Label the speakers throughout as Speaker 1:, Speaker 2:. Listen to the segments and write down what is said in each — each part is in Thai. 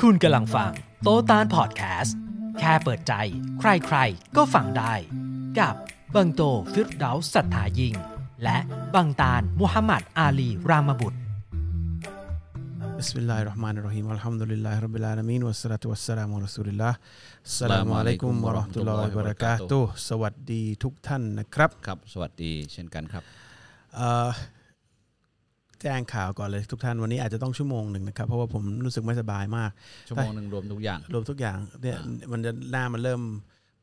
Speaker 1: คุณกำลังฟังโตตานพอดแคสต์ แค่เปิดใจ ใครๆ ก็ฟังได้ กับบังโตฟิรเดาสัทธายิง และบังตานมุฮัมมัดอาลีรามบุตร
Speaker 2: بسم الله الرحمن الرحيم الحمد لله رب العالمين والصلاة والسلام على رسول الله อัสสลามุอะลัยกุมวะเราะห์มะตุลลอฮิวะบะเราะกาตุฮ์สวัสดีทุกท่านนะครับ
Speaker 3: ครับสวัสดีเช่นกันครับ
Speaker 2: เอ่อแจ้งข่าวก่อนเลยทุกท่านวันนี้อาจจะต้องชั่วโมงหนึ่งนะครับ เพราะว่าผมรู้สึกไม่สบายมาก
Speaker 3: ชั่วโมงหนึ่งรวมทุกอย่าง
Speaker 2: รวมทุกอย่างเนี่ยมันจะหน้ามันเริ่ม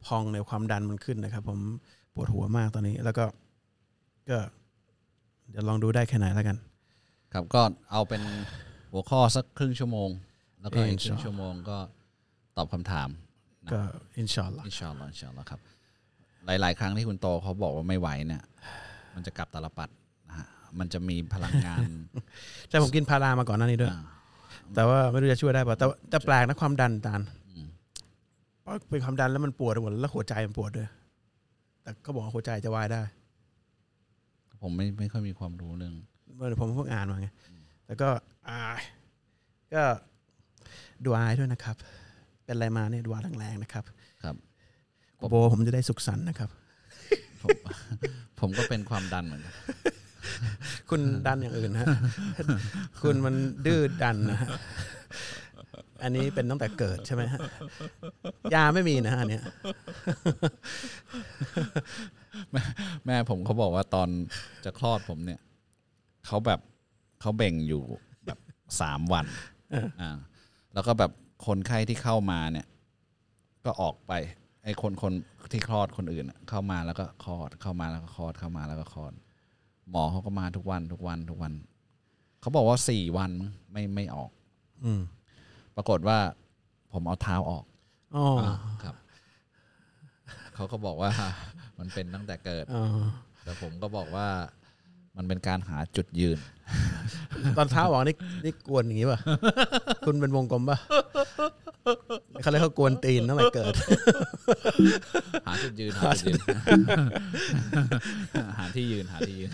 Speaker 2: พองในความดันมันขึ้นนะครับ ผมปวดหัวมากตอนนี้ แล้วก็ก็ เดี๋ยวลองดูได้แค่ไหนแล้วกัน
Speaker 3: ครับก็เอาเป็นหัวข้อสักครึ่งชั่วโมง แล้วก็อีกครึ่งชั่วโมงก็ตอบคำถามนะ
Speaker 2: ก็อินชาอัลลอฮ์
Speaker 3: อินชาอัลลอฮ์อินชาอัลลอฮ์ครับ หลาย ๆ ครั้งที่คุณโตเขาบอกว่าไม่ไหวเนี่ยมันจะกลับตาลปัดนะฮะมันจะมีพลังง าน
Speaker 2: แต่ผมกินพารามาก่อนหน้านี้ด้วย
Speaker 3: อ่า
Speaker 2: แต่ว่าไม่รู้จะช่วยได้ป่ะแต่ว่าแต่แปลกนะความดันตาลเพราะเป็นความดันแล้วมันปวดหัวแล้วหัวใจมันปวดด้วย แต่เขาบอกว่าหัวใจจะวายได้
Speaker 3: ผมไม่ไม่ค่อยมีความรู้เรื่อง
Speaker 2: เมื่อผมเพิ่งอ่านมาไงแล้วก็อ่าก็ดูอายด้วยนะครับ เป็นอะไรมาเนี่ยดูอาแรงๆนะครับ
Speaker 3: ครับ
Speaker 2: โบผมจะได้สุขสันต์นะครับ
Speaker 3: ผม ผมก็เป็นความดันเหมือนกัน
Speaker 2: คุณดันอย่างอื่นฮะ คุณมันดื้อดันนะฮะอันนี้เป็นตั้งแต่เกิดใช่ไหมฮะยาไม่มีนะฮะอันเนี้ย
Speaker 3: แม่แม่ผมเขาบอกว่าตอน จะคลอดผมเนี่ยเขาแบบเขาเบ่งอยู่แบบ สามวันอ่าแล้วก็แบบคนไข้ที่เข้ามาเนี่ย ก็ออกไปไอ้คนคนที่คลอดคนอื่นอะเข้ามาแล้วก็คลอดเข้ามาแล้วก็คลอดเข้ามาแล้วก็คลอด หมอเขาก็มาทุกวันทุกวันทุกวันเขาบอกว่าสี่วันมั้งไม่ไม่ออก
Speaker 2: อืม
Speaker 3: ปรากฏว่า ผมเอาเท้าออก
Speaker 2: อ๋อ
Speaker 3: อ่าครับ เขาก็บอกว่า มันเป็นตั้งแต่เกิด
Speaker 2: อ๋อ
Speaker 3: แต่ผมก็บอกว่ามันเป็นการหาจุดยืน
Speaker 2: ตอนเช้าบอกนี่นี่กวนอย่าง นี้ป่ะ คุณเป็นวงกลมป่ะเขาเรียกเขากวนตีนตั้งแต่เกิด
Speaker 3: หาจุดยืน หาจุดยืน หาที่ยืนหาที่ยืน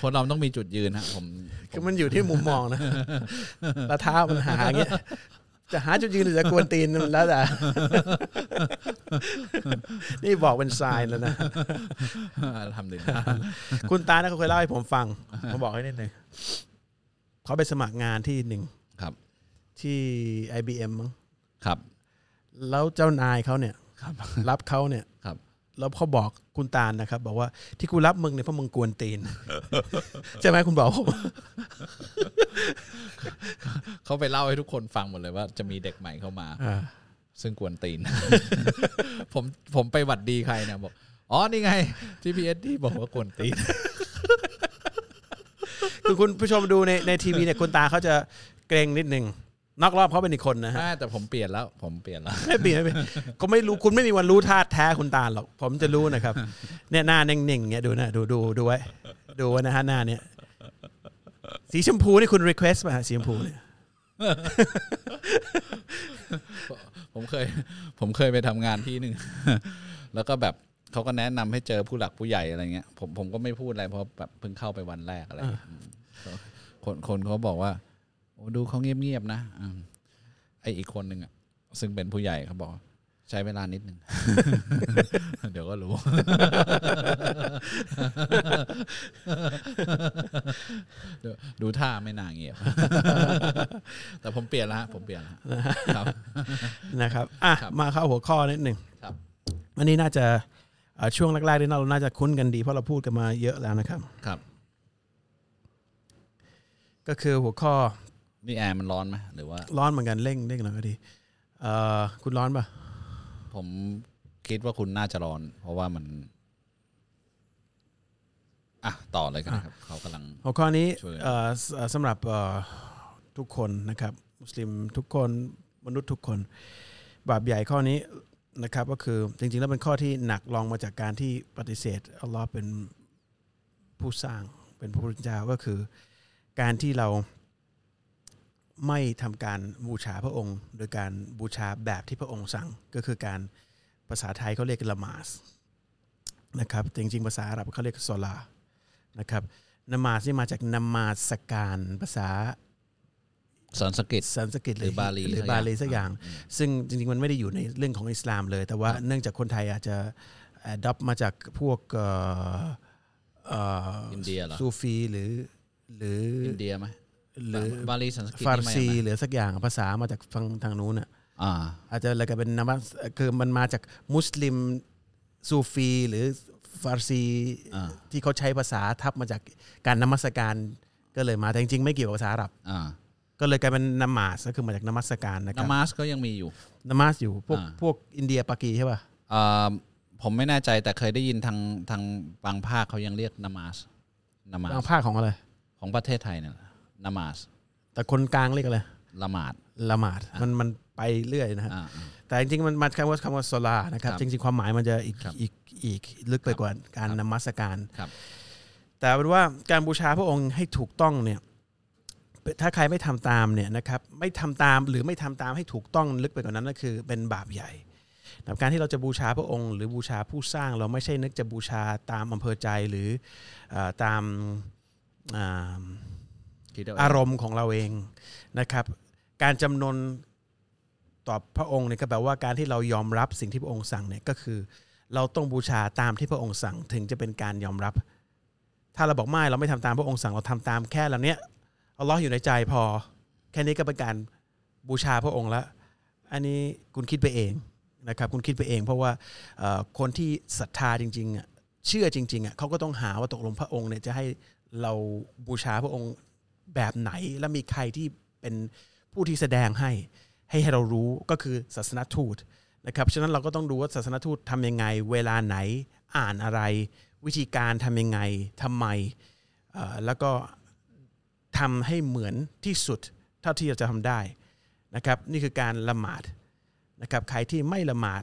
Speaker 3: คนเราต้องมีจุดยืนฮะผม
Speaker 2: คือมันอยู่ที่มุมมอง นะแล้วเท้ามันหาอย่างเงี้ย จะหาจุดยืนหรือจะกวนตีนมันแล้วแต่ นี่บอกเป็นทรายแล้วนะ
Speaker 3: ทำหนึ่งนะ
Speaker 2: คุณตาเนี่ยเขาเคยเล่าให้ผมฟังผมบอกให้นิดหนึ่งเขาไปสมัครงานที่หนึ่ง
Speaker 3: ครับ
Speaker 2: ที่ IBM มั้ง
Speaker 3: ครับ
Speaker 2: แล้วเจ้านายเขาเนี่ย
Speaker 3: ครับ
Speaker 2: รับเขาเนี่ย
Speaker 3: ครับ
Speaker 2: แล้วเขาบอกคุณตาลนะครับ บอกว่าที่กูรับมึงเนี่ยเพราะมึงกวนตีน ใช่ไหมคุณบอกผม
Speaker 3: เขาไปเล่าให้ทุกคนฟังหมดเลยว่า จะมีเด็กใหม่เข้ามา ซึ่งกวนตีน ผมผมไปหวัดดีใครเนี่ยบอก อ๋อ นี่ไง ที่พีเอสดีบอกว่ากวน ตีน
Speaker 2: คือคุณผู้ชมดูในในทีวีเนี่ยคุณตาเขาจะเกรงนิดนึงนอกรอบเขาเป็นอีกคนนะฮะ
Speaker 3: อ่าแต่ผมเปลี่ยนแล้ว ผมเปลี่ยนแล้ว
Speaker 2: ไม่เปลี่ยนไม่เปลี่ยนก็ไม่รู้คุณไม่มีวันรู้ท่าแท้คุณตาลหรอกผมจะรู้นะครับเนี่ยหน้าเน่งๆเนี่ยดูนะดูดูดูไว้ดูไว้นะฮะหน้าเนี่ยสีชมพูนี่คุณรีเควสมาฮะสีชมพูเนี่ย
Speaker 3: ผมเคย ผมเคยไปทำงานที่หนึ่ง แล้วก็แบบเขาก็แนะนำให้เจอผู้หลักผู้ใหญ่อะไรเงี้ย ผมผมก็ไม่พูดอะไรเพราะแบบเพิ่งเข้าไปวันแรกอะไรเงี้ยมคนคนเขาบอกว่าโอ้ดูเขาเงียบๆนะอืมไออีกคนหนึ่งอ่ะซึ่งเป็นผู้ใหญ่เขาบอกว่าใช้เวลานิดนึง เดี๋ยวก็รู้ เดี๋ยวดูท่าไม่น่าเงียบ แต่ผมเปลี่ยนละผมเปลี่ยนละครับ
Speaker 2: นะครับอ่ะ
Speaker 3: ครับ
Speaker 2: มาเข้าหัวข้อนิดหนึ่ง
Speaker 3: ครับ
Speaker 2: อันนี้น่าจะเอ่อช่วงแรกๆนี่เราน่าจะคุ้นกันดี เพราะเราพูดกันมาเยอะแล้วนะครับ
Speaker 3: ครับ
Speaker 2: ก็คือหัวข้อ
Speaker 3: นี่แอร์มันร้อนไหมหรือว่า
Speaker 2: ร้อนเหมือนกันเร่งเร่งหน่อยก็ดีเอ่อคุณร้อนปะ
Speaker 3: ผมคิดว่าคุณน่าจะร้อน เพราะว่ามัน อ่ะ ต่อเลยกันนะครับ เขากำลัง
Speaker 2: หัวข้อนี้
Speaker 3: ช่วย
Speaker 2: เอ่อสเอ่อสำหรับเอ่อทุกคนนะครับ มุสลิมทุกคนมนุษย์ทุกคน บาปใหญ่ข้อนี้นะครับ ก็คือจริงๆแล้วเป็นข้อที่หนักรองมาจากการที่ปฏิเสธอัลลอฮ์เป็นผู้สร้างเป็นพระพุทธเจ้าก็คือ การที่เราไม่ทำการบูชาพระองค์ โดยการบูชาแบบที่พระองค์สั่งก็คือการภาษาไทยเขาเรียกละหมาสนะครับจริงๆภาษาอาหรับเขาเรียกซอลานะครับนมาสนี่มาจากนมาสการภาษา
Speaker 3: สันสกิต
Speaker 2: สันสกฤต
Speaker 3: หรือบาลี
Speaker 2: หรือ
Speaker 3: สักอย่าง
Speaker 2: บาลีสักอย่าง ซึ่งจริงๆ มันไม่ได้อยู่ในเรื่องของอิสลามเลย แต่ว่าเนื่องจากคนไทยอาจจะดับมาจากพวกเอ่อเอ่
Speaker 3: อินเดียเหรอ
Speaker 2: ซูฟีหรือหรือ
Speaker 3: อินเดียไหม
Speaker 2: หรือ
Speaker 3: บาลีสันสกิต
Speaker 2: ฟา
Speaker 3: นี่
Speaker 2: ร
Speaker 3: ไม่
Speaker 2: ซี
Speaker 3: ไหม
Speaker 2: หรือสักอย่างภาษามาจากทางทางนู้นอ่ะ
Speaker 3: อ่า
Speaker 2: อาจจะอะไรก็เป็นนามะคือมันมาจากมุสลิมซูฟีหรือฟารซี
Speaker 3: อ่า
Speaker 2: ที่เขาใช้ภาษาทับมาจากการนมัสการก็เลยมาแต่จริงๆ ไม่เกี่ยวกับภาษาอาหรับ
Speaker 3: อ่า
Speaker 2: ก็เลยกลายเป็นนามาสก็คือมาจากนมัสการนะค
Speaker 3: นา
Speaker 2: รับ
Speaker 3: มาสก็ยังมีอยู่
Speaker 2: นามาสอยู่พวก
Speaker 3: อ่า
Speaker 2: พวกอินเดียปากีใช่ป่ะ
Speaker 3: อ่าผมไม่แน่ใจแต่เคยได้ยินทางทางบางภาคเขายังเรียกนามาสนามา
Speaker 2: ทาง
Speaker 3: ส
Speaker 2: ภาคของอะไร
Speaker 3: ของประเทศไทยเนี่ยแหละนามาส
Speaker 2: แต่คนกลางเรียกอะไร
Speaker 3: ละหมาด
Speaker 2: ละหมาดมันมันไปเรื่อยนะฮะ
Speaker 3: อ่า
Speaker 2: แต่จริงๆมันมาคำว่าคำว่าโซลานะครับ
Speaker 3: ครับ
Speaker 2: จริงๆความหมายมันจะอีก
Speaker 3: ครับ
Speaker 2: อีกอีกลึกไปกว่าการนมัสการ
Speaker 3: ครับ
Speaker 2: แต่เป็นว่าการบูชาพระองค์ให้ถูกต้องเนี่ยถ้าใครไม่ทำตามเนี่ยนะครับไม่ทำตามหรือไม่ทำตามให้ถูกต้องลึกไปกว่านั้นก็คือ เป็นบาปใหญ่นะครับการที่เราจะบูชาพระองค์ หรือบูชาผู้สร้างเราไม่ใช่นึกจะบูชาตามอำเภอใจหรือเออตามอ่า
Speaker 3: คิดเเง
Speaker 2: อารมณ์ของเราเองนะครับ การจำนนต่อพระองค์เนี่ยก็แปลว่าการที่เรายอมรับสิ่งที่พระองค์สั่งเนี่ยก็คือ เราต้องบูชาตามที่พระองค์สั่งถึงจะเป็นการยอมรับ ถ้าเราบอกไม่เราไม่ทำตามพระองค์สั่งเราทำตามแค่แล้วเนี้ยอัลลอฮ์อยู่ในใจพอ แค่นี้ก็เป็นการบูชาพระองค์ละอันนี้คุณคิดไปเองนะครับ คุณคิดไปเอง เพราะว่าเอ่อคนที่ศรัทธาจริงๆอะเชื่อจริงๆอะเขาก็ต้องหาว่าตกลงพระองค์เนี่ยจะให้เราบูชาพระองค์ แบบไหนและมีใครที่เป็นผู้ที่แสดงให้ ให้ให้เรารู้ก็คือศาสนทูตนะครับฉะนั้นเราก็ต้องดูว่าศาสนทูตทำยังไง เวลาไหนอ่านอะไร วิธีการทำยังไงทำไมเอ่อแล้วก็ทำให้เหมือนที่สุดเท่าที่เราจะทำได้นะครับนี่คือการละหมาดนะครับใครที่ไม่ละหมาด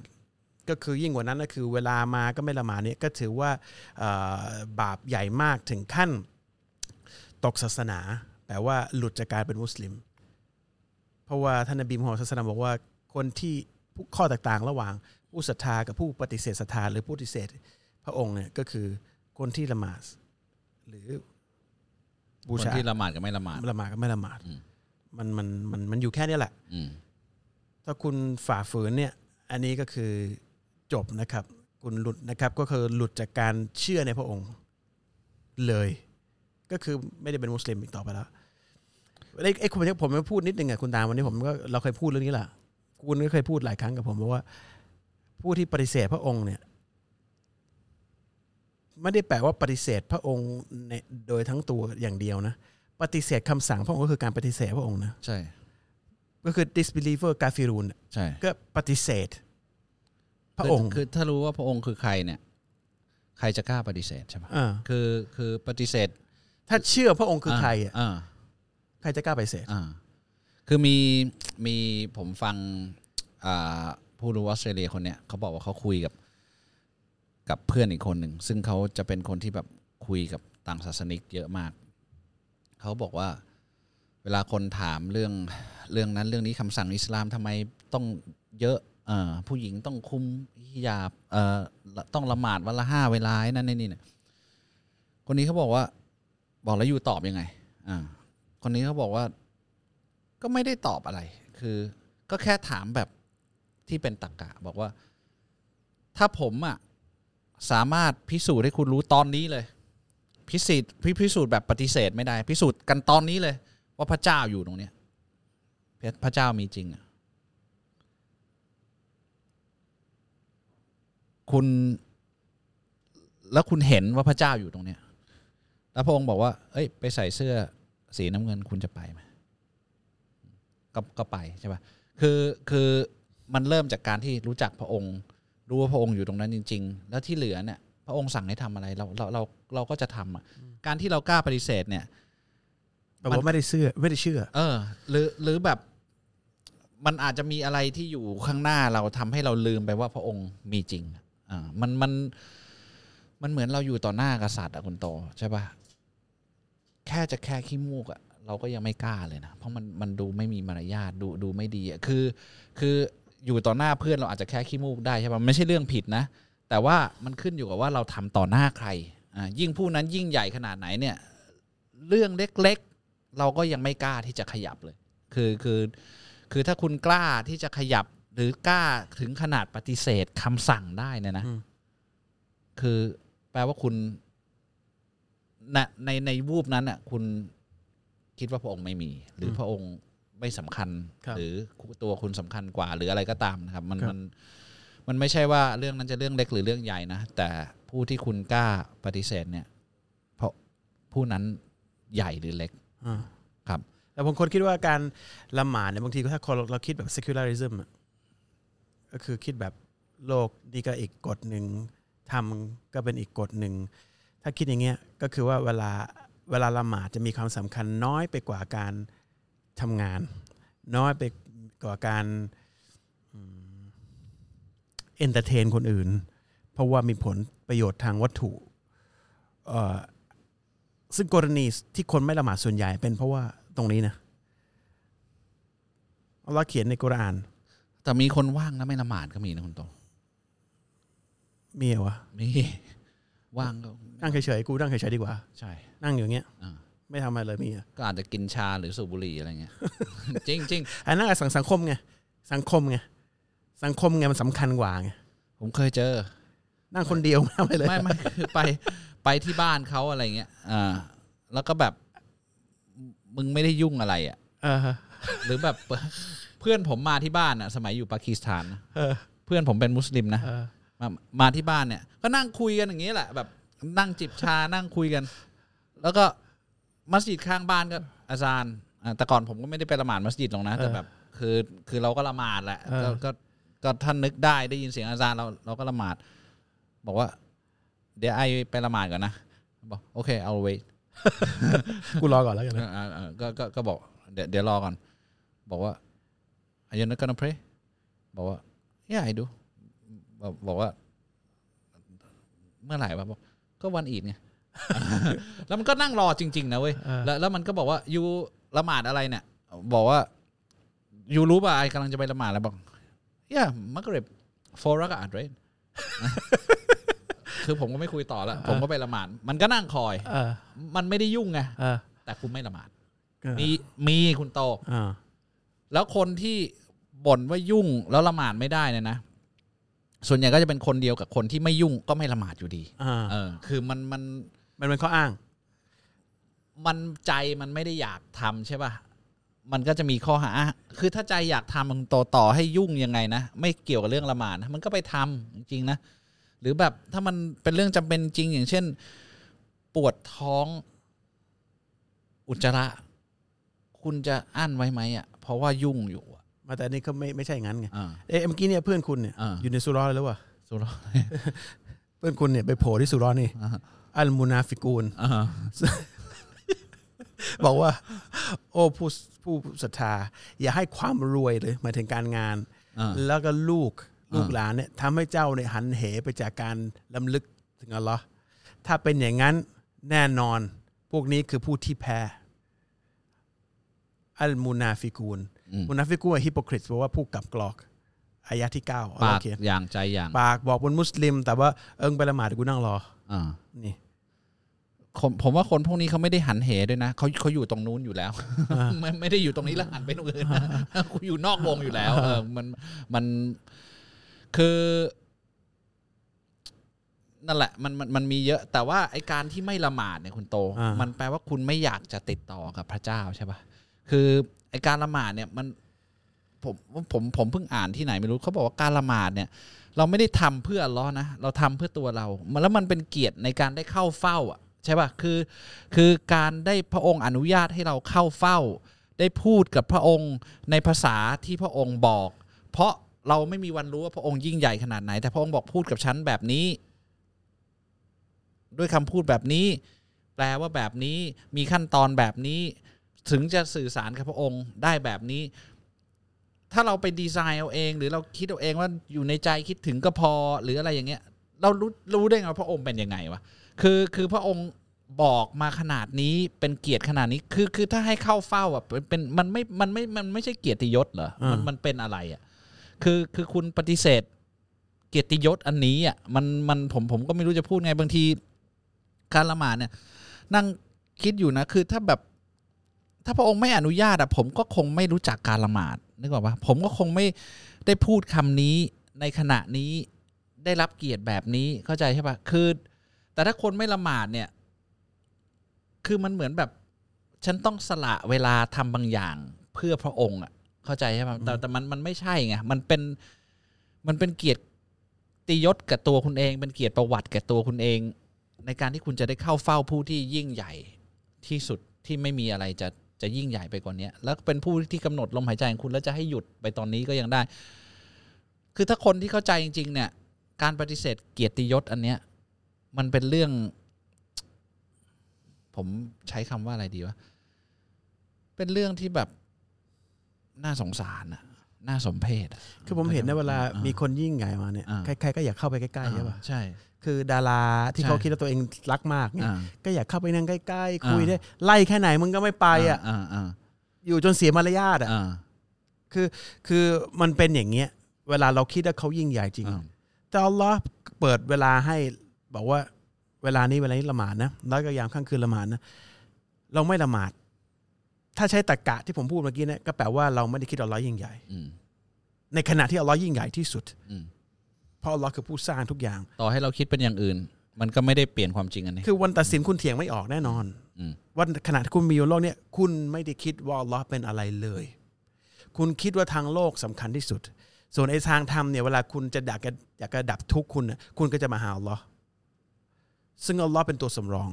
Speaker 2: ก็คือยิ่งกว่านั้นก็คือเวลามาก็ไม่ละหมาดเนี่ยก็ถือว่าเอ่อบาปใหญ่มากถึงขั้น ตกศาสนาแปลว่าหลุดจากการเป็นมุสลิม เพราะว่าท่านนบีมุฮัมมัดศาสนาบอกว่าคนที่ผู้ข้อแตกต่างระหว่าง ผู้ศรัทธากับผู้ปฏิเสธศรัทธาหรือผู้ปฏิเสธพระองค์เนี่ยก็คือคนที่ละหมาดหรือบู
Speaker 3: คน
Speaker 2: ชา
Speaker 3: ที่ละหมาดกับไม่ละหมาด
Speaker 2: ละหมาดกับไม่ละหมาด
Speaker 3: อืม
Speaker 2: มันมันมันมันอยู่แค่เนี้ยแหละ
Speaker 3: อืม
Speaker 2: ถ้าคุณฝ่าฝืนเนี่ยอันนี้ก็คือจบนะครับ คุณหลุดนะครับก็คือหลุดจากการเชื่อในพระองค์เลย ก็คือไม่ได้เป็นมุสลิมอีกต่อไปแล้วไอ้ไอ้ผมผมมาพูดนิดนึงอ่ะคุณตามวันนี้ผมก็เราเคยพูดเรื่องนี้แหละคุณก็เคยพูดหลายครั้งกับผมบอกว่า ผู้ที่ปฏิเสธพระองค์เนี่ย ไม่ได้แปลว่าปฏิเสธพระองค์ในโดยทั้งตัวอย่างเดียวนะปฏิเสธคำสั่งพระองค์ก็คือการปฏิเสธพระองค์นะ
Speaker 3: ใช่
Speaker 2: ก็คือ disbeliever กาฟิรูน
Speaker 3: ใช่
Speaker 2: ก็ปฏิเสธ พระองค์
Speaker 3: คือถ้ารู้ว่าพระองค์คือใครเนี่ย ใครจะกล้าปฏิเสธใช่ไหม
Speaker 2: อ่า
Speaker 3: คือคือปฏิเสธ
Speaker 2: ถ้าเชื่อพระองค์คือใครอ่ะ
Speaker 3: อ่า
Speaker 2: ใครจะกล้าปฏิเสธ
Speaker 3: อ่าคือมีมีผมฟังอ่าผู้รู้ออสเตรเลียคนเนี้ยเขาบอกว่าเขาคุยกับกับเพื่อนอีกคนหนึ่ง ซึ่งเขาจะเป็นคนที่แบบคุยกับต่างศาสนิกเยอะมาก เขาบอกว่าเวลาคนถามเรื่องเรื่องนั้นเรื่องนี้คำสั่งอิสลามทำไมต้องเยอะเอ่อผู้หญิงต้องคุมฮิญาบเอ่อละต้องละหมาดวันละห้าเวลาไอ้นั่นไอ้นี่เนี่ยคนนี้เขาบอกว่าบอกแล้วอยู่ตอบยังไงอ่าคนนี้เขาบอกว่า ก็ไม่ได้ตอบอะไร คือก็แค่ถามแบบที่เป็นตรกกะ บอกว่า ถ้าผมอะสามารถพิสูจน์ให้คุณรู้ตอนนี้เลย พิสูจน์พิพิสูจน์แบบปฏิเสธไม่ได้ พิสูจน์กันตอนนี้เลย ว่าพระเจ้าอยู่ตรงเนี้ยพระพระเจ้ามีจริงอะคุณ แล้วคุณเห็นว่าพระเจ้าอยู่ตรงเนี้ย แล้วพระองค์บอกว่า เอ้ย ไปใส่เสื้อสีน้ำเงินคุณจะไปไหม ก็ก็ไปใช่ป่ะ คือคือมันเริ่มจากการที่รู้จักพระองค์ รู้ว่าพระองค์อยู่ตรงนั้นจริง ๆ แล้วที่เหลือเนี่ยพระองค์สั่งให้ทำอะไรเราเราเราเราก็จะทำอ่ะ การที่เรากล้าปฏิเสธเนี่ย
Speaker 2: แต่ว่าไม่ได้เชื่อไม่ได้เชื่อ
Speaker 3: เออ หรือหรือแบบมันอาจจะมีอะไรที่อยู่ข้างหน้าเราทำให้เราลืมไปว่าพระองค์มีจริงอ่ามันมันมันเหมือนเราอยู่ต่อหน้ากษัตริย์อะคุณโตใช่ปะแค่จะแค่ขี้มูกอะเราก็ยังไม่กล้าเลยนะ เพราะมันมันดูไม่มีมารยาทดูดูไม่ดีอะคือ คืออยู่ต่อหน้าเพื่อนเราอาจจะแค่ขี้มูกได้ใช่ปะมันไม่ใช่เรื่องผิดนะ แต่ว่ามันขึ้นอยู่กับว่าเราทำต่อหน้าใครอ่ายิ่งผู้นั้นยิ่งใหญ่ขนาดไหนเนี่ย เรื่องเล็ก ๆ เราก็ยังไม่กล้าที่จะขยับเลย คือคือคือถ้าคุณกล้าที่จะขยับหรือกล้าถึงขนาดปฏิเสธคำสั่งได้เนี่ยนะ
Speaker 2: อืม
Speaker 3: คือแปลว่าคุณณในในวูบนั้นอ่ะ คุณคิดว่าพระองค์ไม่มี หรืออ
Speaker 2: ม
Speaker 3: พระองค์ไม่สำคัญ
Speaker 2: ครับ
Speaker 3: หรือตัวคุณสำคัญกว่า หรืออะไรก็ตามนะครับ มัน
Speaker 2: ครับ
Speaker 3: มันมันไม่ใช่ว่าเรื่องนั้นจะเรื่องเล็กหรือเรื่องใหญ่นะแต่ผู้ที่คุณกล้าปฏิเสธเนี่ย เพราะผู้นั้นใหญ่หรือเล็ก
Speaker 2: อ่า
Speaker 3: ครับ
Speaker 2: แต่บางคนคิดว่าการละหมาดเนี่ยบางทีถ้าคนเราเราคิดแบบ secularism อะก็คือคิดแบบโลกดีก็อีกกฎหนึ่งทำก็เป็นอีกกฎหนึ่ง ถ้าคิดอย่างเงี้ยก็คือว่าเวลาเวลาละหมาดจะมีความสำคัญน้อยไปกว่าการทำงาน น้อยไปกว่าการเอนเตอร์เทนคนอื่น เพราะว่ามีผลประโยชน์ทางวัตถุเอ่อ ซึ่งกรณีที่คนไม่ละหมาดส่วนใหญ่เป็นเพราะว่าตรงนี้นะอัลลอฮ์เขียนในกุรอาน
Speaker 3: แต่มีคนว่างแล้วไม่ละหมาดก็มีนะคุณโต
Speaker 2: มีเหรอวะ
Speaker 3: มี ว่างก็
Speaker 2: นั่งเฉยๆกูนั่งเฉยๆดีกว่า
Speaker 3: ใช่
Speaker 2: นั่งอยูอย่างเงี้ย
Speaker 3: อ่า
Speaker 2: ไม่ทำอะไรเลยมีเหรอ่ะ
Speaker 3: ก็อาจจะกินชาหรือสูบบุหรี่อะไรเงี้ย จริงจริง
Speaker 2: อันนั้นอะสังสังคมไงสังคมไงสังคมไงมันสำคัญกว่าไง
Speaker 3: ผมเคยเจอ
Speaker 2: นั่งคนเดียวไม่ทำอะไรเลย
Speaker 3: ไม่ ไม่คือไปไปที่บ้านเขาอะไรเงี้ยอ่าแล้วก็แบบมึงไม่ได้ยุ่งอะไรอ่ะ
Speaker 2: เออ
Speaker 3: หรือแบบ เพื่อนผมมาที่บ้านอ่ะ สมัยอยู่ปากีสถานนะ
Speaker 2: เออ
Speaker 3: เพื่อนผมเป็นมุสลิมนะ
Speaker 2: เออ
Speaker 3: มามาที่บ้านเนี่ย ก็นั่งคุยกันอย่างนี้แหละ แบบนั่งจิบชา นั่งคุยกัน แล้วก็มัสยิดข้างบ้านก็อาจารย์อ่าแต่ก่อนผมก็ไม่ได้ไปละหมาดมัสยิดหรอกนะแต่แบบ คือคือเราก็ละหมาดแหละก็ก็ก็ท่านนึกได้ได้ยินเสียงอาจารย์เราเราก็ละหมาด บอกว่า เดี๋ยวไอไปละหมาดก่อนนะบอกโอเคเอาเว
Speaker 2: กูรอก่อนแล้วกันนะ
Speaker 3: อ่าอ่าก็ก็ก็บอกเดี๋ยวเดี๋ยวรอก่อน บอกว่า are you not gonna pray บอกว่า yeah I do บอกบอกว่า เมื่อไหร่วะบอกก็วันอีดไง แล้วมันก็นั่งรอจริง ๆ นะเว้ย
Speaker 2: เออ
Speaker 3: แล้วแล้วมันก็บอกว่ายูละหมาดอะไรเนี่ย บอกว่ายูรู้ป่ะไอ้กำลังจะไปละหมาดแล้วบอก yeah มักเร็บโฟรักอัดเรน คือผมก็ไม่คุยต่อละผมก็ไปละหมาด มันก็นั่งคอย
Speaker 2: เออ
Speaker 3: มันไม่ได้ยุ่งไง
Speaker 2: เออ
Speaker 3: แต่คุณไม่ละหมาด
Speaker 2: เออ
Speaker 3: มีมีคุณโต
Speaker 2: อ่า
Speaker 3: แล้วคนที่บ่นว่ายุ่งแล้วละหมาดไม่ได้เนี่ยนะ ส่วนใหญ่ก็จะเป็นคนเดียวกับคนที่ไม่ยุ่งก็ไม่ละหมาดอยู่ดี
Speaker 2: อ่า
Speaker 3: เออ คือมันมัน
Speaker 2: มันเป็นข้ออ้าง
Speaker 3: มันใจมันไม่ได้อยากทำใช่ป่ะมันก็จะมีข้อหา คือถ้าใจอยากทำมันโตต่อให้ยุ่งยังไงนะไม่เกี่ยวกับเรื่องละหมาดนะมันก็ไปทำจริงๆนะหรือแบบถ้ามันเป็นเรื่องจำเป็นจริง อย่างเช่น ปวดท้องอุจจาระ คุณจะอั้นไว้ไหมอ่ะเพราะว่ายุ่งอยู่อะ
Speaker 2: มาแต่อันนี่ก็ไม่ไม่ใช่อย่างนั้นไง
Speaker 3: อ่า
Speaker 2: เอ๊ะเมื่อกี้เนี่ยเพื่อนคุณเนี่ย
Speaker 3: อ่า
Speaker 2: อยู่ในสุราะห์เลยหรือวะ
Speaker 3: สุรอ
Speaker 2: เพื่อนคุณเนี่ยไปโผล่ที่สุราะห์นี่
Speaker 3: อ่า
Speaker 2: อัลมุนาฟิกูน
Speaker 3: อ่า
Speaker 2: บอกว่า โอ้ผู้ผู้ศรัทธา อย่าให้ความรวยเลยหมายถึงการงาน
Speaker 3: อ่า
Speaker 2: แล้วก็ลูก
Speaker 3: อ่า
Speaker 2: ลูกหลานเนี่ยทำให้เจ้าเนี่ยหันเหไปจากการลำลึกถึงอัลลอฮ์ถ้าเป็นอย่างนั้นแน่นอน พวกนี้คือผู้ที่แพ้ อัลมูนาฟิกูนมูนาฟิกูนฮิปโปคริตแปลว่าผู้กลับกลอกอายะที่เก้าอัลลอ
Speaker 3: ปา
Speaker 2: ฮ์
Speaker 3: ก
Speaker 2: เขียน
Speaker 3: อย่างใจอย่าง
Speaker 2: ปากบอกบนมุสลิม แต่ว่าเอิงไปละหมาดกูนั่งรอ
Speaker 3: อ่า
Speaker 2: นี่
Speaker 3: ผมผมว่าคนพวกนี้เขาไม่ได้หันเหด้วยนะเขาเขาอยู่ตรงนู้นอยู่แล้วไม่ ไม่ได้อยู่ตรงนี้แล้วหันไปตรงอื่นนะ กูอยู่นอกวงอยู่แล้ว เออมันมันคือนั่นแหละมันมันมันมีเยอะ แต่ว่าไอการที่ไม่ละหมาดเนี่ยคุณโต
Speaker 2: อ่ามั
Speaker 3: มันแปลว่าคุณไม่อยากจะติดต่อกับพระเจ้าใช่ปะคือไอการละหมาดเนี่ยมัน ผมผมผมเพิ่งอ่านที่ไหนไม่รู้เขาบอกว่าการละหมาดเนี่ย เราไม่ได้ทำเพื่ออัลเลอนะ เราทำเพื่อตัวเรามันแล้วมันเป็นเกียรติในการได้เข้าเฝ้าอ่ะใช่ป่ะคือ คือการได้พระองค์อนุญาตให้เราเข้าเฝ้า ได้พูดกับพระองค์ในภาษาที่พระองค์บอก เพราะเราไม่มีวันรู้ว่าพระองค์ยิ่งใหญ่ขนาดไหน แต่พระองค์บอกพูดกับฉันแบบนี้ ด้วยคำพูดแบบนี้ แปลว่าแบบนี้มีขั้นตอนแบบนี้ ถึงจะสื่อสารกับพระองค์ได้แบบนี้ ถ้าเราไปดีไซน์เอาเอง หรือเราคิดเอาเองว่าอยู่ในใจคิดถึงก็พอหรืออะไรอย่างเงี้ย เรารู้รู้ได้ไงว่าพระองค์เป็นยังไงวะคือคือพระองค์บอกมาขนาดนี้เป็นเกียรติขนาดนี้คือคือถ้าให้เข้าเฝ้าอ่ะเป็นเป็นมันไม่มันไม่มันไม่ใช่เกียรติยศเหรอมัน
Speaker 2: อ่ามั
Speaker 3: มันเป็นอะไรอ่ะคือคือคุณปฏิเสธ เกียรติยศอันนี้อ่ะมันมันผมผมก็ไม่รู้จะพูดไงบางที การละหมาดเนี่ย นั่งคิดอยู่นะ คือถ้าแบบ ถ้าพระองค์ไม่อนุญาตอะผมก็คงไม่รู้จักการละหมาดนึกออกปะผมก็คงไม่ได้พูดคำนี้ในขณะนี้ได้รับเกียรติแบบนี้เข้าใจใช่ปะคือ แต่ถ้าคนไม่ละหมาดเนี่ย คือมันเหมือนแบบ ฉันต้องสละเวลาทำบางอย่างเพื่อพระองค์อะเข้าใจใช่ปะแต่แต่มันมันไม่ใช่ไงมันเป็นมันเป็นเกียรติยศกับตัวคุณเอง เป็นเกียรติประวัติกับตัวคุณเอง ในการที่คุณจะได้เข้าเฝ้าผู้ที่ยิ่งใหญ่ ที่สุดที่ไม่มีอะไรจะจะยิ่งใหญ่ไปกว่านี้แล้วเป็นผู้ที่กำหนดลมหายใจของคุณแล้วจะให้หยุดไปตอนนี้ก็ยังได้ คือถ้าคนที่เข้าใจจริง ๆ เนี่ย การปฏิเสธเกียรติยศอันเนี้ย มันเป็นเรื่อง ผมใช้คำว่าอะไรดีวะเป็นเรื่องที่แบบน่าสงสารน่ะน่าสมเพชะ
Speaker 2: คือผมเห็นในะเวลา
Speaker 3: อ่
Speaker 2: มีคนยิ่งใหญ่มาเนี่ย
Speaker 3: อ่า
Speaker 2: ใครๆก็อยากเข้าไปใกล้ๆใช่ป่ะ
Speaker 3: ใช่
Speaker 2: คือดาราที่
Speaker 3: ใช่
Speaker 2: เขาคิดว่าตัวเองรักมากเนี่ย
Speaker 3: อ่า
Speaker 2: ก็อยากเข้าไปนั่งใกล้ๆคุย
Speaker 3: อ่า
Speaker 2: ได้ไล่แค่ไหนมึงก็ไม่ไปอ่ะ
Speaker 3: อ่าอ่า
Speaker 2: อยู่จนเสียมารยาทอ่ะ
Speaker 3: อ่า
Speaker 2: คือมันเป็นอย่างเงี้ยเวลาเราคิดว่าเขายิ่งใหญ่จริง
Speaker 3: อ่า
Speaker 2: แต่อัลลอฮ์เปิดเวลาให้บอกว่าเวลานี้เวลานี้ละหมาดนะแล้วก็ยามข้างคืนละหมาดนะเราไม่ละหมาด ถ้าใช้ตรรกะที่ผมพูดเมื่อกี้เนี่ยก็แปลว่าเราไม่ได้คิดอัลลอฮ์ยิ่งใหญ่
Speaker 3: อืม
Speaker 2: ในขณะที่อัลลอฮ์ยิ่งใหญ่ที่สุด
Speaker 3: อืม
Speaker 2: เพราะอัลลอฮ์คือผู้สร้างทุกอย่าง
Speaker 3: ต่อให้เราคิดเป็นอย่างอื่น มันก็ไม่ได้เปลี่ยนความจริงอันนี้
Speaker 2: คือวันตัดสินคุณเถียงไม่ออกแน่นอน
Speaker 3: อืม
Speaker 2: ว่าขณะที่คุณมีอยู่โลกเนี่ยคุณไม่ได้คิดว่าอัลลอฮ์เป็นอะไรเลย คุณคิดว่าทางโลกสำคัญที่สุด ส่วนไอ้ทางธรรมเนี่ยเวลาคุณจะอยากจะอยากจะดับทุกข์คุณน่ะคุณก็จะมาหาอัลลอฮ์ซึ่งอัลลอฮ์เป็นตัวสำรอง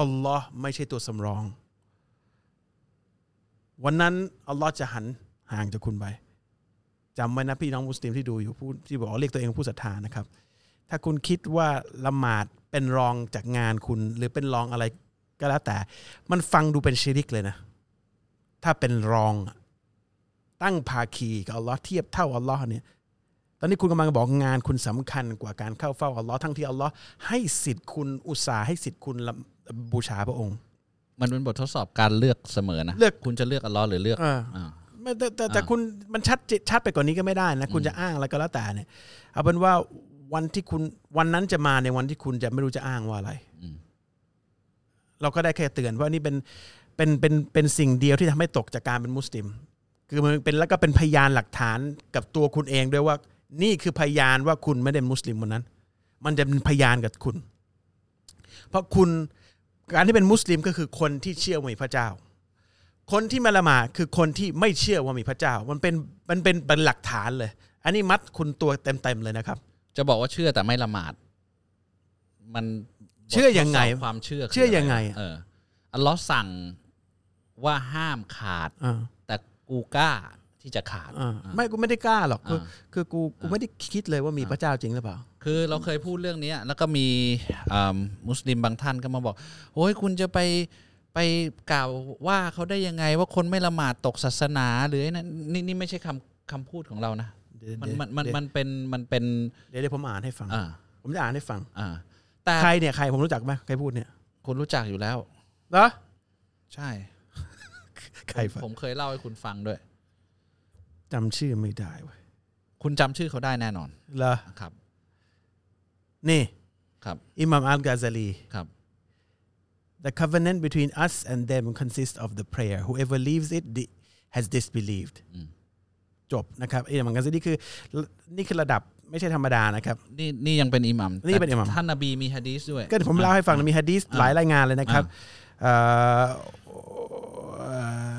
Speaker 2: อัลลอฮ์ไม่ใช่ตัวสำรอง วันนั้นอัลลอฮ์จะหันห่างจากคุณไปจำไว้นะพี่น้องมุสลิมที่ดูอยู่ผู้ที่บอกว่าเรียกตัวเองผู้ศรัทธานะครับ ถ้าคุณคิดว่าละหมาดเป็นรองจากงานคุณ หรือเป็นรองอะไรก็แล้วแต่ มันฟังดูเป็นชิริกเลยนะ ถ้าเป็นรองอะตั้งภาคีกับอัลลอฮ์เทียบเท่าอัลลอฮ์เนี่ย ตอนนี้คุณกำลังบอกงานคุณสำคัญกว่าการเข้าเฝ้าอัลลอฮ์ทั้งที่อัลลอฮ์ให้สิทธิ์คุณอุตสาห์ให้สิทธิ์คุณละบูชาพระองค์
Speaker 3: มันเป็นบททดสอบการเลือกเสมอนะ
Speaker 2: เลือก
Speaker 3: คุณจะเลือกอัลเลอฮ์หรือเลือก
Speaker 2: เออ
Speaker 3: อ่า
Speaker 2: ไม่แต่แต่แต่
Speaker 3: อ่า
Speaker 2: คุณมันชัดเจชัดไปกว่านี้ก็ไม่ได้นะคุณจะอ้างอะไรก็แล้วแต่เนี่ยเอาเป็นว่าวันที่คุณวันนั้นจะมาในวันที่คุณจะไม่รู้จะอ้างว่าอะไร
Speaker 3: อืม
Speaker 2: เราก็ได้แค่เตือนว่านี่เป็นเป็นเป็นเป็นสิ่งเดียวที่ทำให้ตกจากการเป็นมุสลิม คือมันเป็นแล้วก็เป็นพยานหลักฐานกับตัวคุณเองด้วยว่านี่คือพยานว่าคุณไม่ได้มุสลิมวันนั้น มันจะเป็นพยานกับคุณ เพราะคุณการที่เป็นมุสลิมก็คือคนที่เชื่อว่ามีพระเจ้า คนที่มาละหมาดคือคนที่ไม่เชื่อว่ามีพระเจ้า มันเป็นมันเป็นเป็นหลักฐานเลย อันนี้มัดคุณตัวเต็มๆเลยนะครับ
Speaker 3: จะบอกว่าเชื่อแต่ไม่ละหมาด มัน
Speaker 2: เชื่อยังไง
Speaker 3: บททดสอบความเชื่อคื
Speaker 2: เชื่อยังไงอะ
Speaker 3: เอออัลเลอฮ์สั่งว่าห้ามขาด
Speaker 2: อ่า
Speaker 3: แต่กูกล้าที่จะขาด
Speaker 2: อ่าไม่กูไม่ได้กล้าหรอกคือ
Speaker 3: อ่า
Speaker 2: คือกูกูไม่ได้คิดเลยว่ามีพระเจ้าจริงหรือเปล่า
Speaker 3: คือเราเคยพูดเรื่องเนี้ยแล้วก็มีอ่ามุสลิมบางท่านก็มาบอกโอ้ยคุณจะไปไปกล่าวว่าเขาได้ยังไงว่าคนไม่ละหมาดตกศาสนาหรือไอ้นั่นนี่นี่ไม่ใช่คำคำพูดของเรานะ
Speaker 2: เดี๋ยว
Speaker 3: มัน
Speaker 2: เดี๋ยว
Speaker 3: มันมัน
Speaker 2: เดี๋ยว
Speaker 3: มันเป็นมันเป็น
Speaker 2: เดี๋ยวเดี๋ยวผมอ่านให้ฟัง
Speaker 3: อ่า
Speaker 2: ผมจะอ่านให้ฟัง
Speaker 3: อ่าแต่
Speaker 2: ใครเนี่ยใครผมรู้จักไหมใครพูดเนี่ย
Speaker 3: คุณรู้จักอยู่แล้ว
Speaker 2: เหรอ
Speaker 3: ใช่
Speaker 2: ใครฟัง
Speaker 3: ผมเคยเล่าให้คุณฟังด้วย
Speaker 2: จำชื่อไม่ได้เว้ย
Speaker 3: คุณจำชื่อเขาได้แน่นอน
Speaker 2: เหรอ
Speaker 3: นะครับ
Speaker 2: นี่
Speaker 3: ครับ
Speaker 2: อิหมัมอัลกาซาลี
Speaker 3: ครับ
Speaker 2: The covenant between us and them consists of the prayer. Whoever leaves it di- has disbelieved.
Speaker 3: อืม
Speaker 2: จบนะครับอิหมัมอัลกาซาลีคือนี่คือระดับไม่ใช่ธรรมดานะครับ
Speaker 3: นี่นี่ยังเป็นอิหมัม
Speaker 2: นี่เป็นอิหมัม
Speaker 3: แต่ท่านนบีมีฮะดีสด้วย
Speaker 2: ก็ผมเล่าให้ฟังนะมีฮะดีสหลายรายงานเลยนะครับเอ่อเอ่อ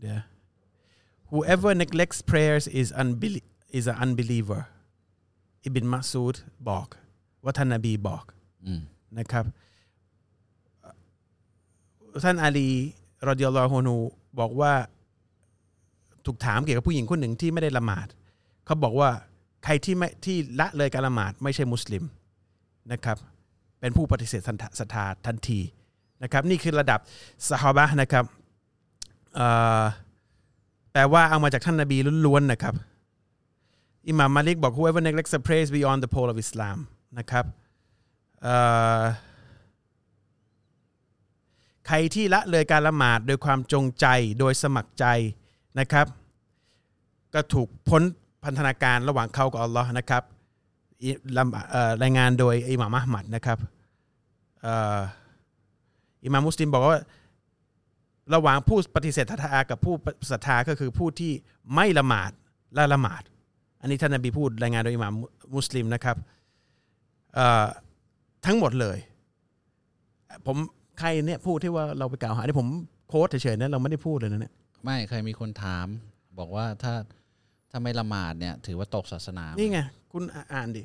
Speaker 2: เดี๋ยว whoever neglects prayers is unbel is an unbeliever อิบินมัสูดบอกว่าท่านนบีบอก
Speaker 3: อืม
Speaker 2: นะครับท่านอาลีรอดิยัลลอฮอนูบอกว่าถูกถามเกี่ยวกับผู้หญิงคนหนึ่งที่ไม่ได้ละหมาด เขาบอกว่าใครที่ไม่ที่ละเลยการละหมาดไม่ใช่มุสลิมนะครับ เป็นผู้ปฏิเสธศรัทธาศรัทธาทันทีนะครับ นี่คือระดับสฮาบะห์นะครับเอ่อแปลว่าเอามาจากท่านนบีล้วนๆนะครับ อิหม่ามมาลิกบอก whoever neglects the praise beyond the pole of Islam นะครับ เอ่อใครที่ละเลยการละหมาดโดยความจงใจโดยสมัครใจนะครับ ก็ถูกพ้นพันธนาการระหว่างเขากับอัลลอฮ์นะครับ อิลำเอ่อรายงานโดยอิหม่ามอะห์มัดนะครับเอ่ออิหม่ามมุสลิมบอกว่า ระหว่างผู้ปฏิเสธศรัทธากับผู้ศรัทธาก็คือผู้ที่ไม่ละหมาดและละหมาด อันนี้ท่านนบีพูดรายงานโดยอิหม่ามมุสลิมนะครับเอ่อทั้งหมดเลย ผมใครเนี่ยพูดที่ว่าเราไปกล่าวหาเนี่ยผมโค้ดเฉยๆนะเราไม่ได้พูดเลยนะเนี่ย
Speaker 3: ไม่เคยมีคนถาม บอกว่าถ้าถ้าไม่ละหมาดเนี่ย ถือว่าตกศาสนาน
Speaker 2: นี่ไง คุณอ่าอ่านดิ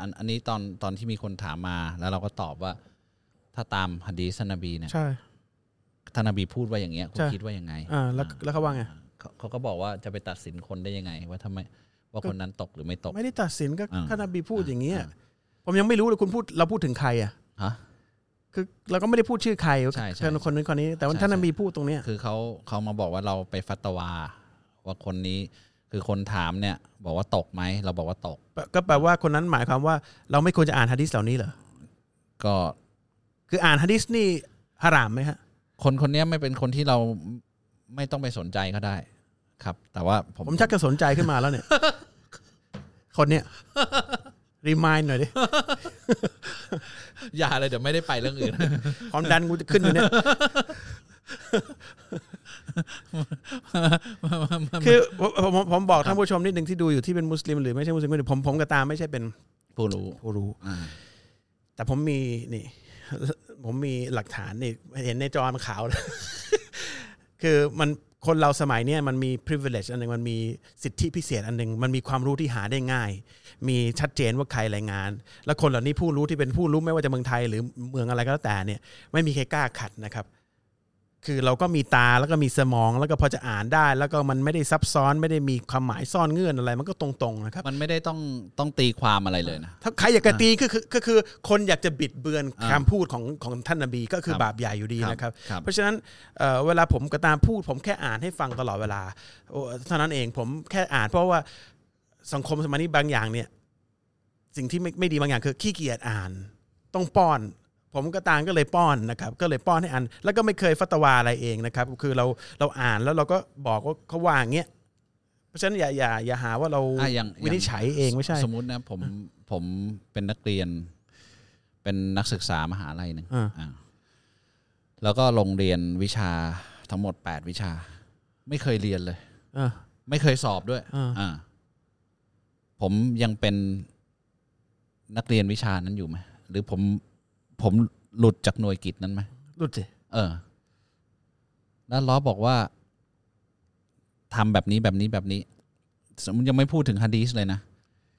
Speaker 3: อันอันนี้ตอนตอนที่มีคนถามมา แล้วเราก็ตอบว่า ถ้าตามฮัดดีสท่านนบีเนี่ย
Speaker 2: ใช่
Speaker 3: ท่านนบีพูดว่าอย่างเงี้ยคุ
Speaker 2: ใช่
Speaker 3: ณคิดว่ายังไง
Speaker 2: อ่าแล้วแล้วเขาว่าไง
Speaker 3: เขาเขาก็บอกว่าจะไปตัดสินคนได้ยังไง ว่าทำไมว่าคนนั้นตกหรือไม่ตก
Speaker 2: ไม่ได้ตัดสินก็
Speaker 3: อ่า
Speaker 2: ท่านนบีพูดอย่างเงี้ย
Speaker 3: อ่า
Speaker 2: ผมยังไม่รู้เลยคุณพูดเราพูดถึงใครอ่ะ
Speaker 3: ฮะ
Speaker 2: คือเราก็ไม่ได้พูดชื่อใคร
Speaker 3: ใช่ใช่
Speaker 2: เชิญคนนึงคนนี้ แต่ว่า
Speaker 3: ใช่
Speaker 2: ท่านน
Speaker 3: ใช่
Speaker 2: บีพูดตรงเนี้ย
Speaker 3: คือเขาเขามาบอกว่าเราไปฟัตวา ว่าคนนี้คือคนถามเนี่ย บอกว่าตกไหมเราบอกว่าตก
Speaker 2: ก็แปลว่าคนนั้นหมายความว่า เราไม่ควรจะอ่านฮะดิษเหล่านี้เหรอ
Speaker 3: ก็
Speaker 2: คืออ่านฮะดิษนี่ฮารามไหมฮะ
Speaker 3: คนคนเนี้ยไม่เป็นคนที่เราไม่ต้องไปสนใจก็ได้ ครับ แต่ว่าผม
Speaker 2: ผมชักจะสนใจขึ้นมา แล้วเนี่ย คนเนี้ยรีมายหน่อยดิ
Speaker 3: อย่าเลยเดี๋ยวไม่ได้ไปเรื่องอื่น
Speaker 2: ความดันกูจะขึ้นอยู่เนี่ยคือผมผมผมบอกท่านผู้ชมนิดหนึ่งที่ดูอยู่ที่เป็นมุสลิมหรือไม่ใช่มุสลิมก็เดี๋ยวผมผมกับตามไม่ใช่เป็น
Speaker 3: ผู้รู้
Speaker 2: ผู้รู้
Speaker 3: อ่า
Speaker 2: แต่ผมมีนี่ ผมมีหลักฐานนี่เห็นในจอมันขาวเลย คือมันคนเราสมัยเนี้ยมันมี privilege อันหนึ่งมันมีสิทธิพิเศษอันหนึ่งมันมีความรู้ที่หาได้ง่าย มีชัดเจนว่าใครรายงาน และคนเหล่านี้ผู้รู้ที่เป็นผู้รู้ไม่ว่าจะเมืองไทยหรือเมืองอะไรก็แล้วแต่เนี่ยไม่มีใครกล้าขัดนะครับ คือเราก็มีตาแล้วก็มีสมองแล้วก็พอจะอ่านได้ แล้วก็มันไม่ได้ซับซ้อนไม่ได้มีความหมายซ่อนเงื่อนอะไรมันก็ตรงๆนะครับ
Speaker 3: มันไม่ได้ต้องต้องตีความอะไรเลยนะ
Speaker 2: ถ้าใครอยากจะตีก็คือก็คือคนอยากจะบิดเบือน
Speaker 3: อ่า
Speaker 2: คำพูดของของท่านนบีก็คือ
Speaker 3: ครับ
Speaker 2: บาปใหญ่อยู่ดีนะครับ
Speaker 3: ครับ
Speaker 2: เพราะฉะนั้นเอ่อเวลาผมกระตามพูด ผมแค่อ่านให้ฟังตลอดเวลาโอ้เท่านั้นเองผมแค่อ่านเพราะว่าสังคมสมัยนี้บางอย่างเนี่ย สิ่งที่ไม่ไม่ดีบางอย่างคือขี้เกียจอ่าน ต้องป้อน ผมก็ตามก็เลยป้อนนะครับ ก็เลยป้อนให้อ่านแล้วก็ไม่เคยฟัตวาอะไรเองนะครับ คือเราเราอ่านแล้วเราก็บอกว่าเขาว่าอย่างเงี้ยเพราะฉะนั้นอย่าอย่าอย่าหาว่าเรา
Speaker 3: อ่ะอย่าง
Speaker 2: วินิจฉัยเองไม่ใช่
Speaker 3: สมมตินะผมผมเป็นนักเรียน เป็นนักศึกษามหาลัยหนึ่ง
Speaker 2: อ่า
Speaker 3: อ่าแล้วก็โรงเรียนวิชาทั้งหมดแปดวิชา ไม่เคยเรียนเลย
Speaker 2: เออ
Speaker 3: ไม่เคยสอบด้วย
Speaker 2: อ่า
Speaker 3: อ่าผมยังเป็นนักเรียนวิชานั้นอยู่ไหมหรือผมผมหลุดจากหน่วยกิจนั้นไหม
Speaker 2: หลุดสิ
Speaker 3: เออ แล้วล้อบอกว่าทำแบบนี้แบบนี้แบบนี้สมมติยังไม่พูดถึงฮะดีสเลยนะ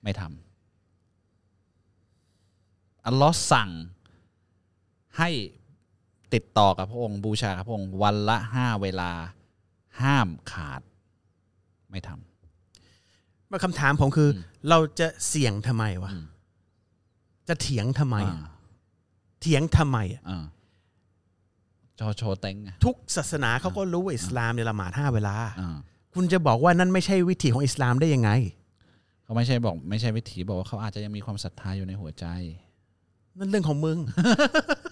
Speaker 3: ไม่ทำอัลลอฮ์สั่งให้ติดต่อกับพระองค์ บูชากับพระองค์ วันละห้าเวลา ห้ามขาด ไม่ทำ
Speaker 2: มาคำถามผมคืออเราจะเสี่ยงทำไมวะ
Speaker 3: อืม
Speaker 2: จะเถียงทำไม
Speaker 3: อ่า
Speaker 2: อะเถียงทำไมอะ
Speaker 3: อ่าจอโชเต็งไง
Speaker 2: ทุกศาสนาเขาก็รู้ว่าอิสลามเนี่ยละหมาดห้าเวลา
Speaker 3: อ่า
Speaker 2: คุณจะบอกว่านั่นไม่ใช่วิถีของอิสลามได้ยังไง
Speaker 3: เขาไม่ใช่บอก ไม่ใช่วิถีบอกว่าเขาอาจจะยังมีความศรัทธาอยู่ในหัวใจ
Speaker 2: นั่นเรื่องของ มึง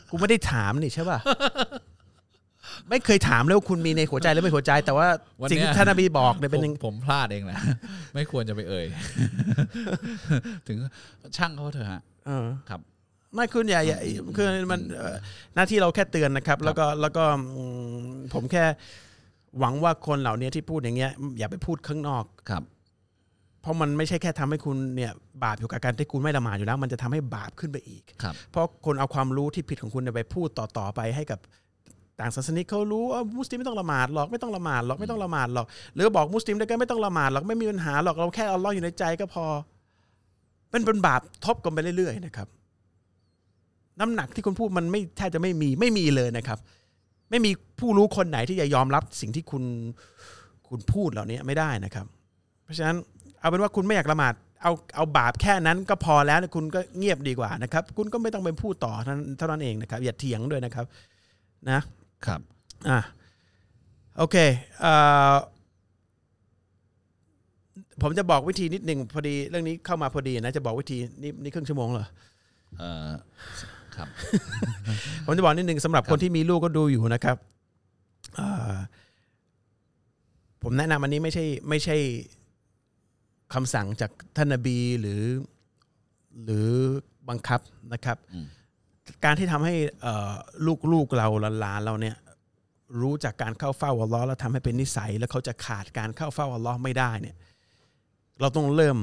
Speaker 2: กูไม่ได้ถามนี่ใช่ป่ะ ไม่เคยถามเลยว่าคุณมีในหัวใจหรือไม่หัวใจ แต่ว่า
Speaker 3: วัน
Speaker 2: สิ่ง
Speaker 3: เนี้ย
Speaker 2: ที่ท่านนบีบอกเนี่ยเป็นยัง
Speaker 3: ผมผมพลาดเองแหละ ไม่ควรจะไปเอ่ย ถึงช่างเขาเถอะฮะ
Speaker 2: เออ
Speaker 3: ครับ
Speaker 2: ไม่คุณอย่าอย่าคือมันเอ่อหน้าที่เราแค่เตือนนะครับ แล้วก็แล้วก็อืมผมแค่หวังว่าคนเหล่านี้ที่พูดอย่างเงี้ยอย่าไปพูดข้างนอก
Speaker 3: ครับ
Speaker 2: เพราะมันไม่ใช่แค่ทำให้คุณเนี่ยบาปอยู่กับการที่คุณไม่ละหมาดอยู่แล้ว มันจะทำให้บาปขึ้นไปอีก
Speaker 3: ครับ
Speaker 2: เพราะคนเอาความรู้ที่ผิดของคุณเนี่ยไปพูดต่อๆไปให้กับต่างศาสนิกเขารู้ว่ามุสลิมไม่ต้องละหมาดหรอกไม่ต้องละหมาดหรอกไม่ต้องละหมาดหรอกหรือบอกมุสลิมด้วยกันไม่ต้องละหมาดหรอกไม่มีปัญหาหรอกเราแค่เอาลอฮ์อยู่ในใจก็พอมันเป็นบาปทบกันไปเรื่อยๆนะครับ น้ำหนักที่คุณพูดมันไม่แทบจะไม่มีไม่มีเลยนะครับ ไม่มีผู้รู้คนไหนที่จะยอมรับสิ่งที่คุณคุณพูดเหล่านี้ไม่ได้นะครับ เพราะฉะนั้นเอาเป็นว่าคุณไม่อยากละหมาดเอาเอาบาปแค่นั้นก็พอแล้วนะคุณก็เงียบดีกว่านะครับ คุณก็ไม่ต้องไปพูดต่อเท่านั้นเท่านั้นเองนะครับ อย่าเถียงด้วยนะครับ นะ
Speaker 3: ครับ
Speaker 2: อ่ะโอเคเอ่อผมจะบอกวิธีนิดหนึ่งพอดีเรื่องนี้เข้ามาพอดีนะจะบอกวิธีนี่นี่ครึ่งชั่วโมงเหรอ
Speaker 3: เอ่อ ครับ
Speaker 2: ผมจะบอกนิดนึงสำหรับ
Speaker 3: ครับ
Speaker 2: คนที่มีลูกก็ดูอยู่นะครับเอ่อผมแนะนำอันนี้ไม่ใช่ไม่ใช่คำสั่งจากท่านนบีหรือ หรือบังคับนะครับ
Speaker 3: อืม
Speaker 2: การที่ทำให้เอ่อลูกๆเราหลานๆเราเนี่ยรู้จากการเข้าเฝ้าอัลลอฮ์แล้วทำให้เป็นนิสัย แล้วเขาจะขาดการเข้าเฝ้าอัลลอฮ์ไม่ได้เนี่ยเราต้องเริ่ม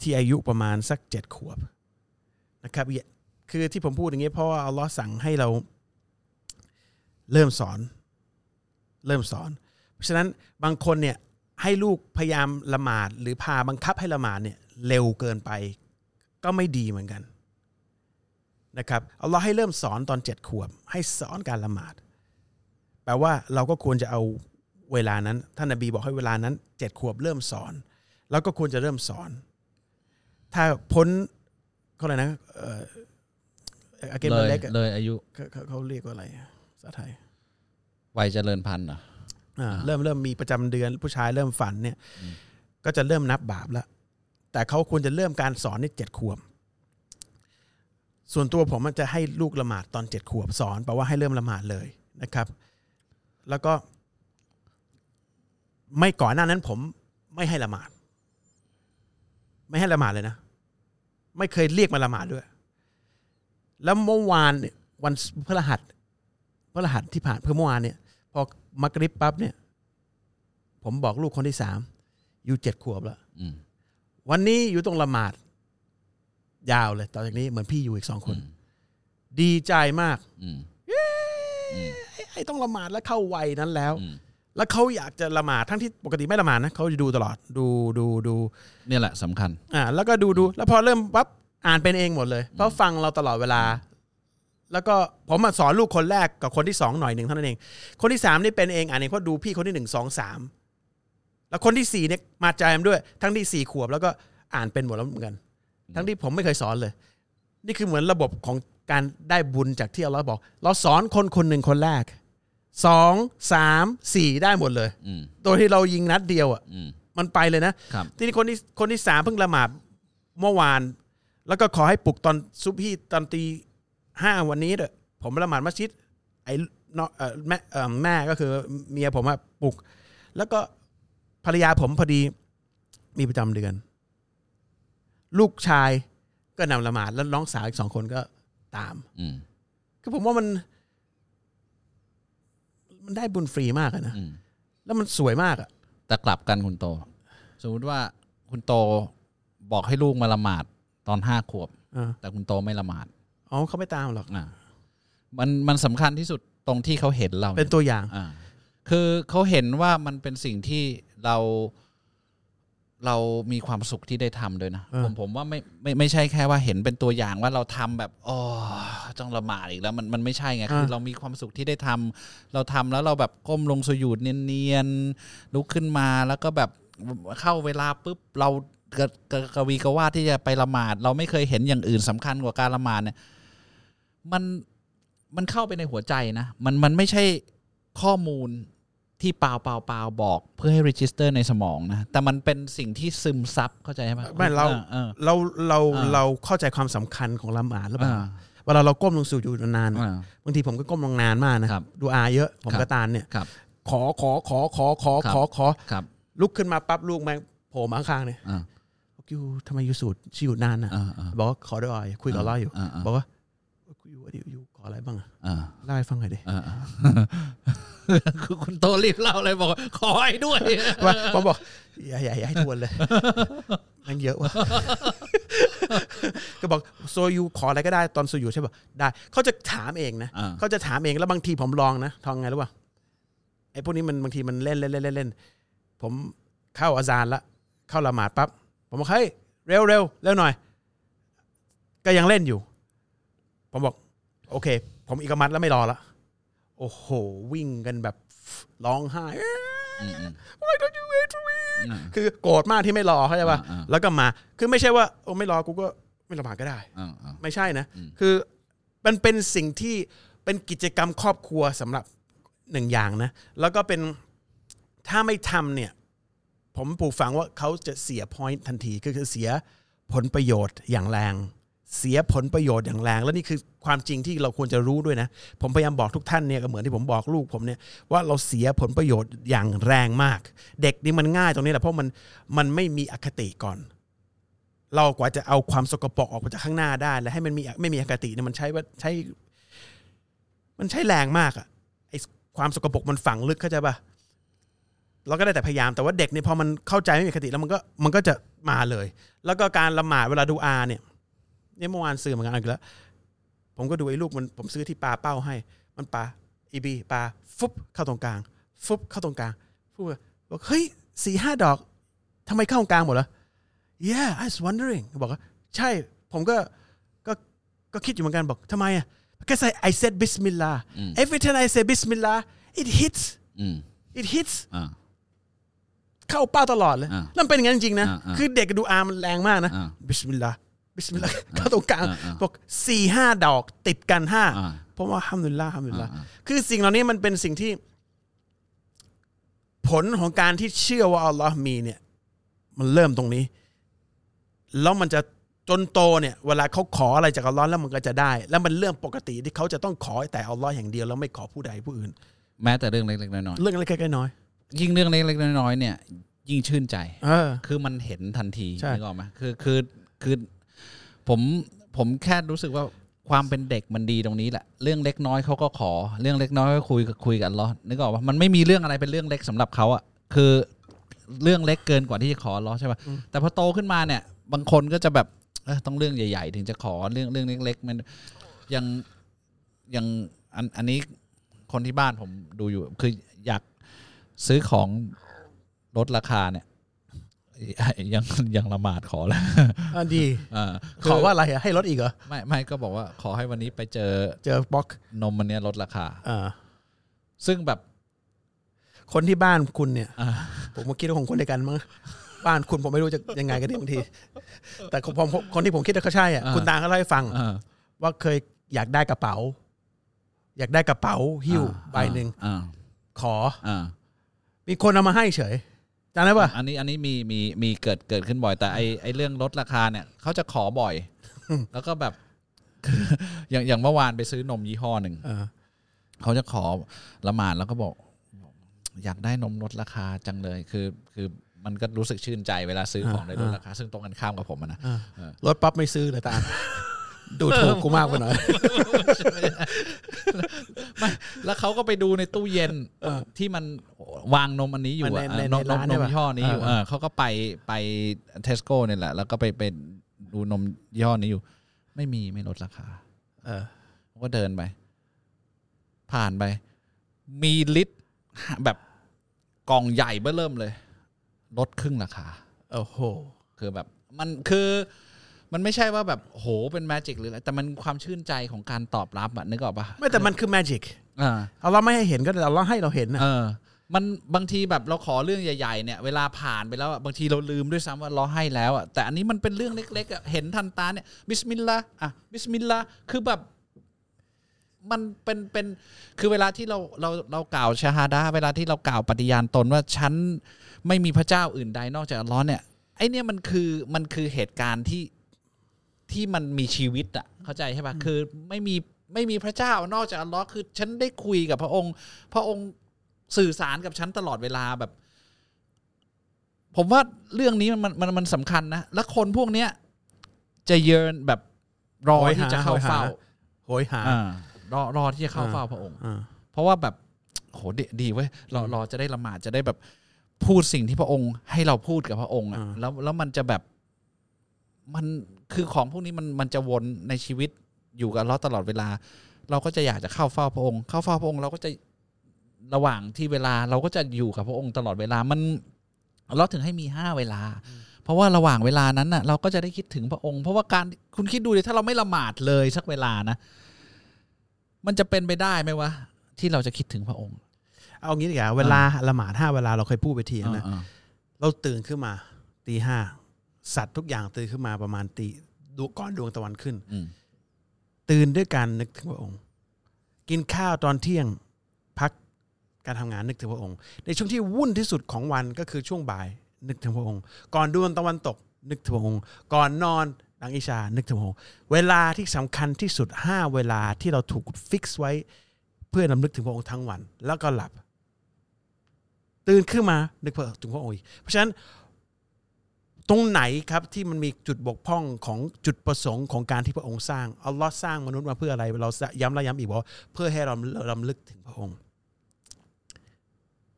Speaker 2: ที่อายุประมาณสักเจ็ดขวบนะครับอย่าคือที่ผมพูดอย่างนี้เพราะว่าอัลลอฮ์สั่งให้เราเริ่มสอน เริ่มสอน เพราะฉะนั้นบางคนเนี่ยให้ลูกพยายามละหมาด หรือพาบังคับให้ละหมาดเนี่ยเร็วเกินไป ก็ไม่ดีเหมือนกันนะครับอัลลอฮ์ให้เริ่มสอนตอนเจ็ดขวบ ให้สอนการละหมาด แปลว่าเราก็ควรจะเอาเวลานั้น ท่านนบีบอกให้เวลานั้นเจ็ดขวบเริ่มสอน แล้วก็ควรจะเริ่มสอน ถ้าพ้นเขาเรียกนะเอ่ออาเกน
Speaker 3: เล
Speaker 2: เบ
Speaker 3: ย
Speaker 2: เล็ก
Speaker 3: เลยอายุ
Speaker 2: เขาเขาเรียกว่าอะไรอะภาษาไทย
Speaker 3: วัยเจริญพันธุ์เหรอ
Speaker 2: อ่าเริ่มเริ่มมีประจำเดือนผู้ชายเริ่มฝันเนี่ย ก็จะเริ่มนับบาปแล้ว แต่เขาควรจะเริ่มการสอนในเจ็ดขวบ ส่วนตัวผมมันจะให้ลูกละหมาดตอนเจ็ดขวบสอนแปลว่าให้เริ่มละหมาดเลยนะครับ แล้วก็ ไม่ก่อนหน้านั้นผมไม่ให้ละหมาด ไม่ให้ละหมาดเลยนะ ไม่เคยเรียกมาละหมาดด้วย แล้วเมื่อวานเนี่ยวันพฤหัส พระรหัสที่ผ่านเพื่อเมื่อวานเนี่ย พอมักริบปั๊บเนี่ย ผมบอกลูกคนที่สามอยู่เจ็ดขวบแล้ว
Speaker 3: อืม
Speaker 2: วันนี้อยู่ตรงละหมาด ยาวเลยต่อจากนี้เหมือนพี่อยู่อีกสองคน ดีใจมาก
Speaker 3: อืม
Speaker 2: ไอ้ไอ้ต้องละหมาดแล้วเข้าวัยนั้นแล้ว
Speaker 3: อืม
Speaker 2: แล้วเขาอยากจะละหมาดทั้งที่ปกติไม่ละหมาดนะเขาจะดูตลอด ดูดูดู
Speaker 3: เนี่ยแหละสำคัญ
Speaker 2: อ่า แล้วก็ดูดูแล้วพอเริ่มปั๊บอ่านเป็นเองหมดเลยเพราะฟังเราตลอดเวลา แล้วก็ผมมาสอนลูกคนแรกกับคนที่สองหน่อยหนึ่งเท่านั้นเอง คนที่สามนี่เป็นเองอ่านเองเพราะดูพี่คนที่หนึ่งสองสามแล้วคนที่สี่เนี่ยมาจามด้วย ทั้งที่สี่ขวบแล้วก็อ่านเป็นหมดแล้วเหมือนกัน ทั้งที่ผมไม่เคยสอนเลย นี่คือเหมือนระบบของการได้บุญจากที่อัลลอฮ์บอก เราสอนคนคนหนึ่งคนแรกสองสามสี่ได้หมดเลย
Speaker 3: อืม
Speaker 2: ตัวที่เรายิงนัดเดียวอ่ะ
Speaker 3: อืม
Speaker 2: มันไปเลยนะ
Speaker 3: ครับ
Speaker 2: ทีนี้คนที่คนที่สามเพิ่งละหมาดเมื่อวาน แล้วก็ขอให้ปลุกตอนซุบฮีตอนตีห้าวันนี้เด้อะผมละหมาดมัสยิดไอ้นองเอ่อแม่เอ่อแม่ก็คือเมียผมอะปลุก แล้วก็ภรรยาผมพอดีมีประจำเดือน ลูกชายก็นำละหมาดแล้วน้องสาวอีกสองคนก็ตาม
Speaker 3: อืม
Speaker 2: คือผมว่ามัน มันได้บุญฟรีมากอะนะ
Speaker 3: อืม
Speaker 2: แล้วมันสวยมากอะ
Speaker 3: แต่กลับกันคุณโต สมมติว่าคุณโตบอกให้ลูกมาละหมาดตอนห้าขวบ
Speaker 2: อ่ะ
Speaker 3: แต่คุณโตไม่ละหมาด
Speaker 2: อ๋อเขาไม่ตามหรอก
Speaker 3: อ่ามันมันสำคัญที่สุดตรงที่เขาเห็นเรา
Speaker 2: เป็นตัวอย่าง
Speaker 3: อ่าคือเขาเห็นว่ามันเป็นสิ่งที่เรา เรามีความสุขที่ได้ทำด้วยนะ
Speaker 2: เออ
Speaker 3: ผมผมว่าไม่ไม่ไม่ใช่แค่ว่าเห็นเป็นตัวอย่างว่าเราทำแบบอ๋อต้องละหมาดอีกแล้ว มันมันไม่ใช่ไงคือเรามีความสุขที่ได้ทำเราทำแล้วเราแบบก้มลงสยุดเนียนๆลุกขึ้นมาแล้วก็แบบเข้าเวลาปุ๊บเรากระกระกระวีกระว่าดที่จะไปละหมาด เราไม่เคยเห็นอย่างอื่นสำคัญกว่าการละหมาดเนี่ยมันมันเข้าไปในหัวใจนะมันมันไม่ใช่ข้อมูล ที่เปล่าเปล่าเปล่าๆบอกเพื่อให้รีจิสเตอร์ในสมองนะ แต่มันเป็นสิ่งที่ซึมซับเข้าใจไหม
Speaker 2: ไม่เรา
Speaker 3: ออออ
Speaker 2: เราเรา
Speaker 3: อ่า
Speaker 2: เราเข้าใจความสำคัญของละหมาดหรือเปล่า
Speaker 3: อ่า
Speaker 2: เวลาเราก้มลงสู่อยู่นานๆนะ
Speaker 3: อ่า
Speaker 2: บางทีผมก็ก้มลงนานมากนะครับ ดูอาเยอะผม
Speaker 3: ครับ
Speaker 2: กระตานเนี่ย
Speaker 3: ครับ
Speaker 2: ขอขอขอขอขอ
Speaker 3: ครับ
Speaker 2: ขอขอ
Speaker 3: ครับ
Speaker 2: ลุกขึ้นมาปั๊บลูกแม่งโผล่มาข้างๆเนี่ย
Speaker 3: อ่า
Speaker 2: บอกยูทำไมยูสูดชิวดนานนะ
Speaker 3: อ่าอ่า
Speaker 2: บอกว่าขอด้วยคุยกับเราอยู่
Speaker 3: อ่าอ่า
Speaker 2: บอกว่ายูอดียูขออะไรบ้างอะ
Speaker 3: อ่า
Speaker 2: เล่าให้ฟังหน่อยดิ
Speaker 3: อ่าอ่าคือคุณโตรีบเล่าเลยบอกว่าขอให้ด้วย
Speaker 2: ว่าผมบอกอย่าอย่าอย่าให้ทวนเลยแมันเยอะว่ ะก็บอกโซยูขออะไรก็ได้ตอนโซยูใช่ป่ะได้เขาจะถามเองนะ
Speaker 3: อ่า
Speaker 2: เขาจะถามเองแล้วบางทีผมลองนะทองไงรู้ป่ะไอ้พวกนี้มันบางทีมันเล่นเล่นเล่นเล่นเล่นผมเข้าอาจารย์ละ เข้าละหมาดปั๊บผมบอกเฮ้ยเร็วเร็วเร็วหน่อย ก็ยังเล่นอยู่ ผมบอก โอเค ผมอีกมัดแล้วไม่รอละโอ้โห วิ่งกันแบบร้องไห้
Speaker 3: อืมอืม
Speaker 2: Why don't you wait for me
Speaker 3: อ่า
Speaker 2: คือโกรธมากที่ไม่รอเข้าใจป่ะ
Speaker 3: อ่าอ่า
Speaker 2: แล้วก็มา คือไม่ใช่ว่าโอ้ไม่รอกูก็ไม่ละหมาดก็ได้
Speaker 3: อ่าอ่า
Speaker 2: ไม่ใช่นะ
Speaker 3: อืม
Speaker 2: คือมันเป็นสิ่งที่เป็นกิจกรรมครอบครัวสำหรับหนึ่งอย่างนะ แล้วก็เป็นถ้าไม่ทำเนี่ย ผมปลูกฝังว่าเขาจะเสีย point ทันทีก็คือเสียผลประโยชน์อย่างแรง เสียผลประโยชน์อย่างแรง แล้วนี่คือความจริงที่เราควรจะรู้ด้วยนะ ผมพยายามบอกทุกท่านเนี่ยก็เหมือนที่ผมบอกลูกผมเนี่ยว่าเราเสียผลประโยชน์อย่างแรงมาก เด็กนี่มันง่ายตรงนี้แหละเพราะมันมันไม่มีอคติก่อน เรากว่าจะเอาความสกปรกออกมาจากข้างหน้าได้ และให้มันมีไม่มีอคติเนี่ยมันใช้ว่าใช้ มันใช้แรงมากอะไอความสกปรกมันฝังลึกเข้าใจปะเราก็ได้แต่พยายามแต่ว่าเด็กเนี่ยพอมันเข้าใจไม่มีอคติแล้วมันก็มันก็จะมาเลย แล้วก็การละหมาดเวลาดูอาเนี่ยเนี่ยเมื่อวานสื่อเหมือนกันเอาอีกแล้ว ผมก็ดูไอ้ลูกมันผมซื้อที่ปลาเป้าให้ มันปลาอีบีปลาฟุบเข้าตรงกลาง ฟุบเข้าตรงกลางพูดว่าบอกเฮ้ยสี่ห้าดอกทำไมเข้าตรงกลางหมดเหรอ yeah I was wondering บอกว่าใช่ ผมก็ก็ก็คิดอยู่เหมือนกันบอกทำไมอ่ะ because I I said Bismillah every time I say Bismillah it hits
Speaker 3: อืม
Speaker 2: it hits
Speaker 3: อ่า
Speaker 2: เข้าเป้าตลอดเลย
Speaker 3: อ่า
Speaker 2: แล้วมันเป็นอย่างนั้นจริงๆนะ
Speaker 3: อ่าอ่า
Speaker 2: คือเด็กดูอามันแรงมากนะ
Speaker 3: อ่า
Speaker 2: บิสมิลลาห์บิสมิลลาห์เข้าตรงกลาง
Speaker 3: อ่าอ่า
Speaker 2: บอกสี่ห้าดอกติดกันห้า
Speaker 3: อ่า
Speaker 2: ผมว่าฮัมดุลิลละฮัมดุลิลละ
Speaker 3: อ่าอ่า
Speaker 2: คือสิ่งเหล่านี้มันเป็นสิ่งที่ ผลของการที่เชื่อว่าอัลลอฮ์มีเนี่ย มันเริ่มตรงนี้ แล้วมันจะจนโตเนี่ย เวลาเขาขออะไรจากอัลลอฮ์แล้วมันก็จะได้ แล้วมันเรื่องปกติที่เขาจะต้องขอแต่อัลลอฮ์อย่างเดียวแล้วไม่ขอผู้ใดผู้อื่น
Speaker 3: แม้แต่เรื่องเล็กๆน้อย
Speaker 2: เรื่องเล็กๆน้อย
Speaker 3: ๆยิ่งเรื่องเล็กๆน้อยๆเนี่ย ยิ่งชื่นใจ
Speaker 2: ๆเออ
Speaker 3: คือมันเห็นทันที
Speaker 2: ใช่
Speaker 3: นึกออกไหมคือคือคือผมผมแค่รู้สึกว่าความเป็นเด็กมันดีตรงนี้แหละ เรื่องเล็กน้อยเขาก็ขอ เรื่องเล็กน้อยก็คุยคุยกันล้อฮ์นึกออกว่ามันไม่มีเรื่องอะไรเป็นเรื่องเล็กสำหรับเขาอะคือเรื่องเล็กเกินกว่าที่จะขออัลล้อฮ์ใช่ป่ะแต่พอโตขึ้นมาเนี่ย บางคนก็จะแบบเอ้ยต้องเรื่องใหญ่ ๆ ถึงจะขอเรื่องเรื่องเล็กๆมันยังยังอันอันนี้คนที่บ้านผมดูอยู่ คืออยากซื้อของลดราคาเนี่ย ยังยังละหมาดขอแล้ว
Speaker 2: อ่ะดี
Speaker 3: อ่ า
Speaker 2: ขอว่าอะไรอะให้ลดอีกเหรอ
Speaker 3: ไม่ไม่ก็บอกว่าขอให้วันนี้ไปเจอ
Speaker 2: เจอบล็อก
Speaker 3: นมมันเนี้ยลดราคา
Speaker 2: อ่า
Speaker 3: ซึ่งแบบ
Speaker 2: คนที่บ้านคุณเนี่ย
Speaker 3: อ่า
Speaker 2: ผมก็คิดว่าของคนเดียวกันมั้งบ้านคุณผมไม่รู้จะยังไงกันดีบางที แต่ผมผมคนที่ผมคิดว่าเขาใช่อ่ะคุณตาเขาเล่าให้ฟัง
Speaker 3: อ่า
Speaker 2: ว่าเคยอยากได้กระเป๋า อยากได้กระเป๋าหิ้วใบหนึ่ง
Speaker 3: อ่า
Speaker 2: ขอ
Speaker 3: อ่า
Speaker 2: มีคนเอามาให้เฉยจำได้ปะ
Speaker 3: อันนี้อันนี้มีมีมีเกิดเกิดขึ้นบ่อย แต่ไอไอเรื่องลดราคาเนี่ยเขาจะขอ บ่อย แล้วก็แบบ คืออย่างอย่างเมื่อวานไปซื้อนมยี่ห้อหนึ่ง
Speaker 2: เออ
Speaker 3: เขาจะขอละหมาดแล้วก็บอก อยากได้นมลดราคาจังเลย คือ คือมันก็รู้สึกชื่นใจเวลาซื้อของในลดราคา ซึ่งตรงกันข้ามกับผมอะนะ
Speaker 2: อ่า รถปั๊บไม่ซื้อเลย ตา ดูถูกกูมากไปหน่อย
Speaker 3: ไม่แล้วเขาก็ไปดูในตู้เย็นที่มันวางนมอันนี้อยู่อะ
Speaker 2: มันใน
Speaker 3: อ่ะ
Speaker 2: ใน
Speaker 3: นมน
Speaker 2: ร้าม น
Speaker 3: น
Speaker 2: ใช่
Speaker 3: ม
Speaker 2: ปะ
Speaker 3: ยี่ห้อนี้อยู่
Speaker 2: เออ
Speaker 3: เออเขาก็ไปไปเทสโก้เนี่ยแหละ แล้วก็ไปไปดูนมยี่ห้อนี้อยู่ ไม่มีไม่ลดราคา
Speaker 2: เออ
Speaker 3: ก็เดินไป ผ่านไป มีลิตรแบบกล่องใหญ่เบ้อเริ่มเลย ลดครึ่งราคา
Speaker 2: โอ้โห
Speaker 3: คือแบบมันคือมันไม่ใช่ว่าแบบโหเป็นแมจิกหรืออะไรแต่มันความชื่นใจของการตอบรับอะนึกออกปะ
Speaker 2: ไม่แต่มันคือแมจิก
Speaker 3: อ่า
Speaker 2: เอาเราไม่ให้เห็นก็แต่เราให้เราเห็นนะ
Speaker 3: เออ มันบางทีแบบเราขอเรื่องใหญ่ๆเนี่ยเวลาผ่านไปแล้วอะบางทีเราลืมด้วยซ้ำว่าเราให้แล้วอะแต่อันนี้มันเป็นเรื่องเล็กๆอะเห็นทันตาเนี่ยบิสมิลลาห์อ่ะบิสมิลลาห์คือแบบ มันเป็นเป็นคือเวลาที่เราเราเรากล่าวชาฮาดาเวลาที่เรากล่าวปฏิญาณตนว่าฉันไม่มีพระเจ้าอื่นใดนอกจากอัลเลอฮ์เนี่ยไอเนี่ยมันคือมันคือเหตุการณ์ที่ที่มันมีชีวิตอ่ะเข้าใจใช่ปะคือไม่มีไม่มีพระเจ้านอกจากอัลเลอฮ์คือ ฉันได้คุยกับพระองค์ พระองค์สื่อสารกับฉันตลอดเวลาแบบ ผมว่าเรื่องนี้มันมันมันสำคัญนะและคนพวกเนี้ยจะเยินแบบรอที่จะเข้าเฝ้า
Speaker 2: โหยหา
Speaker 3: รอรอที่จะเข้า
Speaker 2: อ่า
Speaker 3: เฝ้าพระองค์
Speaker 2: อ่า
Speaker 3: เพราะว่าแบบโหดีดีเว้ยรอรอจะได้ละหมาดจะได้แบบพูดสิ่งที่พระองค์ ให้เราพูดกับพระองค์อะ
Speaker 2: อ่า
Speaker 3: แล้วแล้วมันจะแบบมันคือของพวกนี้มันมันจะวนในชีวิตอยู่กับเราตลอดเวลา เราก็จะอยากจะเข้าเฝ้าพระองค์ เข้าเฝ้าพระองค์ เราก็จะระหว่างที่เวลาเราก็จะอยู่กับพระองค์ตลอดเวลามันเราถึงให้มีห้าเวลา เพราะว่าระหว่างเวลานั้นน่ะ เราก็จะได้คิดถึงพระองค์ เพราะว่าการคุณคิดดูเลยถ้าเราไม่ละหมาดเลยสักเวลานะ มันจะเป็นไปได้ไหมวะ ที่เราจะคิดถึงพระองค์
Speaker 2: เอางี้ดีกว่าเวลาละหมาดห้าเวลาเราเคยพูดไปทีแล้วนะ
Speaker 3: อ่า
Speaker 2: เราตื่นขึ้นมาตีห้าสัตว์ทุกอย่างตื่นขึ้นมาประมาณตีดูก่อนดวงตะวันขึ้น
Speaker 3: ๆอืม
Speaker 2: ตื่นด้วยการนึกถึงพระองค์ กินข้าวตอนเที่ยงพักการทำงานนึกถึงพระองค์ ในช่วงที่วุ่นที่สุดของวันก็คือช่วงบ่ายนึกถึงพระองค์ ก่อนดวงตะวันตก นึกถึงพระองค์ ก่อนนอนหลังอิชานึกถึงพระองค์ เวลาที่สำคัญที่สุด 5 เวลาที่เราถูกฟิกซ์ไว้ เพื่อนำลึกถึงพระองค์ทั้งวัน แล้วก็หลับ ตื่นขึ้นมานึกถึงพระองค์อีกเพราะฉะนั้น ตรงไหนครับที่มันมีจุดบกพร่องของจุดประสงค์ของการที่พระองค์สร้างอัลลอฮ์สร้างมนุษย์มาเพื่ออะไร เราย้ำและย้ำอีกบอกว่าเพื่อให้เรารำลึกถึงพระองค์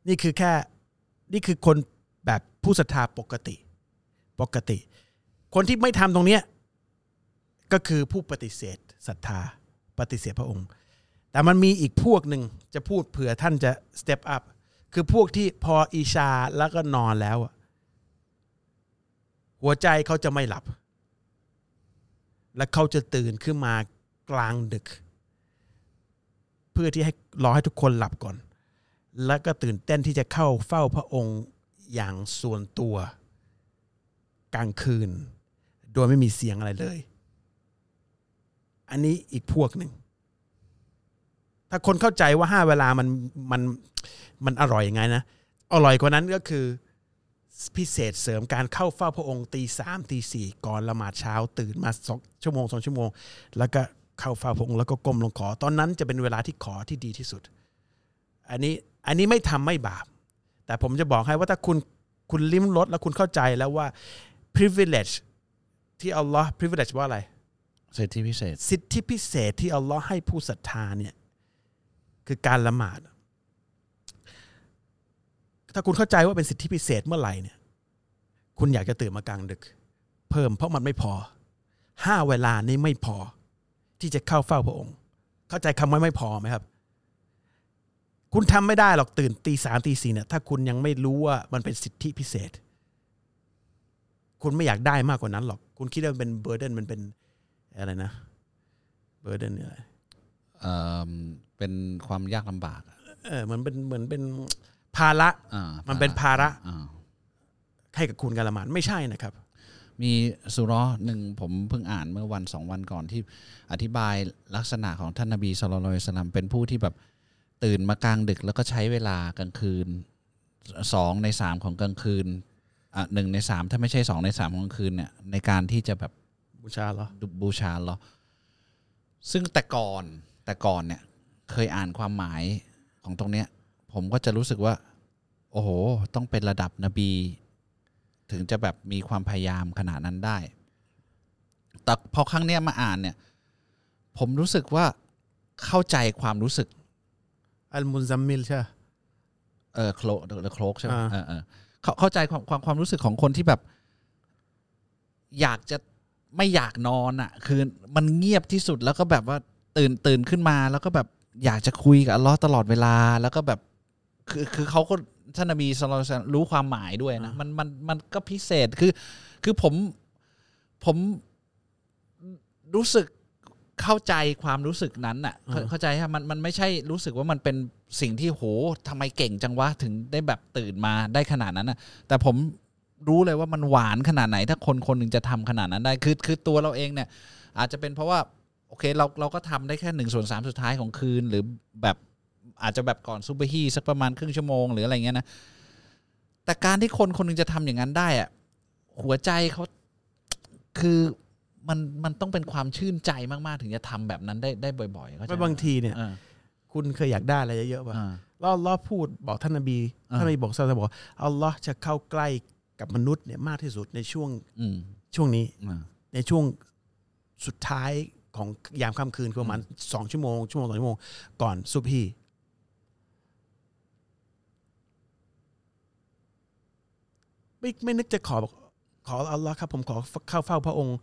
Speaker 2: นี่คือแค่นี่คือคนแบบผู้ศรัทธาปกติ ปกติ คนที่ไม่ทำตรงเนี้ยก็คือผู้ปฏิเสธศรัทธาปฏิเสธพระองค์ แต่มันมีอีกพวกหนึ่งจะพูดเผื่อท่านจะ step up คือพวกที่พออีชาแล้วก็นอนแล้วอะหัวใจเขาจะไม่หลับ และเขาจะตื่นขึ้นมากลางดึก เพื่อที่ให้รอให้ทุกคนหลับก่อน แล้วก็ตื่นเต้นที่จะเข้าเฝ้าพระองค์อย่างส่วนตัว กลางคืน โดยไม่มีเสียงอะไรเลย อันนี้อีกพวกหนึ่ง ถ้าคนเข้าใจว่าห้าเวลามันมันมันอร่อยยังไงนะอร่อยกว่านั้นก็คือพิเศษเสริมการเข้าเฝ้าพระองค์ตีสามตีสี่ก่อนละหมาดเช้า ตื่นมาสองชั่วโมงสองชั่วโมง แล้วก็เข้าเฝ้าพระองค์แล้วก็ก้มลงขอ ตอนนั้นจะเป็นเวลาที่ขอที่ดีที่สุด อันนี้อันนี้ไม่ทำไม่บาป แต่ผมจะบอกให้ว่าถ้าคุณคุณลิ้มรสแล้วคุณเข้าใจแล้วว่า privilege ที่อัลลอฮ์ privilege ว่าอะไร
Speaker 3: สิทธิพิเศษ
Speaker 2: สิทธิพิเศษที่อัลลอฮ์ให้ผู้ศรัทธาเนี่ยคือการละหมาด ถ้าคุณเข้าใจว่าเป็นสิทธิพิเศษเมื่อไหร่เนี่ย คุณอยากจะตื่นมากลางดึก เพิ่มเพราะมันไม่พอห้าเวลานี้ไม่พอ ที่จะเข้าเฝ้าพระองค์ เข้าใจคำว่าไม่พอไหมครับ คุณทำไม่ได้หรอกตื่นตีสามตีสี่เนี่ย ถ้าคุณยังไม่รู้ว่ามันเป็นสิทธิพิเศษ คุณไม่อยากได้มากกว่านั้นหรอก คุณคิดว่ามันเป็นเบอร์เดนมันเป็นอะไรนะ เบอร์เดนอะไร
Speaker 3: เอ่อเป็นความยากลำบากอะ
Speaker 2: เออเหมือนเป็นเหมือนเป็นภาระ
Speaker 3: อ่า
Speaker 2: มันเป็นภาระ
Speaker 3: อ่า
Speaker 2: ให้กับคุณการละหมาดไม่ใช่นะครับ
Speaker 3: มีสุเราะห์หนึ่งผมเพิ่งอ่านเมื่อวันสองวันก่อนที่อธิบายลักษณะของท่านนบีสุลต่านละสลัมเป็นผู้ที่แบบตื่นมากลางดึกแล้วก็ใช้เวลากลางคืนสองในสามของกลางคืนอ่ะหนึ่งในสามถ้าไม่ใช่สองในสามของกลางคืนเนี่ยในการที่จะแบบ
Speaker 2: บูชาเหรอ
Speaker 3: บูชาเราซึ่งแต่ก่อนแต่ก่อนเนี่ยเคยอ่านความหมายของตรงเนี้ย ผมก็จะรู้สึกว่า โอ้โห ต้องเป็นระดับนบี ถึงจะแบบมีความพยายามขนาดนั้นได้ แต่พอครั้งเนี้ยมาอ่านเนี่ย ผมรู้สึกว่าเข้าใจความรู้สึก
Speaker 2: อัลมุนซัมมิลใช่ปะ
Speaker 3: เออโคลโคลกใช่ไหม
Speaker 2: อ่า
Speaker 3: เออเออเขาเข้าใจความความความรู้สึกของคนที่แบบ อยากจะไม่อยากนอนอ่ะ คือมันเงียบที่สุดแล้วก็แบบว่าตื่นตื่นขึ้นมา แล้วก็แบบอยากจะคุยกับอัลเลอฮ์ตลอดเวลา แล้วก็แบบ คือคือเขาก็ท่านนบีศ็อลลัลลอฮุอะลัยฮิวะซัลลัมรู้ความหมายด้วยนะมันมันมันก็พิเศษคือ คือผมผมรู้สึกเข้าใจความรู้สึกนั้นน่ะเข้าเข้าใจฮะมันมันไม่ใช่รู้สึกว่ามันเป็นสิ่งที่โหทำไมเก่งจังวะถึงได้แบบตื่นมาได้ขนาดนั้นน่ะ แต่ผมรู้เลยว่ามันหวานขนาดไหน ถ้าคนคนหนึ่งจะทำขนาดนั้นได้คือคือตัวเราเองเนี่ย อาจจะเป็นเพราะว่า โอเคเราเราก็ทำได้แค่หนึ่งส่วนสามสุดท้ายของคืน หรือแบบอาจจะแบบก่อนซูเปอร์ฮีทสักประมาณครึ่งชั่วโมงหรืออะไรเงี้ยนะ แต่การที่คนคนหนึงจะทำอย่างนั้นได้อะหัวใจเขาคือมันมันต้องเป็นความชื่นใจมากๆ ถึงจะทำแบบนั้นได้ได้บ่อยๆเข้าใจ
Speaker 2: ไม่บางทีเนี่ย
Speaker 3: เออ
Speaker 2: คุณเคยอยากได้อะไรเยอะๆป่ะ
Speaker 3: อ่า
Speaker 2: แล้วอัลลอฮ์พูดบอกท่านนบี
Speaker 3: อ่า
Speaker 2: ท่านนบีบอกซาลาบอกอัลลอฮ์จะเข้าใกล้กับมนุษย์เนี่ยมากที่สุดในช่วง
Speaker 3: อืม
Speaker 2: ช่วงนี้
Speaker 3: อ่า
Speaker 2: ในช่วงสุดท้ายของยามค่ำคืนคือประมาณสองชั่วโมงชั่วโมงสองชั่วโมงก่อนซุบฮีไม่ไม่นึกจะขอบอกขออัลลอฮ์ครับ ผมขอเข้าเฝ้าพระองค์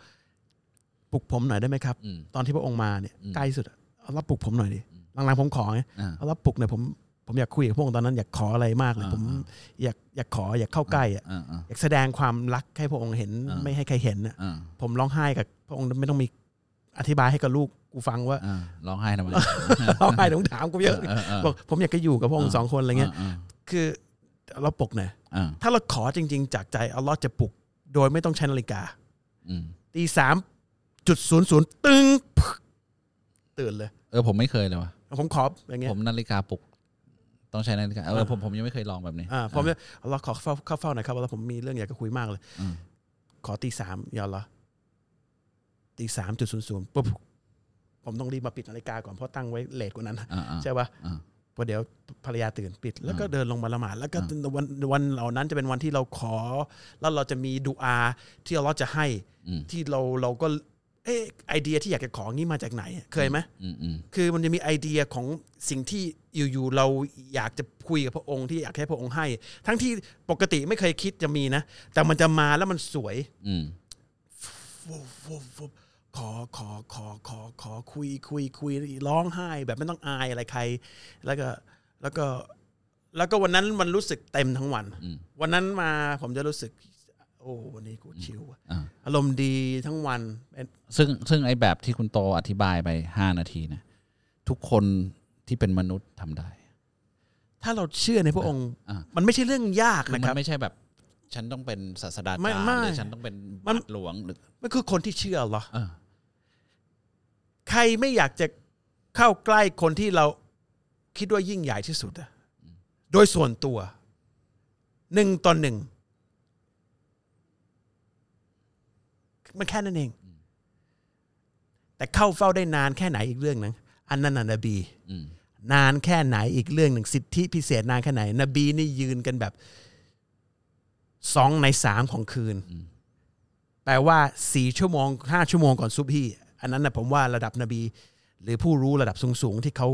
Speaker 2: ปลุกผมหน่อยได้ไหมครับ
Speaker 3: อืม
Speaker 2: ตอนที่พระองค์มาเนี่ย
Speaker 3: อืม
Speaker 2: ใกล้สุดอะอัลลอฮ์ปลุกผมหน่อยดิหลังๆผมขอไง
Speaker 3: อ่า
Speaker 2: อัลลอฮ์ปลุกหน่อยผมผมอยากคุยกับพระองค์ตอนนั้นอยากขออะไรมากเลย
Speaker 3: อ่า
Speaker 2: ผม
Speaker 3: อ่า
Speaker 2: อยากอยากขออยากเข้าใกล้อะ
Speaker 3: อ่าอ่า
Speaker 2: อยากแสดงความรักให้พระองค์เห็น
Speaker 3: อ่า
Speaker 2: ไม่ให้ใครเห็นอะ
Speaker 3: อ่า
Speaker 2: ผมร้องไห้กับพระองค์ไม่ต้องมีอธิบายให้กับลูกกูฟังว่า
Speaker 3: อ่าร้องไห้ทำไม
Speaker 2: ร้องไห้ต้องถามกูเยอะ
Speaker 3: เออเออ
Speaker 2: บอกผมอยากจะอยู่กับพระองค์สองคนอะไรเงี้ย
Speaker 3: อ่า
Speaker 2: คือเราปลุกเนี่อย
Speaker 3: อ่า
Speaker 2: ถ้าเราขอจริง ๆ จากใจอัลลอฮ์จะปลุก โดยไม่ต้องใช้นาฬิกา
Speaker 3: อืม
Speaker 2: ตีสามจุดศูนย์ศูนย์ตึงพึกตื่นเลย
Speaker 3: เออผมไม่เคยเลยว่ะ
Speaker 2: ผมขออย่างเงี้ย
Speaker 3: ผมนาฬิกาปลุก ต้องใช้นาฬิกาเออผมผมยังไม่เคยลองแบบนี้
Speaker 2: อ่าผมเนี่ยอัลลอฮ์ขอเข้าเข้าเฝ้าหน่อยครับอัลลอฮ์ผมมีเรื่องอยากจะคุยมากเลย
Speaker 3: อืม
Speaker 2: ขอตีสามยาอัลลอฮ์ตีสามจุดศูนย์ศูนย์ปุ๊บผมต้องรีบมาปิดนาฬิกาก่อนเพราะตั้งไว้เลทกว่านั้น
Speaker 3: อ่าอ่า
Speaker 2: ใช่ปะ
Speaker 3: อ่า
Speaker 2: พอเดี๋ยวภรรยาตื่นปิด แล้วก็เดินลงมาละหมาดแล้วก็วันวันเหล่านั้นจะเป็นวันที่เราขอ แล้วเราจะมีดูอาที่เราจะให้ที่เราเราก็เอ๊ะไอเดียที่อยากจะของนี้มาจากไหนอะเคยไหม
Speaker 3: อืมอืม
Speaker 2: คือมันจะมีไอเดียของสิ่งที่อยู่ๆเราอยากจะคุยกับพระองค์ที่อยากให้พระองค์ให้ ทั้งที่ปกติไม่เคยคิดจะมีนะ แต่มันจะมาแล้วมันสวย
Speaker 3: อืม
Speaker 2: ฟุบฟุบฟุบขอขอขอขอขอคุยคุยคุยร้องไห้ แบบไม่ต้องอายอะไรใคร แล้วก็แล้วก็แล้วก็วันนั้นมันรู้สึกเต็มทั้งวัน วันนั้นมาผมจะรู้สึก โอ้วันนี้กูชิลว่ะอารมณ์ดีทั้งวันเป็น
Speaker 3: ซึ่งซึ่งไอ้แบบที่คุณโตอธิบายไปห้านาทีเนะทุกคนที่เป็นมนุษย์ทำได้
Speaker 2: ถ้าเราเชื่อในพระองค์
Speaker 3: อ่า
Speaker 2: มันไม่ใช่เรื่องยาก
Speaker 3: คือ
Speaker 2: นะค
Speaker 3: มั
Speaker 2: รับ
Speaker 3: นไม่ใช่แบบฉันต้องเป็นศาสดาจารย์
Speaker 2: ไม่ไม่
Speaker 3: หรือฉันต้องเป็น
Speaker 2: มั
Speaker 3: บาน ทหลวงหรือ
Speaker 2: มันคือคนที่เชื่อเหรอ
Speaker 3: เออ
Speaker 2: ใครไม่อยากจะเข้าใกล้คนที่เราคิดว่ายิ่งใหญ่ที่สุดอะโดยส่วนตัวหนึ่งต่อหนึ่ง มันแค่นั้นเอง แต่เข้าเฝ้าได้นานแค่ไหนอีกเรื่องหนึงอันนั้นน่ะนบี
Speaker 3: อืม
Speaker 2: นานแค่ไหนอีกเรื่องหนึ่งสิทธิพิเศษนานแค่ไหน นบีนี่ยืนกันแบบสองในสามของคืน แปลว่าสี่ชั่วโมงห้าชั่วโมงก่อนซุบฮีอันนั้นนะผมว่าระดับนบี หรือผู้รู้ระดับสูงๆ ที่เขา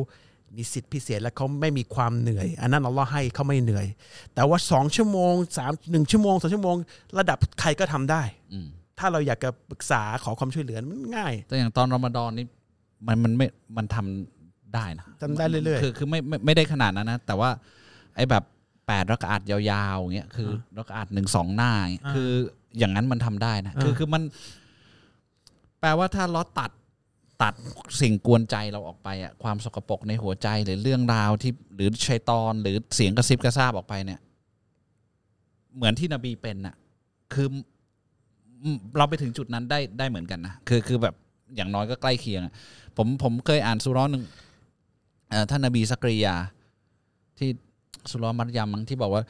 Speaker 2: มีสิทธิพิเศษและเขาไม่มีความเหนื่อย อันนั้นอัลลอฮ์ให้เขาไม่เหนื่อย แต่ว่าสองชั่วโมงสามหนึ่งชั่วโมงสองชั่วโมง ระดับใครก็ทำได้
Speaker 3: อืม
Speaker 2: ถ้าเราอยากจะปรึกษาขอความช่วยเหลือมันง่าย
Speaker 3: แต่อย่างตอนรอมฎอนนี่มันมันไม่มันทำได้นะ
Speaker 2: ทำได้เรื่อยๆ
Speaker 3: คือคือไม่ไม่ไม่ได้ขนาดนั้นนะ แต่ว่า ไอ้แบบแปดรักอาดยาวๆอย่างเงี้ยคือรักอาดหนึ่งสองหน้าอย่างเงี้ยคืออย่างนั้นมันทำได้นะ คือคือมัน แปลว่าถ้าล้อตัดตัดสิ่งกวนใจเราออกไปอะความสกปรกในหัวใจหรือเรื่องราวที่หรือชัยตอนหรือเสียงกระซิบกระซาบออกไปเนี่ย เหมือนที่นบีเป็นน่ะ คืออืมเราไปถึงจุดนั้นได้ได้เหมือนกันนะคือคือแบบอย่างน้อยก็ใกล้เคียงอะผมผมเคยอ่านสุร้อนหนึ่งเอ่อท่านนบีสักริยา ที่สุร้อนมัดยามังที่บอกว่า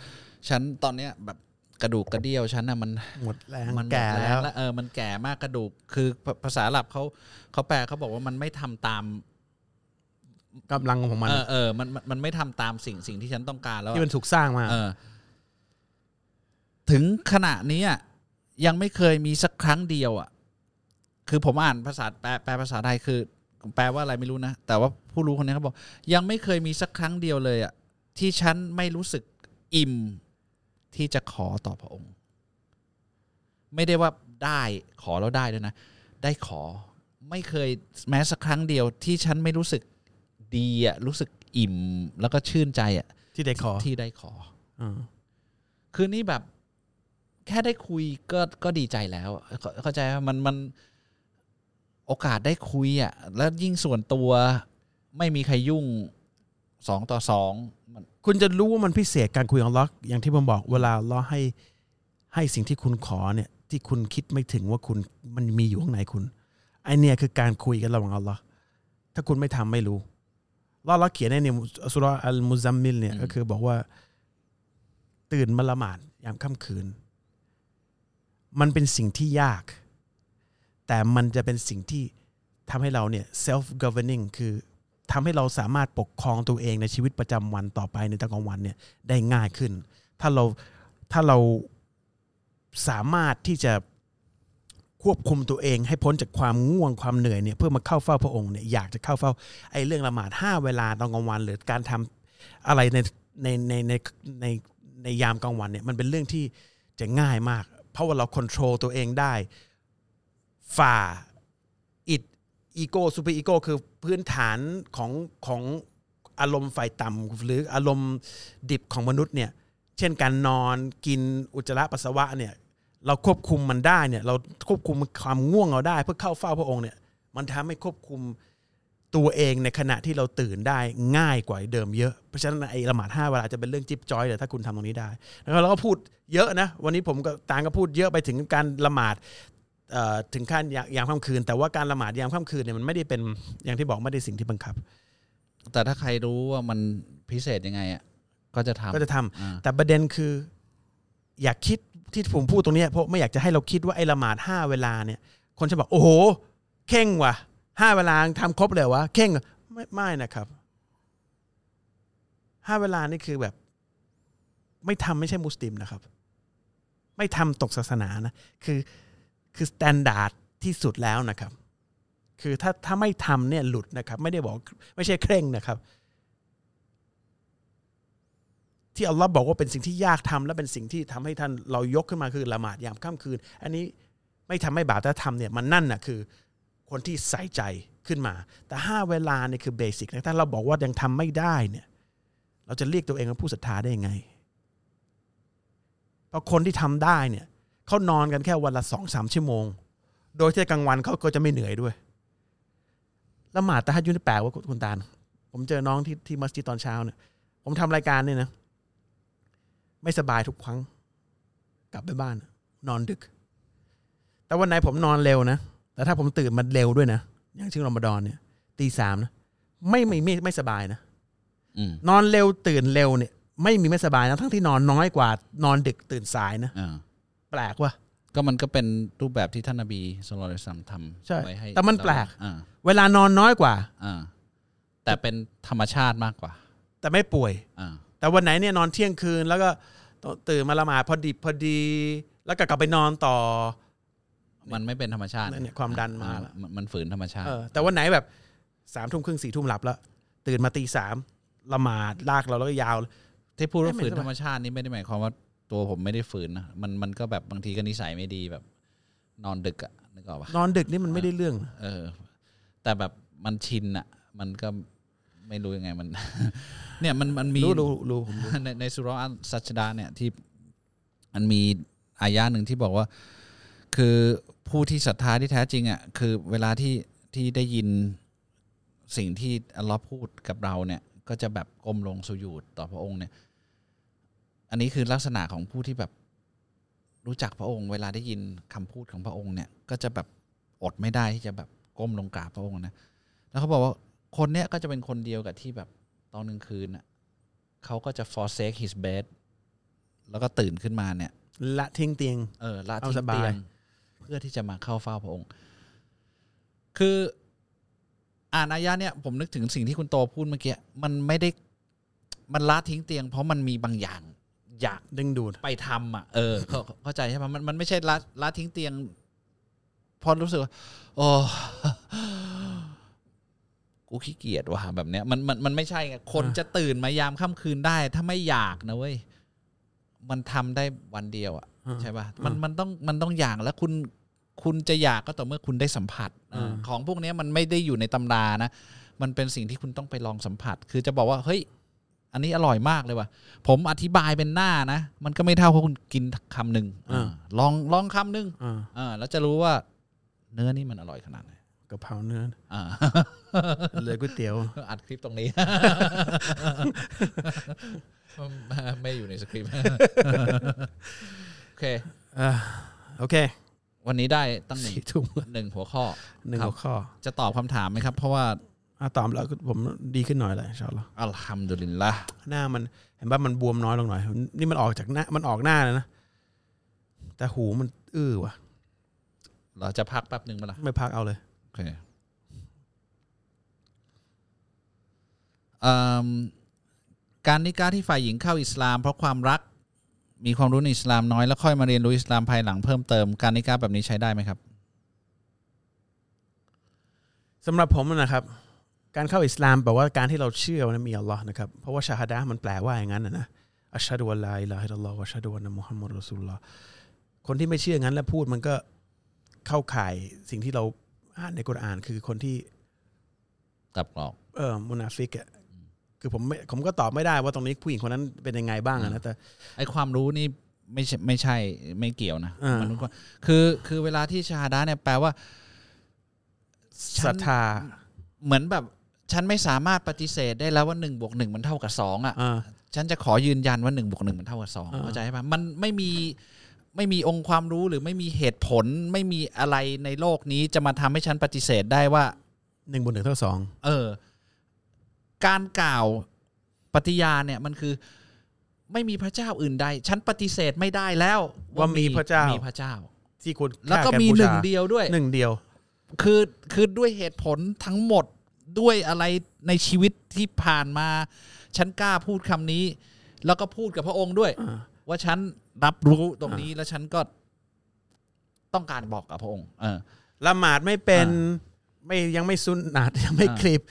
Speaker 3: ฉันตอนเนี้ยแบบกระดูกกระเดี่ยวฉันน่ะมัน
Speaker 2: หมดแรง
Speaker 3: มัน
Speaker 2: แก่
Speaker 3: แก่
Speaker 2: แล้
Speaker 3: แล้ว วเออมันแก่มากกระดูกคือภภาษาหลับเขาเขาแปลเขาบอกว่ามันไม่ทำตาม
Speaker 2: กำลังของมัน
Speaker 3: เออเออมันมันมันไม่ทำตามสิ่งสิ่งที่ฉันต้องการแล้วอะ
Speaker 2: ที่มันถูกสร้างมา
Speaker 3: เออ ถึงขณะนี้อะยังไม่เคยมีสักครั้งเดียวอ่ะคือผมอ่านภาษาแปลแปลภาษาไทยคือ แปลว่าอะไรไม่รู้นะแต่ว่าผู้รู้คนนี้เขาบอก ยังไม่เคยมีสักครั้งเดียวเลยอ่ะที่ฉันไม่รู้สึกอิ่มที่จะขอต่อพระองค์ ไม่ได้ว่าได้ขอแล้วได้ด้วยนะ ได้ขอไม่เคยแม้สักครั้งเดียว ที่ฉันไม่รู้สึกดีอะรู้สึกอิ่ม แล้วก็ชื่นใจอะ
Speaker 2: ที่ได้ขอ
Speaker 3: ที่ได้ขอ
Speaker 2: อืม
Speaker 3: คือนี่แบบแค่ได้คุยก็ก็ดีใจแล้วอะเข้าเข้าใจว่ามันมันโอกาสได้คุยอ่ะแล้วยิ่งส่วนตัวไม่มีใครยุ่งสองต่อสองมัน
Speaker 2: คุณจะรู้ว่ามันพิเศษการคุยของอัลล็อกอย่างที่ผมบอกเวลาอัลล็อกให้ให้สิ่งที่คุณขอเนี่ย ที่คุณคิดไม่ถึงว่าคุณมันมีอยู่ข้างในคุณไอเนี่ยคือการคุยกันระหว่างอัลล็อกถ้าคุณไม่ทำไม่รู้อัลล็อกเขียนในเนี่ยสุราะห์อัลมุซัมมิลเนี่ยก็คือบอกว่า ตื่นมาละหมาดยามค่ำคืน มันเป็นสิ่งที่ยาก แต่มันจะเป็นสิ่งที่ทำให้เราเนี่ย self governing คือทำให้เราสามารถปกครองตัวเองในชีวิตประจำวันต่อไปในตอนกลางวันเนี่ยได้ง่ายขึ้น ถ้าเราถ้าเราสามารถที่จะควบคุมตัวเองให้พ้นจากความง่วงความเหนื่อยเนี่ยเพื่อมาเข้าเฝ้าพระองค์เนี่ยอยากจะเข้าเฝ้าไอ้เรื่องละหมาดห้าเวลาตอนกลางวัน หรือการทำอะไรในในในในในในยามกลางวันเนี่ยมันเป็นเรื่องที่จะง่ายมาก เพราะว่าเราควบคุมตัวเองได้ ฝ่าอิดอีโก้ซูเปอร์อีโก้คือพื้นฐานของของอารมณ์ฝ่ายต่ำหรืออารมณ์ดิบของมนุษย์เนี่ย เช่นการนอนกินอุจจาระปัสสาวะเนี่ย เราควบคุมมันได้เนี่ย เราควบคุมความง่วงเราได้ เพื่อเข้าเฝ้าพระองค์เนี่ย มันทำให้ควบคุมตัวเองในขณะที่เราตื่นได้ง่ายกว่าเดิมเยอะ เพราะฉะนั้นไอ้ละหมาดห้าเวลาจะเป็นเรื่องจิ๊บจอยเลยถ้าคุณทำตรงนี้ได้แล้วเราก็พูดเยอะนะ วันนี้ผมก็ตางก็พูดเยอะไปถึงการละหมาด เอ่อถึงขั้นยายามค่ำคืน แต่ว่าการละหมาดยามค่ำคืนเนี่ยมันไม่ได้เป็นอย่างที่บอกไม่ได้สิ่งที่บังคับ
Speaker 3: แต่ถ้าใครรู้ว่ามันพิเศษยังไงอ่ะก็จะทำ
Speaker 2: ก็จะทำ
Speaker 3: อ่า
Speaker 2: แต่ประเด็นคือ อยากคิดที่ผมพูดตรงเนี้ยเพราะไม่อยากจะให้เราคิดว่าไอ้ละหมาดห้าเวลาเนี่ย คนจะบอกโอ้โหเข่งว่ะห้าเวลาทำครบเลยเหรอวะเข่งเหรอไม่ไม่นะครับ ห้าเวลานี่คือแบบ ไม่ทำไม่ใช่มุสลิมนะครับ ไม่ทำตกศาสนานะ คือคือสแตนดาร์ดที่สุดแล้วนะครับ คือถ้าถ้าไม่ทำเนี่ยหลุดนะครับ ไม่ได้บอกไม่ใช่เคร่งนะครับ ที่อัลลอฮ์บอกว่าเป็นสิ่งที่ยากทำและเป็นสิ่งที่ทำให้ท่านเรายกขึ้นมาคือละหมาดยามค่ำคืน อันนี้ไม่ทำไม่บาปแต่ทำเนี่ยมันนั่นน่ะคือ คนที่ใส่ใจขึ้นมา แต่ห้าเวลาเนี่ยคือเบสิกนะถ้าเราบอกว่ายังทำไม่ได้เนี่ย เราจะเรียกตัวเองว่าผู้ศรัทธาได้ยังไงเพราะคนที่ทำได้เนี่ยเขานอนกันแค่วันละสองสามชั่วโมง โดยที่กลางวันเขาก็จะไม่เหนื่อยด้วยละหมาดตะฮัดยุดนี่แปลกเว่าคุณตาล ผมเจอน้องที่ที่มัสยิดตอนเช้าเนี่ย ผมทำรายการเนี่ยนะ ไม่สบายทุกครั้ง กลับไปบ้าน นอนดึก แต่วันไหนผมนอนเร็วนะ แต่ถ้าผมตื่นมันเร็วด้วยนะ อย่างเช่นรอมฎอนเนี่ยตีสามนะไม่ไม่ไม่ไม่สบายนะ
Speaker 3: อืม
Speaker 2: นอนเร็วตื่นเร็วเนี่ย ไม่มีไม่สบายนะทั้งที่นอนน้อยกว่า นอนดึกตื่นสายนะ
Speaker 3: อ่า
Speaker 2: แปลกว่ะ
Speaker 3: ก็มันก็เป็นรูปแบบที่ท่านนบีสุลต่านสัมทำ
Speaker 2: ใช่
Speaker 3: ไว้ให้
Speaker 2: แต่มันแปลก
Speaker 3: อ่า
Speaker 2: เวลานอนน้อยกว่า
Speaker 3: อ่าแต่เป็นธรรมชาติมากกว่า
Speaker 2: แต่ไม่ป่วย
Speaker 3: อ่า
Speaker 2: แต่วันไหนเนี่ยนอนเที่ยงคืนแล้วก็ตื่นมาละหมาดพอดีพอดี แล้วก็กลับไปนอนต่อ
Speaker 3: มันไม่เป็นธรรมชาติ
Speaker 2: เนี่ยความดันมา
Speaker 3: อ่
Speaker 2: ละ
Speaker 3: นมันฝืนธรรมชาติ
Speaker 2: เออแต่วันไหนแบบสามทุ่มครึ่งสี่ทุ่มหลับแล้ว ตื่นมาตีสามละหมาดลากเราแล้วก็ยาว
Speaker 3: ที่พูด
Speaker 2: ไม่
Speaker 3: ว่า
Speaker 2: เหมื
Speaker 3: ฝื
Speaker 2: อนส
Speaker 3: น
Speaker 2: มัย
Speaker 3: ธรรมชาตินี่ไม่ได้หมายความว่าตัวผมไม่ได้ฝืนนะมันมันก็แบบบางทีก็นิสัยไม่ดีแบบ นอนดึกอะนึกออกปะ
Speaker 2: นอนดึกนี่มันไม่ได้เรื่อง
Speaker 3: เออ แต่แบบมันชินอะมันก็ไม่รู้ยังไงมัน เนี่ยมันมันมี
Speaker 2: รู้รู้รู้ผมรู้
Speaker 3: ในในสุเราะห์อัลสัจดาเนี่ยที่มันมีอายะหนึ่งที่บอกว่า คือผู้ที่ศรัทธาที่แท้จริงอ่ะคือเวลาที่ที่ได้ยินสิ่งที่อัลลอฮ์พูดกับเราเนี่ย ก็จะแบบก้มลงสุญูดต่อพระองค์เนี่ย อันนี้คือลักษณะของผู้ที่แบบรู้จักพระองค์ เวลาได้ยินคำพูดของพระองค์เนี่ย ก็จะแบบอดไม่ได้ที่จะแบบก้มลงกราบพระองค์นะ แล้วเขาบอกว่าคนเนี้ยก็จะเป็นคนเดียวกับที่แบบตอนกลางคืนน่ะเขาก็จะ forsake his bed แล้วก็ตื่นขึ้นมาเนี่ย
Speaker 2: ละทิ้งเตียง
Speaker 3: เออละ
Speaker 2: เอา
Speaker 3: ทิ้ง
Speaker 2: สบา
Speaker 3: เตี
Speaker 2: ย
Speaker 3: ยงเพื่อที่จะมาเข้าเฝ้าพระองค์ คืออ่านอายะเนี่ยผมนึกถึงสิ่งที่คุณโตพูดเมื่อกี้มันไม่ได้มันละทิ้งเตียง เพราะมันมีบางอย่าง อยาก
Speaker 2: ดึงดูด
Speaker 3: ไปทำอ่ะเออเข้าเข้าใจใช่ไหมมันมันไม่ใช่ละละทิ้งเตียงเพอรู้สึกว่าโอ้ กูขี้เกียจว่ะแบบเนี้ยมันมันมันไม่ใช่ไงคน
Speaker 2: อ่า
Speaker 3: จะตื่นมายามค่ำคืนได้ ถ้าไม่อยากนะเว้ยมันทำได้วันเดียวอ่ะ ใช่ป่ะมันมันต้องมันต้องอยากแล้วคุณคุณจะอยากก็ต่อเมื่อคุณได้สัมผัส
Speaker 2: อืม
Speaker 3: ของพวกเนี้ยมันไม่ได้อยู่ในตำรานะ มันเป็นสิ่งที่คุณต้องไปลองสัมผัส คือจะบอกว่าเฮ้ย อันนี้อร่อยมากเลยว่ะผมอธิบายเป็นหน้านะ มันก็ไม่เท่ากับคุณกินคำหนึ่ง
Speaker 2: อ่า
Speaker 3: ลองลองคำหนึ่ง
Speaker 2: อ่า
Speaker 3: อ่าแล้วจะรู้ว่า เนื้อนี่มันอร่อยขนาดไหน
Speaker 2: กะเพราเนื้อ
Speaker 3: อ่า
Speaker 2: เลยก๋วยเตี๋ยว
Speaker 3: อัดคลิปตรงนี้ ไม่อยู่ในสคริปต์ โอเค
Speaker 2: อ่าโอเค
Speaker 3: วันนี้ได้ตั้งหนึ่ง
Speaker 2: สี่ทุ่ม
Speaker 3: หนึ่งหัวข้อ
Speaker 2: หนึ่ง
Speaker 3: ครับ
Speaker 2: หัวข้อ
Speaker 3: จะตอบคำถามไหมครับ เพราะว่า
Speaker 2: อ่ะตอบแล้วผมดีขึ้นหน่อยแหละอินชาอัลลอฮ์
Speaker 3: อัลฮัมดุลิลละ
Speaker 2: หน้ามันเห็นป่ะมันบวมน้อยลงหน่อย นี่มันออกจากหน้ามันออกหน้าแล้วนะ แต่หูมันอื้อว่ะ
Speaker 3: เราจะพักแป๊บหนึ่งมาละ
Speaker 2: ไม่พักเอาเลย
Speaker 3: โอเคอืมการนิกายที่ฝ่ายหญิงเข้าอิสลาม เพราะความรักมีความรู้ในอิสลามน้อยแล้วค่อยมาเรียนรู้อิสลามภายหลังเพิ่มเติมการนิกายแบบนี้ใช้ได้ไหมครับ
Speaker 2: สำหรับผมนะครับ การเข้าอิสลามแปลว่าการที่เราเชื่อว่ามีอัลลอฮ์นะครับ เพราะว่าชาฮาดะห์มันแปลว่าอย่างนั้นนะนะอัชฮะดุอัลลาอิลาฮะอิลลัลลอฮ์วะอัชฮะดุอันนะมุฮัมมัดรอซูลุลลอฮ์คนที่ไม่เชื่องั้นแล้วพูดมันก็เข้าข่ายสิ่งที่เราอ่านในกุรอานคือคนที่
Speaker 3: กลับกรอก
Speaker 2: เออมุนาฟิกอะคือผมไม่ผมก็ตอบไม่ได้ว่าตรงนี้ผู้หญิงคนนั้นเป็นยังไงบ้างอะนะแต่
Speaker 3: ไอความรู้นี่ไม่ใช่ไม่ใช่ไม่เกี่ยวนะ
Speaker 2: อ่ามั
Speaker 3: มันก็คือคือเวลาที่ชาฮาดะเนี่ยแปลว่า ฉัน
Speaker 2: ศรัทธา
Speaker 3: เหมือนแบบ ฉันไม่สามารถปฏิเสธได้แล้วว่าหนึ่งบวกหนึ่งมันเท่ากับสองอ่ะ
Speaker 2: อ่า
Speaker 3: ฉันจะขอยืนยันว่าหนึ่งบวกหนึ่งมันเท่ากับสอง
Speaker 2: อ่า
Speaker 3: เข้าใจป่ะมันไม่มีไม่มีองค์ความรู้หรือไม่มีเหตุผล ไม่มีอะไรในโลกนี้จะมาทำให้ฉันปฏิเสธได้ว่า
Speaker 2: หนึ่งบนหนึ่งเท่าสอง
Speaker 3: เออ การกล่าวปฏิญาณเนี่ยมันคือ ไม่มีพระเจ้าอื่นใด ฉันปฏิเสธไม่ได้แล้ว
Speaker 2: ว่ามีพระเจ้า
Speaker 3: มีพระเจ้า
Speaker 2: ที่ควร
Speaker 3: แล้วก็มี
Speaker 2: ค่าบู
Speaker 3: ห
Speaker 2: ชา
Speaker 3: นึ่งเดียวด้วย
Speaker 2: หนึ่งเดียว
Speaker 3: คือคือด้วยเหตุผลทั้งหมด ด้วยอะไรในชีวิตที่ผ่านมา ฉันกล้าพูดคำนี้ แล้วก็พูดกับพระองค์ด้วย
Speaker 2: อ่า
Speaker 3: ว่าฉันรับรู้ตรงนี้แล้วฉันก็ต้องการบอกกับพระองค์ เออ
Speaker 2: ละหมาดไม่เป็นไม่ยังไม่ซุนนาด ยังไม่
Speaker 3: อ่า
Speaker 2: คลิป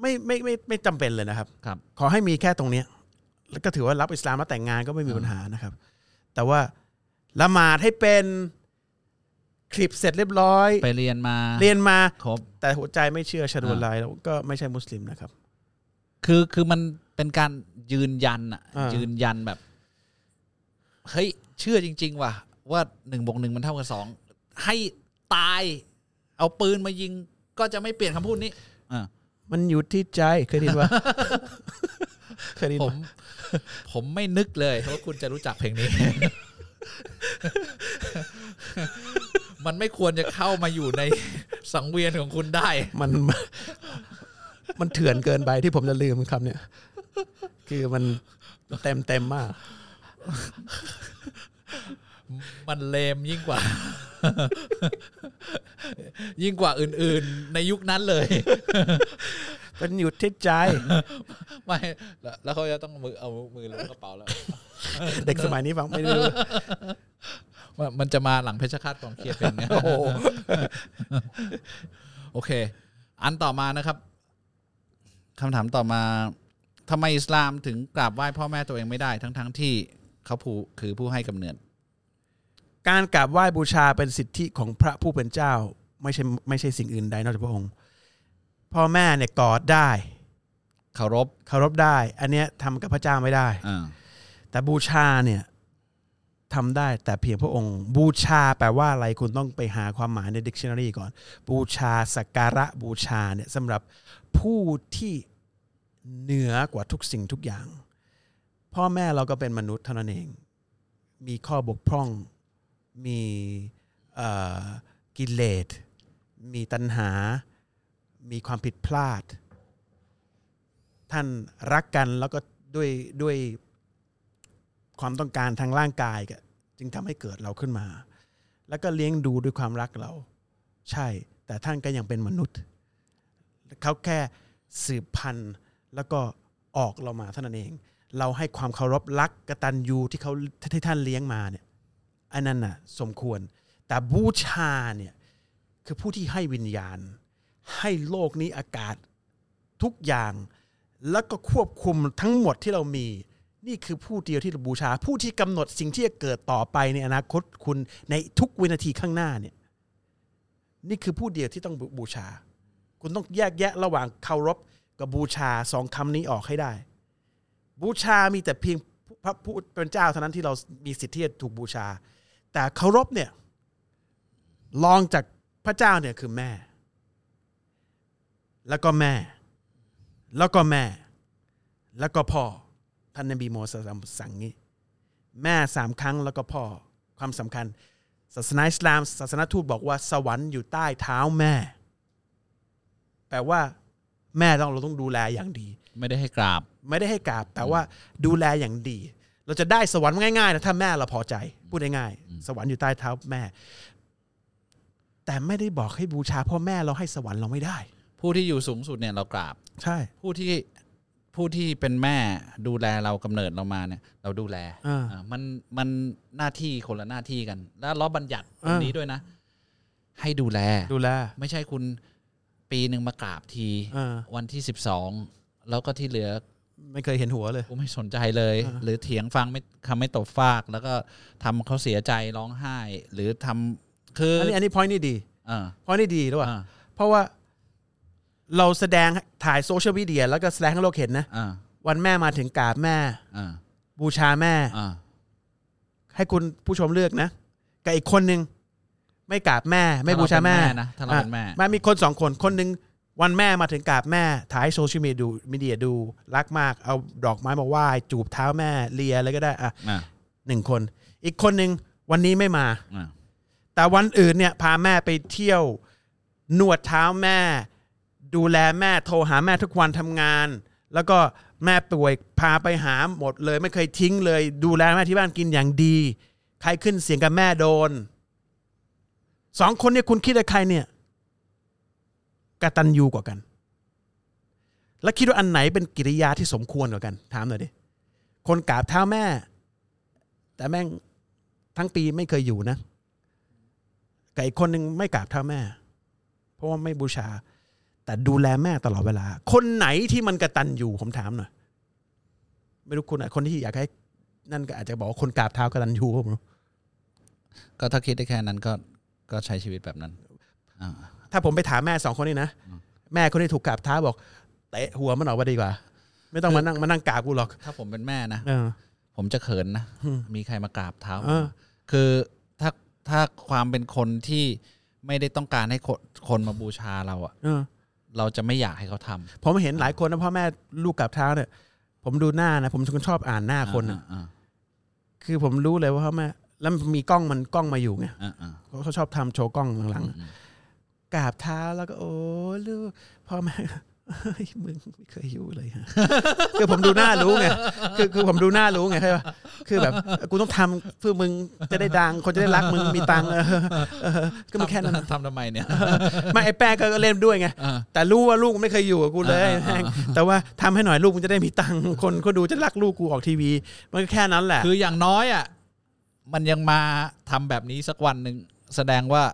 Speaker 2: ไม่ไม่ไม่ไม่จำเป็นเลยนะครับ
Speaker 3: ครับ
Speaker 2: ขอให้มีแค่ตรงเนี้ยแล้วก็ถือว่ารับอิสลามแล้วแต่งงานก็ไม่มี
Speaker 3: อ่า
Speaker 2: ปัญหานะครับ แต่ว่าละหมาดให้เป็นคลิปเสร็จเรียบร้อย
Speaker 3: ไปเรียนมา
Speaker 2: เรียนมา
Speaker 3: ครบ
Speaker 2: แต่หัวใจไม่เชื่อชะดวน
Speaker 3: อ่า
Speaker 2: ลายแล้วก็ไม่ใช่มุสลิมนะครับ
Speaker 3: คือคือมันเป็นการยืนยันอะ
Speaker 2: อ่ายื
Speaker 3: ยืนยันแบบเฮ้ยเชื่อจริง ๆ ว่ะว่าหนึ่งบวกหนึ่งมันเท่ากับสองให้ตาย เอาปืนมายิง ก็จะไม่เปลี่ยนคำพูดนี้อ่า
Speaker 2: มันอยู่ที่ใจเคยได้ยิ นว่า เคยได้ยิน
Speaker 3: ผ
Speaker 2: ปะ
Speaker 3: ม ผมไม่นึกเลยว่าคุณจะรู้จักเพลงนี้ มันไม่ควรจะเข้ามาอยู่ใน สังเวียนของคุณได้
Speaker 2: มัน มันเถื่อนเกินไปที่ผมจะลืมคำเนี่ย คือมันเต็มเต็มมาก
Speaker 3: มันเลมยิ่งกว่า ยิ่งกว่าอื่น ๆ ในยุคนั้นเลย
Speaker 2: มันอยู่ที่ใจ
Speaker 3: ไม่แล้วแล้วเขาจะต้องมือเอามือลงกระเป๋าแล้ว
Speaker 2: เด็กสมัยนี้ฟังไม่รู้
Speaker 3: มันมันจะมาหลังเพชรฆาตกองเครียดเป็นไง
Speaker 2: โอ้โห
Speaker 3: โอเค อันต่อมานะครับคำถามต่อมาทำไมอิสลามถึงกราบไหว้พ่อแม่ตัวเองไม่ได้ ทั้งๆทที่เขาผู้คือผู้ให้กำเนิด
Speaker 2: การกราบไหว้บูชาเป็นสิทธิของพระผู้เป็นเจ้า ไม่ใช่ไม่ใช่สิ่งอื่นใดนอกจากพระองค์ พ่อแม่เนี่ยกอดได้
Speaker 3: เคารพ
Speaker 2: เคารพได้ อันเนี้ยทำกับพระเจ้าไม่ได้
Speaker 3: อ่า
Speaker 2: แต่บูชาเนี่ยทำได้แต่เพียงพระองค์ บูชาแปลว่าอะไรคุณต้องไปหาความหมายใน dictionary ก่อน บูชาสักการะบูชาเนี่ยสำหรับผู้ที่เหนือกว่าทุกสิ่งทุกอย่าง พ่อแม่เราก็เป็นมนุษย์เท่านั้นเอง มีข้อบกพร่อง มีเอ่อกิเลส มีตัณหา มีความผิดพลาด ท่านรักกันแล้วก็ด้วยด้วย ความต้องการทางร่างกายก็จึงทำให้เกิดเราขึ้นมา แล้วก็เลี้ยงดูด้วยความรักเรา ใช่ แต่ท่านก็ยังเป็นมนุษย์ เขาแค่สืบพันธุ์แล้วก็ออกเรามาเท่านั้นเอง เราให้ความเคารพรักกตัญญูที่เขาที่ท่านเลี้ยงมาเนี่ยอันนั้นน่ะสมควร แต่บูชาเนี่ยคือผู้ที่ให้วิญญาณ ให้โลกนี้อากาศทุกอย่าง แล้วก็ควบคุมทั้งหมดที่เรามี นี่คือผู้เดียวที่เราบูชา ผู้ที่กำหนดสิ่งที่จะเกิดต่อไปในอนาคตคุณในทุกวินาทีข้างหน้าเนี่ยนี่คือผู้เดียวที่ต้องบูชา คุณต้องแยกแยะระหว่างเคารพกับบูชาสองคำนี้ออกให้ได้ บูชามีแต่เพียงพระผู้เป็นเจ้าเท่านั้นที่เรามีสิทธิ์ที่จะถูกบูชา แต่เคารพเนี่ยรองจากพระเจ้าเนี่ยคือแม่ แล้วก็แม่ แล้วก็แม่ แล้วก็พ่อ ท่านนบีโมเสสสั่งงี้ แม่สามครั้งแล้วก็พ่อ ความสำคัญ ศาสนาอิสลาม ศาสนทูตบอกว่าสวรรค์อยู่ใต้เท้าแม่ แปลว่า แม่ต้องเราต้องดูแลอย่างดี
Speaker 3: ไม่ได้ให้กราบ
Speaker 2: ไม่ได้ให้กราบแปลว่าดูแลอย่างดี เราจะได้สวรรค์ง่ายๆนะถ้าแม่เราพอใจ พูดง่ายๆสวรรค์อยู่ใต้เท้าแม่ แต่ไม่ได้บอกให้บูชาพ่อแม่เราให้สวรรค์เราไม่ได้
Speaker 3: ผู้ที่อยู่สูงสุดเนี่ยเรากราบ
Speaker 2: ใช่
Speaker 3: ผู้ที่ผู้ที่เป็นแม่ดูแลเรากำเนิดเรามาเนี่ย เราดูแล
Speaker 2: อ่า
Speaker 3: อ่ะมันมันหน้าที่คนละหน้าที่กัน แล้วล้อบัญญัติตรง
Speaker 2: อ่า
Speaker 3: นี้ด้วยนะ ให้ดูแล
Speaker 2: ดูแล
Speaker 3: ไม่ใช่คุณปีหนึ่งมากราบที
Speaker 2: อ่า
Speaker 3: วันที่สิบสองแล้วก็ที่เหลือ
Speaker 2: ไม่เคยเห็นหัวเลย
Speaker 3: กูไม่สนใจเลย
Speaker 2: อ่า
Speaker 3: หรือเถียงฟังไม่คำไม่ตบฟาก แล้วก็ทำเขาเสียใจร้องไห้ หรือทำคือ
Speaker 2: อันนี้อันนี้ point นี่ดี
Speaker 3: อ่า
Speaker 2: point นี่ดีแล้วว่ะ
Speaker 3: อ่า
Speaker 2: เพราะว่าเราแสดงถ่ายโซเชียลมีเดียแล้วก็แสดงให้โลกเห็นนะ
Speaker 3: อ่า
Speaker 2: วันแม่มาถึงกราบแม่
Speaker 3: อ่า
Speaker 2: บูชาแม่
Speaker 3: อ่า
Speaker 2: ให้คุณผู้ชมเลือกนะกับอีกคนหนึ่งไม่กราบแม่ ไม่บูชาแม่
Speaker 3: ถ้เรเป็นนะถ้าเราเป็นแม่
Speaker 2: มันมีคนสองคนคนหนึ่งวันแม่มาถึงกราบแม่ ถ่ายโซเชียลมีเดียดูมีเดียดู รักมาก เอาดอกไม้มาไหว้จูบเท้าแม่เลียอะไรก็ได้อ่ะ
Speaker 3: อ่า
Speaker 2: หนึ่งคน อีกคนหนึ่งวันนี้ไม่มา
Speaker 3: อ่า
Speaker 2: แต่วันอื่นเนี่ยพาแม่ไปเที่ยว นวดเท้าแม่ ดูแลแม่โทรหาแม่ทุกวันทำงาน แล้วก็แม่ป่วยพาไปหาหมดเลย ไม่เคยทิ้งเลย ดูแลแม่ที่บ้านกินอย่างดี ใครขึ้นเสียงกับแม่โดนสองคนเนี่ยคุณคิดว่าใครเนี่ย กตัญญูกว่ากัน แล้วคิดว่าอันไหนเป็นกิริยาที่สมควรกว่ากัน ถามหน่อยดิ คนกราบเท้าแม่ แต่แม่งทั้งปีไม่เคยอยู่นะกับอีกคนหนึ่งไม่กราบเท้าแม่ เพราะว่าไม่บูชา แต่ดูแลแม่ตลอดเวลา คนไหนที่มันกระตันอยู่ผมถามหน่อยไม่รู้คุณอะคนที่อยากให้นั่นก็อาจจะบอกว่าคนกราบเท้ากระตันอยู่ผมรู้
Speaker 3: ก็ถ้าคิดได้แค่นั้นก็ก็ใช้ชีวิตแบบนั้นอ่า
Speaker 2: ถ้าผมไปถามแม่สองคนนี้นะแม่คนที่ถูกกราบเท้าบอกเตะหัวมันออกมาดีกว่า ไม่ต้องมานั่งมานั่งกราบกูหรอก
Speaker 3: ถ้าผมเป็นแม่นะ
Speaker 2: เออ
Speaker 3: ผมจะเขินนะ มีใครมากราบเท้าผม
Speaker 2: เออ
Speaker 3: คือถ้าถ้าความเป็นคนที่ไม่ได้ต้องการให้คนคนมาบูชาเราอะ
Speaker 2: เออ
Speaker 3: เราจะไม่อยากให้เขาทำ
Speaker 2: ผมเห็นหลายคนนะพ่อแม่ลูกกราบเท้าเนี่ย ผมดูหน้านะผมชอบอ่านหน้าคน
Speaker 3: อ่า
Speaker 2: นะ
Speaker 3: อ่า
Speaker 2: คือผมรู้เลยว่าพ่อแม่แล้วมันมีกล้องมันกล้องมาอยู่ไง
Speaker 3: อ่าอ่า
Speaker 2: เขาชอบทำโชว์กล้องหลังๆกราบเท้าแล้วก็โอ้ลูกพ่อแม่เฮ้ยมึงไม่เคยอยู่เลยฮะ คือผมดูหน้ารู้ไงคือคือผมดูหน้ารู้ไงใช่ปะคือแบบกูต้องทำเพื่อมึงจะได้ดังคนจะได้รักมึงมีตังค์เอ อเออก็มันแค่นั้น
Speaker 3: ทำทำไมเนี่ย
Speaker 2: ไม่ไอ้แป้งก็เล่นด้วยไง
Speaker 3: อ่า
Speaker 2: แต่รู้ว่าลูกไม่เคยอยู่กับกูเลย
Speaker 3: อ่าอ่าอ่า
Speaker 2: แม่งแต่ว่าทำให้หน่อยลูกมึงจะได้มีตังค์คนก็ดูจะรักลูกกูออกทีวี มันก็แค่นั้นแหละ
Speaker 3: คืออย่างน้อยอะมันยังมาทำแบบนี้สักวันหนึ่งแสดงว่า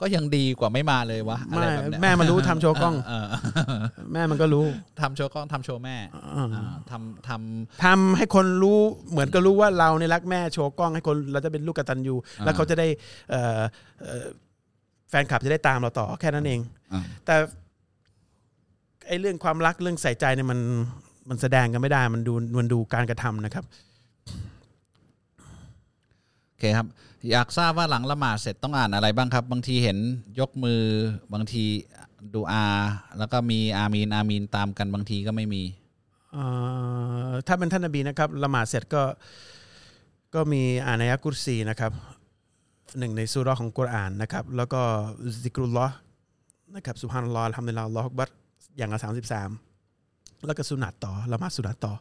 Speaker 3: ก็ยังดีกว่าไม่มาเลยวะอะไร
Speaker 2: ไม่
Speaker 3: แบบเนี้ย
Speaker 2: แม่มันรู้ทำโชว์กล้อง
Speaker 3: เอเออ
Speaker 2: แม่มันก็รู้
Speaker 3: ทำโชว์กล้องทำโชว์แม่
Speaker 2: อ่า
Speaker 3: อ่าทำทำ
Speaker 2: ทำให้คนรู้เหมือนก็รู้ว่าเราในยรักแม่โชว์กล้องให้คนเราจะเป็นลูกกตัญญู
Speaker 3: อ่า
Speaker 2: แล้วเขาจะได้เอ่อเอ่อแฟนคลับจะได้ตามเราต่อแค่นั้นเอง
Speaker 3: อ่า
Speaker 2: แต่ไอ้เรื่องความรักเรื่องใส่ใจเนี่ยมันมันแสดงกันไม่ได้ มันดูมันดูการกระทำนะครับ
Speaker 3: โอเคครับ อยากทราบว่าหลังละหมาดเสร็จต้องอ่านอะไรบ้างครับ บางทีเห็นยกมือบางทีดูอาแล้วก็มีอามีนอามีนตามกันบางทีก็ไม่มี
Speaker 2: เอ่อถ้าเป็นท่านนบีนะครับละหมาดเสร็จก็ก็มีอ่านอายะกุรซีนะครับหนึ่งในสุราะห์ของกุรอานนะครับแล้วก็ซิกรุลลอฮ์นะครับสุบฮานัลลอฮ์อัลฮัมดุลิลลาฮ์อัลลอฮ์อักบัตอย่างละสามสิบสามแล้วก็สุนัตต่อละหมาดสุนัตต่อ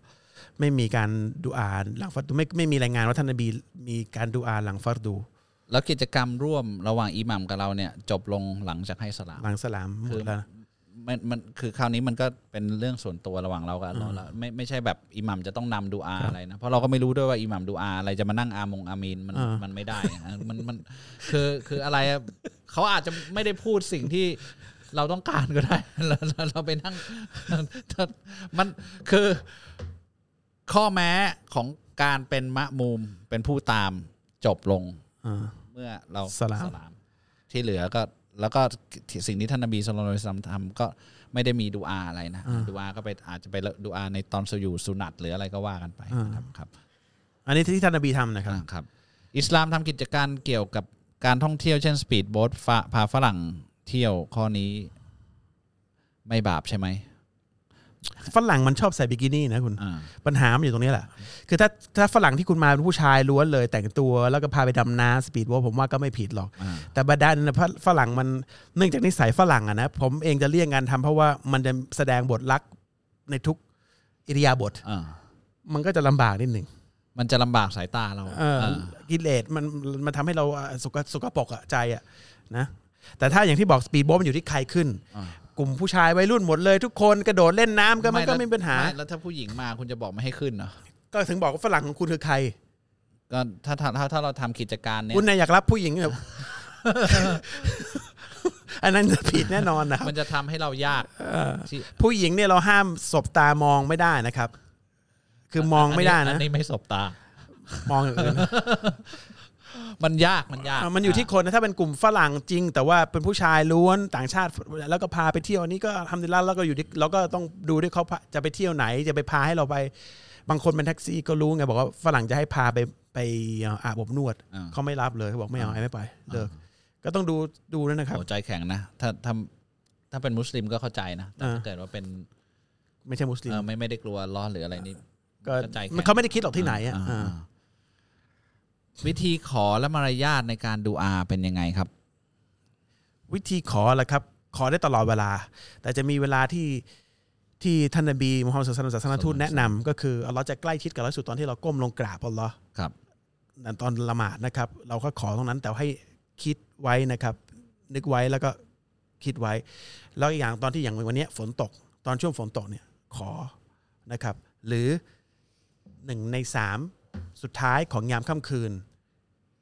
Speaker 2: ไม่มีการดูอาหลังฟัรดูไม่ไม่มีรายงานว่าท่านนบีมีการดูอาหลังฟัรดู
Speaker 3: แล้วกิจกรรมร่วมระหว่างอิหมัมกับเราเนี่ยจบลงหลังจากให้สลาม
Speaker 2: หลังสลามหมดแล้วนะ
Speaker 3: มันมันคือคราวนี้มันก็เป็นเรื่องส่วนตัวระหว่างเรากับอัลลอฮ์แล้วไม่ไม่ใช่แบบอิหมัมจะต้องนำดูอาอะไรนะเพราะเราก็ไม่รู้ด้วยว่าอิหมัมดูอาอะไรจะมานั่งอามงอามีนมันมันไม่ได้ นะมันมันคือคืออะไรอะเขาอาจจะไม่ได้พูดสิ่งที่เราต้องการก็ได้ เราเราเราไปนั่ง มันคือ ข้อแม้ของการเป็นมะมูมเป็นผู้ตามจบลง
Speaker 2: อ่า
Speaker 3: เมื่อเรา
Speaker 2: สลาม
Speaker 3: ที่เหลือก็แล้วก็สิ่งที่ท่านนบีสุลต่านทำก็ไม่ได้มีดูอาอะไรนะดูอาก็ไปอาจจะไปดูอาในตอนสยูสุนัตหรืออะไรก็ว่ากันไปนะครับครับ
Speaker 2: อันนี้ที่ท่านนบีทำนะครับ
Speaker 3: อ่าครับ อิสลามทำกิจการเกี่ยวกับการท่องเที่ยวเช่นสปีดโบ๊ทพาฝรั่งเที่ยวข้อนี้ ไม่บาปใช่ไหม
Speaker 2: ฝรั่งมันชอบใส่บิกินี่นะคุณ
Speaker 3: อ่า
Speaker 2: ปัญหามันอยู่ตรงนี้แหละ คือถ้าถ้าฝรั่งที่คุณมาเป็นผู้ชายล้วนเลย แต่งตัวแล้วก็พาไปดำน้ำสปีดโบ๊ทผมว่าก็ไม่ผิดหรอก
Speaker 3: อ่า
Speaker 2: แต่บัดดันนะฝฝรั่งมันเนื่องจากนิสัยฝรั่งอะนะผมเองจะเลี่ยงงานทำเพราะว่ามันจะแสดงบทลักษณ์ในทุกอิริยาบถ
Speaker 3: อ่า
Speaker 2: มันก็จะลำบากนิดหนึ่ง
Speaker 3: มันจะลำบากสายตาเรา
Speaker 2: เออ
Speaker 3: อ่า
Speaker 2: กิเลสมันมันทำให้เราอ่ะสกสกปรกอะใจอะนะแต่ถ้าอย่างที่บอกสปีดโบ๊ทมันอยู่ที่ใครขึ้น
Speaker 3: อ่า
Speaker 2: กลุ่มผู้ชายวัยรุ่นหมดเลย ทุกคนกระโดดเล่นน้ำก็มันก็ไม่มีปัญหา
Speaker 3: ไแล้วถ้าผู้หญิงมาคุณจะบอกไม่ให้ขึ้นเหรอ
Speaker 2: ก็ถึงบอกว่าฝรั่งของคุณคือใคร
Speaker 3: ก็ถ้าถ้าถ้าถ้าเราทำกิจการเนี่ย
Speaker 2: คุณเนี่ยอยากรับผู้หญิงแบบ อันนั้นจะผิดแน่นอนนะครับ
Speaker 3: มันจะทำให้เรายากที่
Speaker 2: ผู้หญิงเนี่ยเราห้ามสบตามองไม่ได้นะครับ คือมองไม่ได้
Speaker 3: อั
Speaker 2: นะ
Speaker 3: นี้ไม่สบตา
Speaker 2: มองอย่าง อื่นนะ
Speaker 3: มันยากมันยาก
Speaker 2: อ่ะมันอยู่ที่คนนะถ้าเป็นกลุ่มฝรั่งจริง แต่ว่าเป็นผู้ชายล้วนต่างชาติ แล้วก็พาไปเที่ยวอันนี้ก็ทำดีแล้วแล้วก็อยู่ที่เราก็ต้องดูด้วยเขาพาจะไปเที่ยวไหน จะไปพาให้เราไป บางคนเป็นแท็กซี่ก็รู้ไงบอกว่าฝรั่งจะให้พาไปไปอาบอบนวด
Speaker 3: อ่า
Speaker 2: เขาไม่รับเลยเขาบอกไม่เอาไม่ไปเลิกก็ต้องดูดูด้วยนะครับ
Speaker 3: โอ้ใจแข็งนะถ้าถ้าถ้าเป็นมุสลิมก็เข้าใจนะแต่
Speaker 2: อ่า
Speaker 3: ถ้าเกิดว่าเป็น
Speaker 2: ไม่ใช่มุสลิม
Speaker 3: เออไม่ไม่ได้กลัวร้อนหรืออะไรนี่
Speaker 2: ก็
Speaker 3: เข้าใจแค่
Speaker 2: มันเขาไม่ได้คิดหรอกที่ไหนอ่ะ
Speaker 3: อ่า
Speaker 2: อ่า
Speaker 3: อ่าวิธีขอและมารยาทในการดูอาเป็นยังไงครับ
Speaker 2: วิธีขอละครับ ขอได้ตลอดเวลา แต่จะมีเวลาที่ที่ท่านนบีมุฮัมมัดศาสนาศาสนทูตแนะนำก็คืออัลเลอฮ์จะใกล้ชิดกับเราสุดตอนที่เราก้มลงกราบอัลเลอฮ์
Speaker 3: ครับ
Speaker 2: นั่นตอนละหมาดนะครับ เราก็ขอตรงนั้นแต่ให้คิดไว้นะครับ นึกไว้แล้วก็ คิดไว้ แล้วอีกอย่างตอนที่อย่างวันเนี้ยฝนตกตอนช่วงฝนตกเนี่ยขอนะครับ หรือหนึ่งในสามสุดท้ายของยามค่ำคืน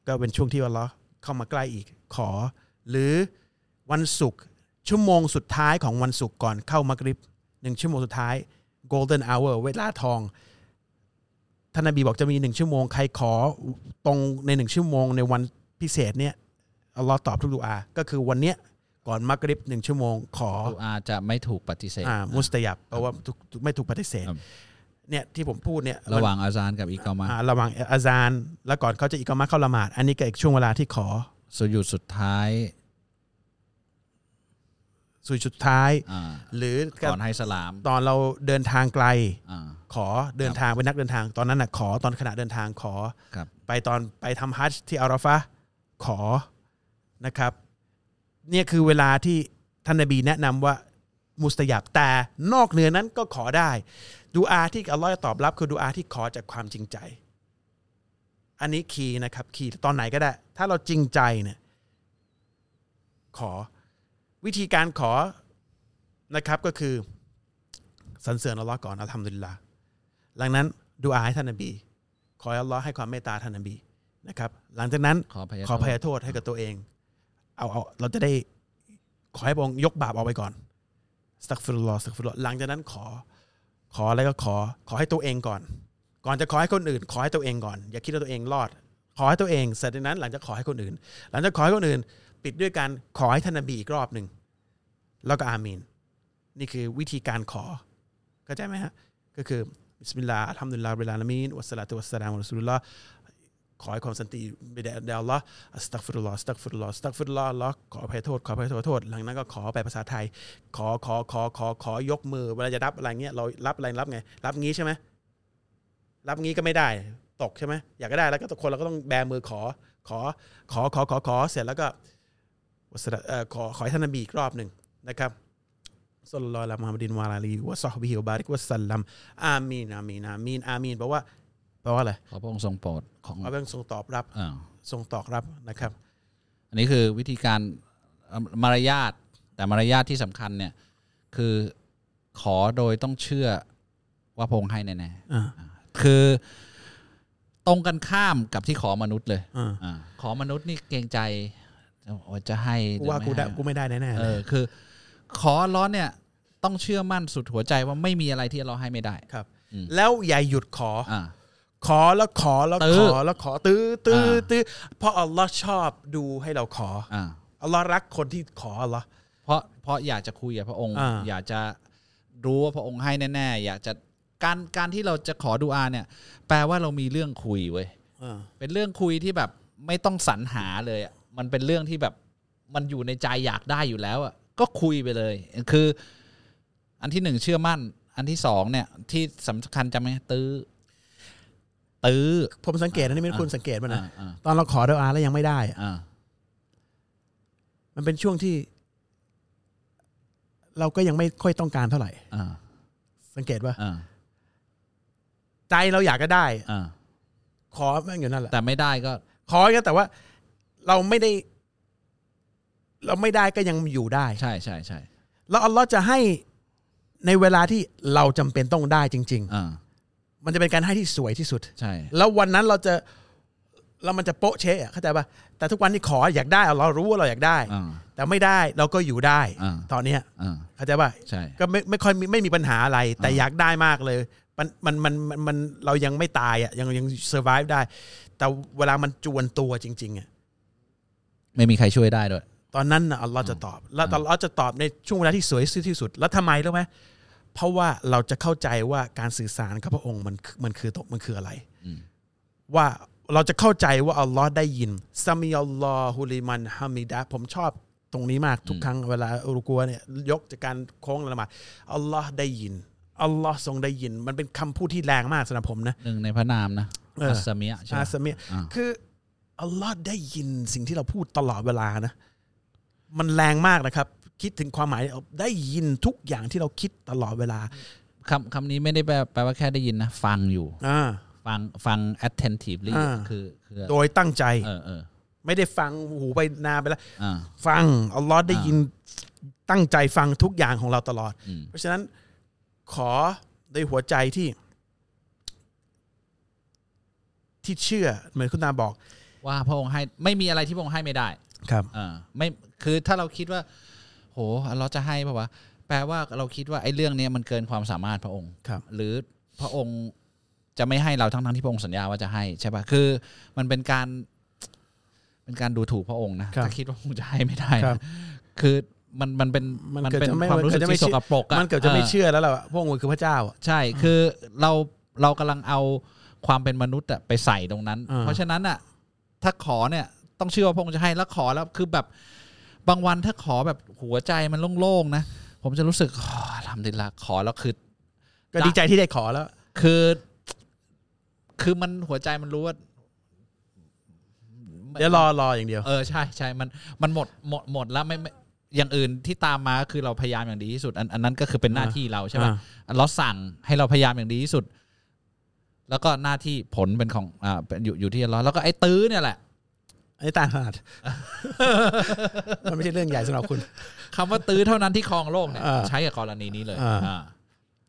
Speaker 2: ก็เป็นช่วงที่อัลเลอฮ์เข้ามาใกล้อีกขอ หรือวันศุกร์ชั่วโมงสุดท้ายของวันศุกร์ก่อนเข้ามักริบหนึ่งชั่วโมงสุดท้าย golden hour เวลาทอง ท่านนบีบอกจะมีหนึ่งชั่วโมง ใครขอตรงในหนึ่งชั่วโมงในวันพิเศษเนี่ยอัลลอฮ์ตอบทุกดูอา ก็คือวันเนี้ยก่อนมักริบหนึ่งชั่วโมงขอ
Speaker 3: ดูอาจะไม่ถูกปฏิเสธ
Speaker 2: อ่ามุสตายับเพราะว่าถูกถูกไม่ถูกปฏิเสธ
Speaker 3: ครับ
Speaker 2: เนี่ยที่ผมพูดเนี่ย
Speaker 3: ระหว่างอาจารย์กับอีกอมา
Speaker 2: อ่าระหว่างอาซานแล้วก่อนเขาจะอิกามะเข้าละหมาด อันนี้ก็อีกช่วงเวลาที่ขอ
Speaker 3: สุยุดสุดท้าย
Speaker 2: สุดสุดท้าย
Speaker 3: อ่า
Speaker 2: หรือ
Speaker 3: ก่อนให้สลาม
Speaker 2: ตอนเราเดินทางไกล
Speaker 3: อ่า
Speaker 2: ขอเดินทางเป็นนักเดินทาง ตอนนั้นน่ะขอตอนขณะเดินทางขอ
Speaker 3: ครับ
Speaker 2: ไปตอนไปทำฮัจญ์ที่อาราฟะห์ขอนะครับ เนี่ยคือเวลาที่ท่านนบีแนะนำว่ามุสตายับแต่นอกเหนือนั้นก็ขอได้ ดูอาที่อัลลอฮ์จะตอบรับคือดูอาที่ขอจากความจริงใจ อันนี้คีย์นะครับคีย์ตอนไหนก็ได้ ถ้าเราจริงใจเนี่ยขอวิธีการขอนะครับก็คือสรรเสริญอัลลอฮ์ก่อนอัลฮัมดุลิลลาห์หลังนั้นดูอาให้ท่านนบี ขอให้อัลลอฮ์ให้ความเมตตาท่านนบีนะครับ หลังจากนั้น
Speaker 3: ขอพยา
Speaker 2: ขออภัยโทษให้กับตัวเอง เอาเอาเราจะได้ขอให้พระองค์ยกบาปเอาไปก่อนสักฟิรุลลอฮ์สักฟิรุลลอฮ์หลังจากนั้นขอ ขออะไรก็ขอ ขอให้ตัวเองก่อน ก่อนจะขอให้คนอื่น ขอให้ตัวเองก่อน อย่าคิดว่าตัวเองรอด ขอให้ตัวเองเสร็จจากนั้นหลังจากขอให้คนอื่น หลังจากขอให้คนอื่น ปิดด้วยการขอให้ท่านนบีอีกรอบหนึ่งแล้วก็อาเมีนนี่คือวิธีการขอเข้าใจไหมฮะก็คือบิสมิลลาห์อัลฮัมดุลิลลาฮิรบบิลอาลามีนวัสสลาตุวัสสลามุอะลัยฮิรอซูลุลลอฮ์ ขอให้ความสันติไปแด่แด่อัลลอฮ์อัสตักฟิรุลลอฮ์อัสตักฟิรุลลอฮ์อัสตักฟิรุลลอฮ์อัลลอฮ์ขออภัยโทษ ขออภัยโทษโทษ หลังนั้นก็ขอไปภาษาไทย ขอ ขอ ขอ ขอ ขอยกมือ เวลาจะรับอะไรเงี้ย เรารับอะไรรับไง รับงี้ใช่ไหม รับงี้ก็ไม่ได้ ตกใช่ไหม อยากก็ได้ แล้วก็ทุกคนเราก็ต้องแบมือขอ ขอ ขอ ขอ ขอ ขอ เสร็จแล้วก็วัสดะเอ่อขอ ขอให้ท่านนบีอีกรอบหนึ่งนะครับสุลลัลลอฮุอะลามะฮัมมัดินวะอาลาอาลีวะซอฮบิฮิวะบาริกวะสัลลัม อาเมีนอาเมีนอาเมีนอาเมีนแปลว่าแปลว่าอะไร
Speaker 3: ขอพระองค์ทรงโปรดของ
Speaker 2: เอาเป็นทรงตอบรับ
Speaker 3: อ่า
Speaker 2: ทรงตอบรับนะครับ
Speaker 3: อันนี้คือวิธีการเอ่อมารยาทแต่มารยาทที่สำคัญเนี่ยคือขอโดยต้องเชื่อว่าพระองค์ให้แน่
Speaker 2: อ่า
Speaker 3: ๆคือตรงกันข้ามกับที่ขอมนุษย์เลย
Speaker 2: อ่า
Speaker 3: อาขอมนุษย์นี่เกรงใจว่าจะให้ห
Speaker 2: กู
Speaker 3: รือ
Speaker 2: ว่า
Speaker 3: ไม่
Speaker 2: กูได้
Speaker 3: ให้
Speaker 2: กูไม่ได้แน่ๆ
Speaker 3: เอ
Speaker 2: เล
Speaker 3: อย คือ ขอร้อนเนี่ยต้องเชื่อมั่นสุดหัวใจว่าไม่มีอะไรที่เราให้ไม่ได้
Speaker 2: ครับ
Speaker 3: อืม
Speaker 2: แล้วอย่าหยุดขอ
Speaker 3: อ่า
Speaker 2: ขอแล้วขอแล้ว
Speaker 3: ตื้
Speaker 2: ข
Speaker 3: อ
Speaker 2: อแล้วขอตื้อตื้อ
Speaker 3: อ่า
Speaker 2: ตื้อเพราะอัลลอฮ์ชอบดูให้เราขอ
Speaker 3: อ่า
Speaker 2: อัลลอฮ์รักคนที่ขออัลลอฮ์
Speaker 3: เพราะเพราะอยากจะคุยกับพระองค์
Speaker 2: อ่า
Speaker 3: อยากจะรู้ว่าพระองค์ให้แน่ๆอยากจะการการที่เราจะขอดูอาเนี่ย แปลว่าเรามีเรื่องคุยเว้ย
Speaker 2: อ่า
Speaker 3: เป็นเรื่องคุยที่แบบไม่ต้องสรรหาเลยอะมันเป็นเรื่องที่แบบมันอยู่ในใจอยากได้อยู่แล้วอะก็คุยไปเลย คือ อันที่หนึ่งเชื่อมั่น อันที่สองเนี่ย ที่สำคัญจำไหมตื้อตื้อ
Speaker 2: ผมสังเกตนะนี่ไม่คุณสังเกตมันนะ
Speaker 3: อ่า
Speaker 2: ตอนเราขอดอาแล้วยังไม่ได้อะ
Speaker 3: อ่า
Speaker 2: มันเป็นช่วงที่ เราก็ยังไม่ค่อยต้องการเท่าไหร่
Speaker 3: อ่า
Speaker 2: สังเกตว่า
Speaker 3: อ่า
Speaker 2: ใจเราอยากก็ได้
Speaker 3: อ่า
Speaker 2: ขอแม่งอยู่นั่นแหละ
Speaker 3: แต่ไม่ได้ก็
Speaker 2: ขอก็แต่ว่า เราไม่ได้ เราไม่ได้ก็ยังอยู่ได้
Speaker 3: ใช่ใช่ใช่
Speaker 2: แล้วอัลลอฮ์จะให้ในเวลาที่เราจำเป็นต้องได้จริง
Speaker 3: อ่า
Speaker 2: ๆ มันจะเป็นการให้ที่สวยที่สุด
Speaker 3: ใช่
Speaker 2: แล้ววันนั้นเราจะเรามันจะโป๊ะเชะอะเข้าใจป่ะแต่ทุกวันที่ขออยากได้เรารู้ว่าเราอยากได้
Speaker 3: อ่า
Speaker 2: แต่ไม่ได้เราก็อยู่ได้
Speaker 3: อ่า
Speaker 2: ตอนเนี้ย
Speaker 3: อ่า
Speaker 2: เข้าใจป่ะ
Speaker 3: ใช่
Speaker 2: ก็ไม่ไม่ค่อยมีไม่มีปัญหาอะไร แต่อยากได้มากเลย มันมันมันมันมันเรายังไม่ตายอ่ะยังยัง survive ได้ แต่เวลามันจวนตัวจริงๆอ่ะ
Speaker 3: ไม่มีใครช่วยได้ด้วย
Speaker 2: ตอนนั้นนะอัลลอฮ์จะตอบ แล้วอัลลอฮ์จะตอบในช่วงเวลาที่สวยที่สุด แล้วทำไมรู้ไหมเพราะว่าเราจะเข้าใจว่าการสื่อสารกับพระองค์มันคือมันคือตกมันคืออะไร
Speaker 3: อืม
Speaker 2: ว่าเราจะเข้าใจว่าอัลลอฮ์ได้ยินซามิอัลลอฮุลิมันฮามิดะผมชอบตรงนี้มากทุกครั้งเวลาอุรุกัวเนี่ยยกจากการโค้งละหมาดอัลลอฮ์ได้ยินอัลลอฮ์ทรงได้ยิน มันเป็นคำพูดที่แรงมากสำหรับผมนะ
Speaker 3: หนึ่งในพระนามนะ
Speaker 2: เอออั
Speaker 3: อัสสมิยะใช่ไหม
Speaker 2: อาสามี
Speaker 3: อ่า
Speaker 2: คืออัลลอฮ์ได้ยินสิ่งที่เราพูดตลอดเวลานะ มันแรงมากนะครับ คิดถึงความหมายได้ยินทุกอย่างที่เราคิดตลอดเวลา
Speaker 3: คำคำนี้ไม่ได้แปลแปลว่าแค่ได้ยินนะ ฟังอยู่
Speaker 2: อ่า
Speaker 3: ฟังฟัง attentively
Speaker 2: อ่า
Speaker 3: คือคือ
Speaker 2: โดยตั้งใจ
Speaker 3: เออเออ
Speaker 2: ไม่ได้ฟังหูไปนาไปแล้ว
Speaker 3: อ่า
Speaker 2: ฟังอัลลอฮ์ได้ยินตั้งใจฟังทุกอย่างของเราตลอด
Speaker 3: อืม
Speaker 2: เพราะฉะนั้นขอในหัวใจที่ ที่เชื่อเหมือนคุณนาบอก
Speaker 3: ว่าพระองค์ให้ไม่มีอะไรที่พระองค์ให้ไม่ได้
Speaker 2: ครับ
Speaker 3: เออไม่คือถ้าเราคิดว่า โหอัลเลอฮ์จะให้ปะวะแปลว่าเราคิดว่าไอ้เรื่องเนี้ยมันเกินความสามารถพระองค์
Speaker 2: ครับ
Speaker 3: หรือพระองค์จะไม่ให้เราทั้งทั้งๆที่พระองค์สัญญาว่าจะให้ใช่ปะคือ มันเป็นการเป็นการดูถูกพระองค์นะครับ ถ้าคิดว่าพระองค์จะให้ไม่ได้
Speaker 2: ครับ
Speaker 3: นะคือมันมันเป็น
Speaker 2: มัน
Speaker 3: มัน
Speaker 2: เกิด
Speaker 3: เป็น
Speaker 2: จะไม่
Speaker 3: ความรู้สึก
Speaker 2: มันเกิดจะไม่เชื่อ
Speaker 3: ที่สกปรกอะ
Speaker 2: มันเกือบจะไม่
Speaker 3: อ
Speaker 2: เชื่อแล้วล่ะว่าพระองค์คือพระเจ้าอะ
Speaker 3: ใช่ คือเราเรากำลังเอาความเป็นมนุษย์อะไปใส่ตรงนั้น
Speaker 2: อ่า
Speaker 3: เพราะฉะนั้นอะถ้าขอเนี่ยต้องเชื่อว่าพระองค์จะให้แล้วขอแล้วคือแบบบางวันถ้าขอแบบหัวใจมันโล่งๆนะผมจะรู้สึก อ๋อทำดีละขอแล้วคือ
Speaker 2: ก็ดีใจที่ได้ขอแล้ว
Speaker 3: คือคือมันหัวใจมันรู้ว่า
Speaker 2: เดี๋ยวรอรออย่างเดียว
Speaker 3: เออใช่ใช่มันมันหมดหมดหมดแล้วไม่ไม่อย่างอื่นที่ตามมาก็คือเราพยายามอย่างดีที่สุด อันอันนั้นก็คือเป็นหน้า
Speaker 2: อ่า
Speaker 3: ที่เราใช่ปะ เราสั่งให้เราพยายามอย่างดีที่สุด แล้วก็หน้าที่ผลเป็นของอ่าเป็นอยู่อยู่ที่เราแล้วก็ไอ้ตื้อเนี่ยแหละ
Speaker 2: ไอนนี้ตา ขนาด มันไม่ใช่เรื่องใหญ่สำหรับคุณ
Speaker 3: คำว่าตื้อเท่านั้นที่ครองโลกเนี่ย
Speaker 2: อ่า
Speaker 3: ใช้กับกรณีนี้เลย
Speaker 2: อ่า
Speaker 3: อ่า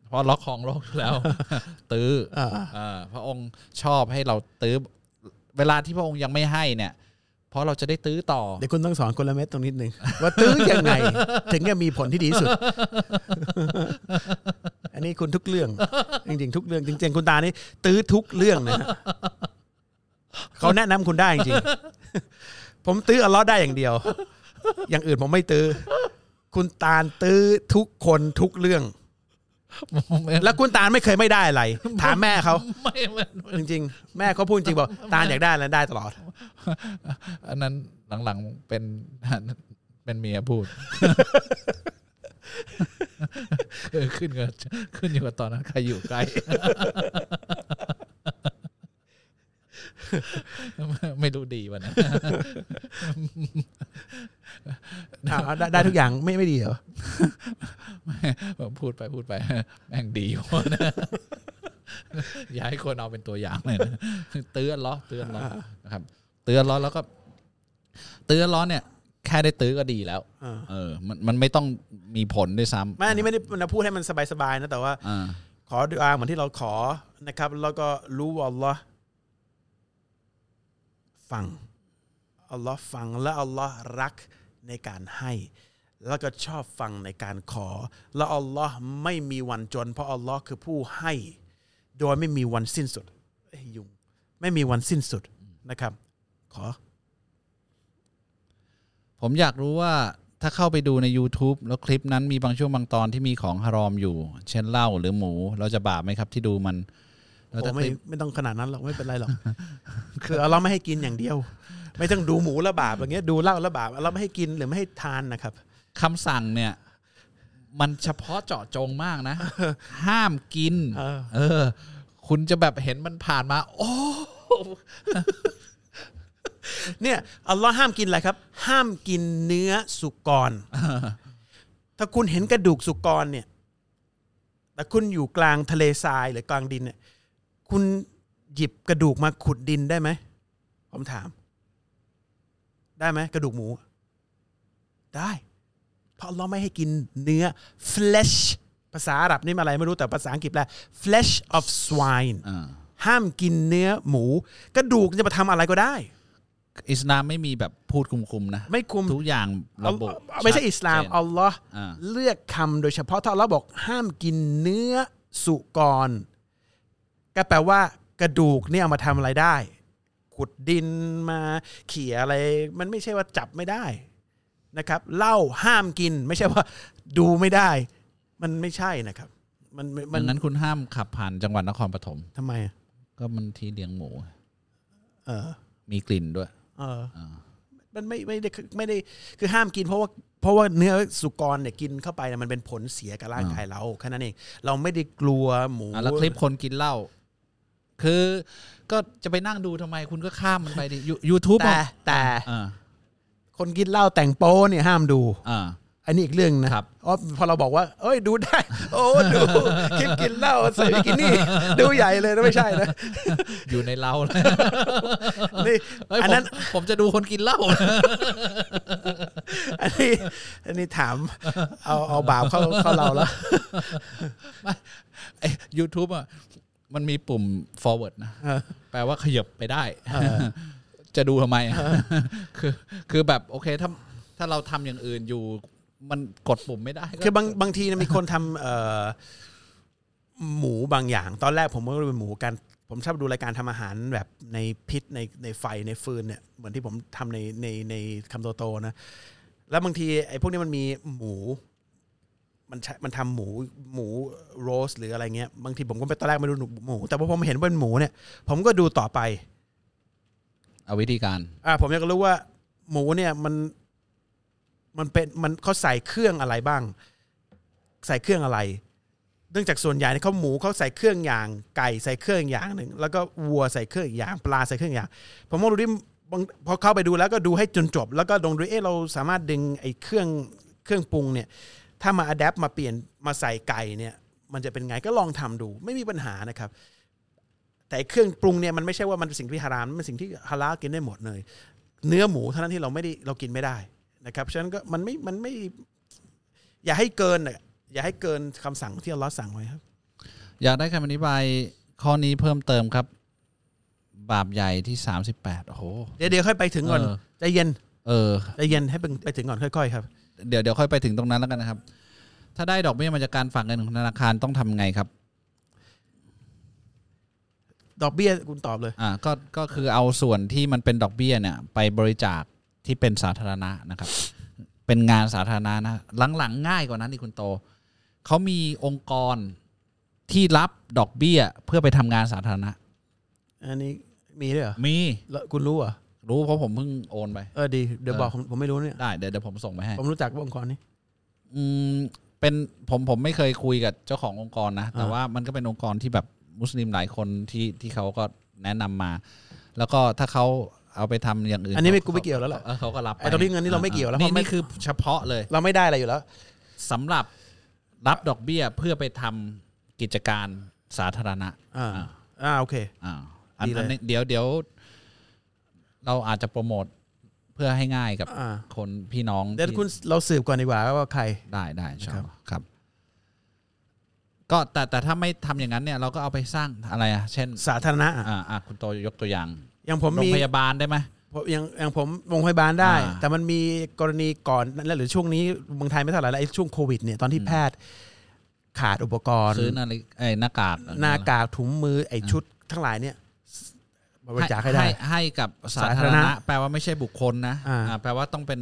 Speaker 3: เพราะล็อกครองโลกอยู่แล้ว ตื้อ
Speaker 2: อ่า
Speaker 3: อ่าพระองค์ชอบให้เราตื้อเวลาที่พระองค์ยังไม่ให้เนี่ย เพราะเราจะได้ตื้อต่อ
Speaker 2: เดี๋ยวคุณต้องสอนกลเม็ดตรงนิดนึง ว่าตื้อยังไง ถึงจะมีผลที่ดีที่สุด อันนี้คุณทุกเรื่อง จริงๆ ทุกเรื่องจริงๆคุณตานี่ตื้อทุกเรื่องนะฮะเขาแนะนำคุณได้จริงๆ ผมตื้ออัลเลอฮ์ได้อย่างเดียว อย่างอื่นผมไม่ตื้อคุณตาลตื้อทุกคนทุกเรื่อง แล้วคุณตาลไม่เคยไม่ได้อะไร ถามแม่เขา
Speaker 3: ไม่ไม่ไม่
Speaker 2: จริงๆ แม่เขาพูดจริงบอกตาลอยากได้แล้วได้ตลอด
Speaker 3: อันนั้นหลังๆเป็น เป็นเมียพูด คือขึ้นกับขึ้นอยู่กับตอนนั้นใครอยู่ใกล้ ไม่รู้ดีวันนั้น
Speaker 2: อ้าวได้ได้ทุกอย่างไม่ไม่ดีเหรอ
Speaker 3: พูดไปพูดไป แม่งดีวะนะ อย่าให้คนเอาเป็นตัวอย่างเลยนะเตือนล้อเตือนล้อนะครับ เตือนล้อแล้วก็ เตือนล้อเนี่ย แค่ได้ตื้อก็ดีแล้ว
Speaker 2: อ่า
Speaker 3: เออ มันมันไม่ต้องมีผลด้วยซ้ำ
Speaker 2: ไม่อันนี้ไม่ได้นะพูดให้มันสบายๆนะแต่ว่า
Speaker 3: อ่า
Speaker 2: ขอดุอาเหมือนที่เราขอนะครับ แล้วก็รู้ว่าอัลลอฮ์ฟังอัลลอฮ์ฟังและอัลลอฮ์รักในการให้ แล้วก็ชอบฟังในการขอ และอัลลอฮ์ไม่มีวันจน เพราะอัลลอฮ์คือผู้ให้ โดยไม่มีวันสิ้นสุดเอ้ยยุงไม่มีวันสิ้นสุดนะครับ ขอ
Speaker 3: ผมอยากรู้ว่าถ้าเข้าไปดูใน YouTube แล้วคลิปนั้นมีบางช่วงบางตอนที่มีของฮารอมอยู่ เช่นเหล้าหรือหมู เราจะบาปไหมครับที่ดูมันแล้ว
Speaker 2: โอ้
Speaker 3: ถ้าค
Speaker 2: ไม่
Speaker 3: ลิป
Speaker 2: ไม่ต้องขนาดนั้นหรอกไม่เป็นไรหรอก คือเราไม่ให้กินอย่างเดียว ไม่ต้องดูหมูละบาปอย่างเงี้ยดูเหล้าละบาปเราไม่ให้กินหรือไม่ให้ทานนะครับ
Speaker 3: คำสั่งเนี่ย มันเฉพาะเจาะจงมาก นะ ห้ามกิน
Speaker 2: เออ
Speaker 3: เออ คุณจะแบบเห็นมันผ่านมา โอ้
Speaker 2: เนี่ยอัลลอฮ์ห้ามกินอะไรครับ ห้ามกินเนื้อสุกร ถ้าคุณเห็นกระดูกสุกรเนี่ยแต่คุณอยู่กลางทะเลทรายหรือกลางดินเนี่ย คุณหยิบกระดูกมาขุดดินได้ไหมผมถาม ได้ไหมกระดูกหมู ได้ เพราะอัลลอฮ์ไม่ให้กินเนื้อ flesh ภาษาอาหรับนี่มาอะไรไม่รู้แต่ภาษาอังกฤษแปล flesh of swine
Speaker 3: อ่า
Speaker 2: ห้ามกินเนื้อหมู กระดูกจะมาทำอะไรก็ได้
Speaker 3: อิสลามไม่มีแบบพูดคุมๆนะ
Speaker 2: ไม่คุม
Speaker 3: ทุกอย่างระบบ
Speaker 2: เอาไม่ใช่อิสลาม
Speaker 3: ชัดเจน
Speaker 2: อัลลอฮ์
Speaker 3: อ่า
Speaker 2: เลือกคำโดยเฉพาะถ้าอัลลอฮ์บอกห้ามกินเนื้อสุกร ก็แปลว่ากระดูกเนี่ยเอามาทำอะไรได้ ขุดดินมาเขี่ยอะไร มันไม่ใช่ว่าจับไม่ได้นะครับเหล้าห้ามกินไม่ใช่ว่าดูไม่ได้ มันไม่ใช่นะครับ มันมั
Speaker 3: ดั
Speaker 2: น
Speaker 3: งนั้นคุณห้ามขับผ่านจังหวัดนครปฐม
Speaker 2: ทำไมอะ
Speaker 3: ก็มันที่เลี้ยงหมู
Speaker 2: เออ
Speaker 3: มีกลิ่นด้วย
Speaker 2: เออ
Speaker 3: อ่า
Speaker 2: มันไม่ไม่ได้ไม่ได้คือห้ามกินเพราะว่าเพราะว่าเนื้อสุกรเนี่ยกินเข้าไปเนี่ยมันเป็นผลเสียกับร่างกายเราแค่นั้นเองเราไม่ได้กลัวหมู
Speaker 3: อ่ะแล้วคลิปคนกินเหล้า คือก็จะไปนั่งดูทำไมคุณก็ข้ามมันไปดิยูทูบ
Speaker 2: แต่แต่
Speaker 3: อ่า
Speaker 2: คนกินเหล้าแต่งโป้เนี่ยห้ามดู
Speaker 3: อ่า
Speaker 2: ไอ อันนี้อีกเรื่องนะครับ อ๋อพอเราบอกว่า เอ้ยดูได้ โอ้ดูคลิปกินเหล้าใส่บิกินี่ ดูใหญ่เลยนะไม่ใช่นะ
Speaker 3: อยู่ในเล้า เลย
Speaker 2: นี่
Speaker 3: เฮ้ย
Speaker 2: อัน
Speaker 3: ผม
Speaker 2: นั้น
Speaker 3: ผมจะดูคนกินเหล้า
Speaker 2: อันนี้อันนี้ถาม เอาเอาบาปเข้าเข้าเราแล้ว
Speaker 3: ยูทูบอ่ะมันมีปุ่ม forward นะ แปลว่าขยับไปได้ จะดูทำไม อะคือคือแบบโอเคถ้าถ้าเราทำอย่างอื่นอยู่ มันกดปุ่มไม่ได้ก็
Speaker 2: คือบางบางทีนะมีคนทำเอ่อหมูบางอย่าง ตอนแรกผมก็เป็นหมูกันผมชอบดูรายการทำอาหารแบบในพิษในในไฟในฟืนเนี่ยเหมือนที่ผมทำในในในคำโตโตๆนะ แล้วบางทีไอ้พวกนี้มันมีหมู มันใช้มันทำหมูหมูโรสหรืออะไรเงี้ยบางทีผมก็ไปตอนแรกไม่ดูหมู แต่พอผมเห็นว่าเป็นหมูเนี่ย ผมก็ดูต่อไป
Speaker 3: เอาวิธีการ
Speaker 2: อ่าผมอยากรู้ว่าหมูเนี่ยมันมันเป็นมันเขาใส่เครื่องอะไรบ้าง ใส่เครื่องอะไร เนื่องจากส่วนใหญ่เนี่ยเขาหมูเขาใส่เครื่องอย่าง ไก่ใส่เครื่องอย่างหนึ่งแล้วก็วัวใส่เครื่องอีกอย่าง ปลาใส่เครื่องอย่าง ผมมองดูที่บางพอเข้าไปดูแล้วก็ดูให้จนจบ แล้วก็ลองดูเอ๊ะเราสามารถดึงไอ้เครื่องเครื่องปรุงเนี่ย ถ้ามาอัดแอปมาเปลี่ยนมาใส่ไก่เนี่ย มันจะเป็นไงก็ลองทำดู ไม่มีปัญหานะครับ แต่ไอ้เครื่องปรุงเนี่ยมันไม่ใช่ว่ามันเป็นสิ่งที่ฮารามมันเป็นสิ่งที่ฮาลาลกินได้หมดเลย เนื้อหมูเท่านั้นที่เราไม่ได้เรากินไม่ได้นะครับฉะนั้นก็มันไม่มันไม่ อย่าให้เกินน่ะอย่าให้เกินคำสั่งที่อัลเลอฮ์สั่งไว้ครับ
Speaker 3: อยากได้คำอธิบายข้อนี้เพิ่มเติมครับ บาปใหญ่ที่ 38 โอ้โห
Speaker 2: เดี๋ยวเดี๋ยวค่อยไปถึงก่อน
Speaker 3: เออ
Speaker 2: ใจเย็น
Speaker 3: เออ
Speaker 2: ใจเย็นให้ไปถึงก่อนค่อยๆครับ
Speaker 3: เดี๋ยวเดี๋ยวค่อยไปถึงตรงนั้นแล้วกันนะครับ ถ้าได้ดอกเบี้ยมาจากการฝากเงินของธนาคารต้องทำไงครับ
Speaker 2: ดอกเบี้ยคุณตอบเลย
Speaker 3: อ่าก็ก็คือเอาส่วนที่มันเป็นดอกเบี้ยเนี่ย ไปบริจาคที่เป็นสาธารณะนะครับ เป็นงานสาธารณะนะหลังๆง่ายกว่านั้นอีกคุณโตเขามีองค์กรที่รับดอกเบี้ยเพื่อไปทำงานสาธารณะ
Speaker 2: อันนี้มีด้วยเหรอ
Speaker 3: มี
Speaker 2: แล้วคุณรู้เหรอ
Speaker 3: รู้เพราะผมเพิ่งโอนไป
Speaker 2: เออดีเดี๋ยวบอกผมผมไม่รู้เนี่ย
Speaker 3: ได้เดี๋ยวเดี๋ยวผมส่งไปให้
Speaker 2: ผมรู้จักว่าองค์กรนี้
Speaker 3: อืมเป็นผมผมไม่เคยคุยกับเจ้าขององค์กรนะ แต่
Speaker 2: อ่า
Speaker 3: ว่ามันก็เป็นองค์กรที่แบบมุสลิมหลายคนที่ที่เขาก็แนะนำมา แล้วก็ถ้าเขาเอาไปทำอย่างอื่น
Speaker 2: อันนี้ไม่
Speaker 3: ขา
Speaker 2: กูไม่เกี่ยวแล้วล่ะ
Speaker 3: เออเขาก็รับป
Speaker 2: ไอ้ตรงนี้เงินนี่เราไม่เกี่ยวแล้วเพ
Speaker 3: นี่
Speaker 2: ราะไม่
Speaker 3: นี่คือเฉพาะเลย
Speaker 2: เราไม่ได้อะไรอยู่แล้ว
Speaker 3: สำหรับรับดอกเบี้ยเพื่อไปทำกิจการสาธารณะ
Speaker 2: อ่าอ่าโอเค
Speaker 3: อ่าอัน
Speaker 2: ดีเลย
Speaker 3: อันนี้เดี๋ยวเดี๋ยว เราอาจจะโปรโมทเพื่อให้ง่ายกับ
Speaker 2: อ่า
Speaker 3: คนพี่น้อง
Speaker 2: เดี๋ยว
Speaker 3: ที่
Speaker 2: คุณเราสืบก่อนดีกว่าว่าใคร
Speaker 3: ได้ได้ชอบครับ ก็แต่แต่ถ้าไม่ทำอย่างนั้นเนี่ย เราก็เอาไปสร้างอะไรอ่ะ เช่น
Speaker 2: สาธารณะอ่ะ
Speaker 3: อ่าอ่ะคุณโตยกตัวอย่าง
Speaker 2: อย่างผม
Speaker 3: โรง
Speaker 2: มี
Speaker 3: พยาบาลได้ไหม
Speaker 2: ผมอย่างอย่างผมโรงพยาบาลได้
Speaker 3: อ่า
Speaker 2: แต่มันมีกรณีก่อนนั่นแหละหรือช่วงนี้เมืองไทยไม่เท่าไหร่แล้วไอ้ช่วงโควิดเนี่ยตอนที่
Speaker 3: อืม
Speaker 2: แพทย์ขาดอุปกรณ์
Speaker 3: ซื้อนาฬิกาไอ้หน้ากาก
Speaker 2: หน้ากากถุงมือไอ้ชุดทั้งหลายเนี่ยบริจาคให้ได้
Speaker 3: ให้ให้กับสา
Speaker 2: สา
Speaker 3: ธาร
Speaker 2: ธาร
Speaker 3: ณะ
Speaker 2: ณะ
Speaker 3: แปลว่าไม่ใช่บุคคลนะ
Speaker 2: อ่า
Speaker 3: อ่าแปลว่าต้องเป็น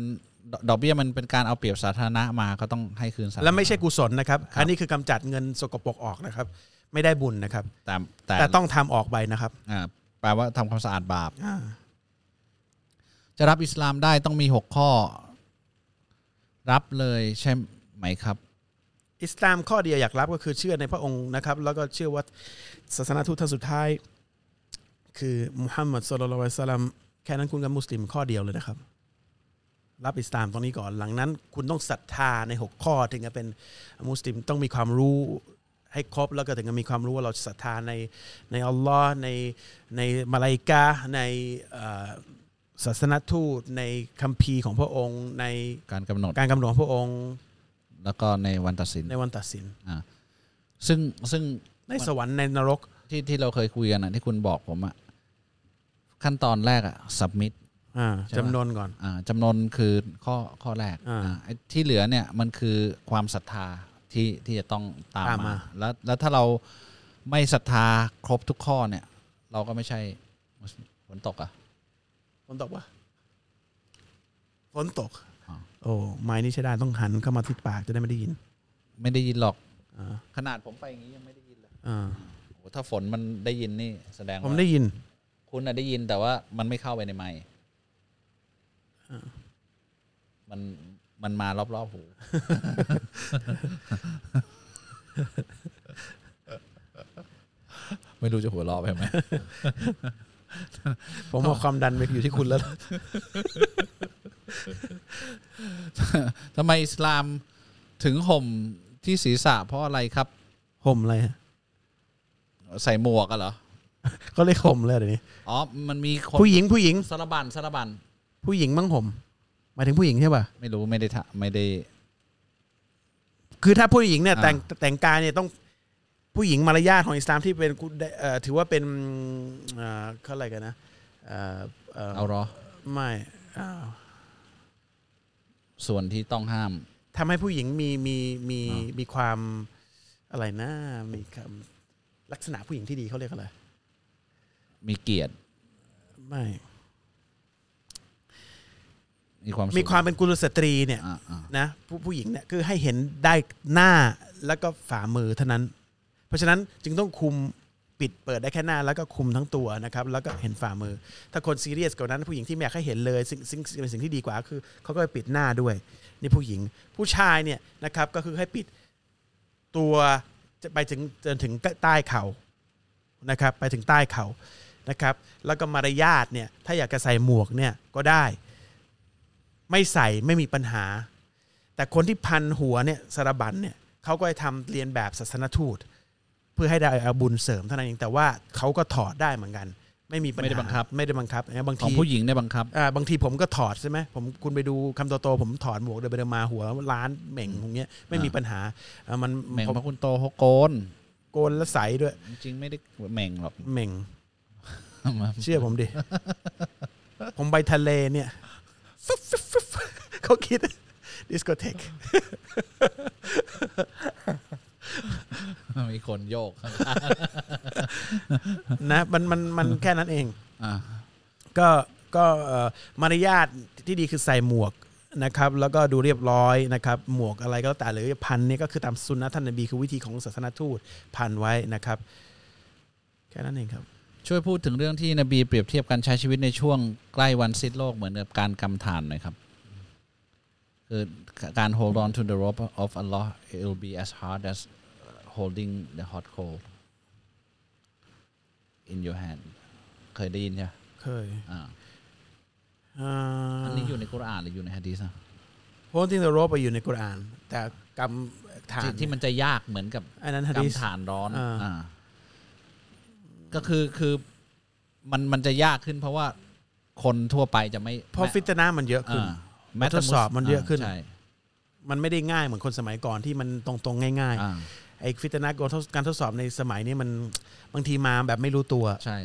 Speaker 3: ดอกดอกเบี้ยมันเป็นการเอาเปรียบสาธารณะมาก็ต้องให้คืนสาธารณะ
Speaker 2: แล้วไม่ใช่กุศลนะครับ อันนี้คือกำจัดเงินสกปรกออกนะครับ ไม่ได้บุญนะครับ
Speaker 3: แต่แต่
Speaker 2: แต่ต้องทำออกไปนะครับ
Speaker 3: อ่าแปลว่าทำความสะอาดบาป
Speaker 2: อ่า
Speaker 3: จะรับอิสลามได้ต้องมีหกข้อ รับเลยใช่ไหมครับ
Speaker 2: อิสลามข้อเดียวอยากรับก็คือเชื่อในพระองค์นะครับ แล้วก็เชื่อว่าศาสนาทูตท่านสุดท้าย คือมุฮัมมัดสุลลัลลอฮุอะลัยฮิวะสลลัมแค่นั้นคุณกับมุสลิมข้อเดียวเลยนะครับ รับอิสลามตรงนี้ก่อนหลังนั้น คุณต้องศรัทธาใน 6 ข้อถึงจะเป็นมุสลิมต้องมีความรู้ให้ครบแล้วก็ถึงจะมีความรู้ว่าเราศรัทธาในในอัลลอฮ์ในในมาลาอิกะฮ์ในเอ่อศาสนทูตในคัมภีร์ของพระองค์ ใน
Speaker 3: การกำหนด
Speaker 2: การกำหนดของพระองค์
Speaker 3: แล้วก็ในวันตัดสิน
Speaker 2: ในวันตัดสิน
Speaker 3: อ่ะซึ่งซึ่ง
Speaker 2: ในสวรรค์ในนรก
Speaker 3: ที่ที่เราเคยคุยกันนะที่คุณบอกผมอะขั้นตอนแรกอะ submit
Speaker 2: อ่า
Speaker 3: ใช่ปะ
Speaker 2: จำนวนก่อน
Speaker 3: อ่าจำนวนคือข้อข้อแรก
Speaker 2: อ่า
Speaker 3: อ่าไอ้ที่เหลือเนี่ยมันคือความศรัทธาที่ที่จะต้องตาม
Speaker 2: ตาม
Speaker 3: มา
Speaker 2: มา
Speaker 3: แล้วแล้วถ้าเราไม่ศรัทธาครบทุกข้อเนี่ย เราก็ไม่ใช่มุสลิมฝนตกอะ
Speaker 2: ฝนตกปะฝนตก
Speaker 3: อ๋อ
Speaker 2: โอ้ไม้นี่ใช้ได้ต้องหันเข้ามาที่ปากจะได้ไม่ได้ยิน
Speaker 3: ไม่ได้ยินหรอก
Speaker 2: อ่า
Speaker 3: ขนาดผมไปอย่างนี้ยังไม่ได้ยินเลย
Speaker 2: อ่า
Speaker 3: โอ้โหถ้าฝนมันได้ยินนี่แสดง
Speaker 2: ผม
Speaker 3: ว่า
Speaker 2: ได้ยิน
Speaker 3: คุณอะได้ยินแต่ว่ามันไม่เข้าไปในไมค์มันมันมารอบๆหู ไม่รู้จะหัวเราะไปไหม
Speaker 2: ผมว่าความดันไปอยู่ที่คุณแล้วล่ะ
Speaker 3: ทำไมอิสลามถึงห่มที่ศีรษะเพราะอะไรครับ
Speaker 2: ห่มอะไรฮะ
Speaker 3: ใส่หมวกอะเหรอ
Speaker 2: เขาเรียกห่มเลยเดี๋ยวนี้
Speaker 3: อ๋อ มันมีคน
Speaker 2: ผู้หญิงผู้หญิง
Speaker 3: สารบันสารบัน
Speaker 2: ผู้หญิงมั้งห่มหมายถึงผู้หญิงใช่ป่ะ
Speaker 3: ไม่รู้ไม่ได้ทะไม่ได้
Speaker 2: คือถ้าผู้หญิงเนี่ย
Speaker 3: อ่า
Speaker 2: แต่งแต่งกายเนี่ยต้องผู้หญิงมารยาทของอิสลามที่เป็นคุณได้เอ่อถือว่าเป็นเอ่อเขาอะไรยกันนะเอ่อเอ่อ
Speaker 3: เอาเหรอ
Speaker 2: ไม่เอ่อ
Speaker 3: ส่วนที่ต้องห้าม
Speaker 2: ทำให้ผู้หญิงมีมีมี
Speaker 3: อ่ามี
Speaker 2: มีความอะไรนะมีคำลักษณะผู้หญิงที่ดีเขาเรียกอะไร
Speaker 3: มีเกียรติ
Speaker 2: ไม่
Speaker 3: มีความสุข
Speaker 2: มีความเป็นกุลสตรีเนี่ย
Speaker 3: อ่าอ่า
Speaker 2: นะผู้ผู้หญิงเนี่ยคือให้เห็นได้หน้าแล้วก็ฝ่ามือเท่านั้น เพราะฉะนั้นจึงต้องคุมปิดเปิดได้แค่หน้าแล้วก็คุมทั้งตัวนะครับ แล้วก็เห็นฝ่ามือ ถ้าคนซีเรียสกว่านั้นผู้หญิงที่ไม่อยากให้เห็นเลยสิ่งสิ่งเป็นสิ่งที่ดีกว่าคือเขาก็ไปปิดหน้าด้วยนี่ผู้หญิงผู้ชายเนี่ยนะครับก็คือให้ปิดตัวจะไปถึงจนถึงใต้เข่านะครับ ไปถึงใต้เข่านะครับ แล้วก็มารยาทเนี่ยถ้าอยากจะใส่หมวกเนี่ยก็ได้ ไม่ใส่ไม่มีปัญหา แต่คนที่พันหัวเนี่ยสารบันเนี่ยเขาก็จะทำเรียนแบบศาสนทูต เพื่อให้ได้เอาบุญเสริมเท่านั้นเองแต่ว่าเขาก็ถอดได้เหมือนกัน ไม่มีปัญหา
Speaker 3: ไม่ได้บังคับ
Speaker 2: ไม่ได้บังคับนะบาง
Speaker 3: ขอ
Speaker 2: ที
Speaker 3: งผู้หญิงเนี่ยบังคับ
Speaker 2: อ่าบางทีผมก็ถอดใช่ไหมผมคุณไปดูคำโตๆผมถอดหมวกเดินไปเดินมาหัวล้านเหม่งอย่างเงี้ยไม่มีปัญหาอ่ามัน
Speaker 3: แม่ง
Speaker 2: ผม
Speaker 3: พระคุณโตเขาโกน
Speaker 2: โกนและใสด้วย
Speaker 3: จริงๆไม่ได้แม่งหรอก
Speaker 2: เหม่ง เชื่อผมดิ ผมไปทะเลเนี่ยฟึบฟึบฟึบเขาคิด ดิสโกเทค
Speaker 3: มีคนโยก
Speaker 2: นะมันมันมันแค่นั้นเอง
Speaker 3: อ่า
Speaker 2: ก็ก็เอ่อมารยาทที่ดีคือใส่หมวกนะครับแล้วก็ดูเรียบร้อยนะครับหมวกอะไรก็แล้วแต่หรือพันเนี่ยก็คือตามสุนนะท่านนบีคือวิธีของศาสนทูตพันไว้นะครับ แค่นั้นเองครับ
Speaker 3: ช่วยพูดถึงเรื่องที่นบีเปรียบเทียบการใช้ชีวิตในช่วงใกล้วันสิ้นโลกเหมือนกับการกำทานหนะครับ คือการ hold on to the rope of Allah it will be as hard as holding the hot coal in your hand เคยได้ยินใช่ไหม
Speaker 2: เคย
Speaker 3: อ่า
Speaker 2: อ่า
Speaker 3: อันนี้อยู่ในกุรอานหรืออยู่ในฮะดีษอะ
Speaker 2: holding the rope ไปอยู่ในกุรอาน แต่กรรมฐาน
Speaker 3: ที่ที่มันจะยากเหมือนกับ
Speaker 2: อันนั้นฮะดีษ
Speaker 3: กำฐานร้อน
Speaker 2: อ่า
Speaker 3: อ่าก็คือคือมันมันจะยากขึ้น เพราะว่าคนทั่วไปจะไม่
Speaker 2: เพราะฟิตนะมันเยอะขึ้น
Speaker 3: อ่า
Speaker 2: ทดสอบมันเยอะขึ้น
Speaker 3: ใช่
Speaker 2: มันไม่ได้ง่ายเหมือนคนสมัยก่อนที่มันตรงๆง่าย
Speaker 3: อ่า
Speaker 2: ๆไอ้ฟิตนะการทดการทดสอบในสมัยนี้มันบางทีมาแบบไม่รู้ตัว
Speaker 3: ใช่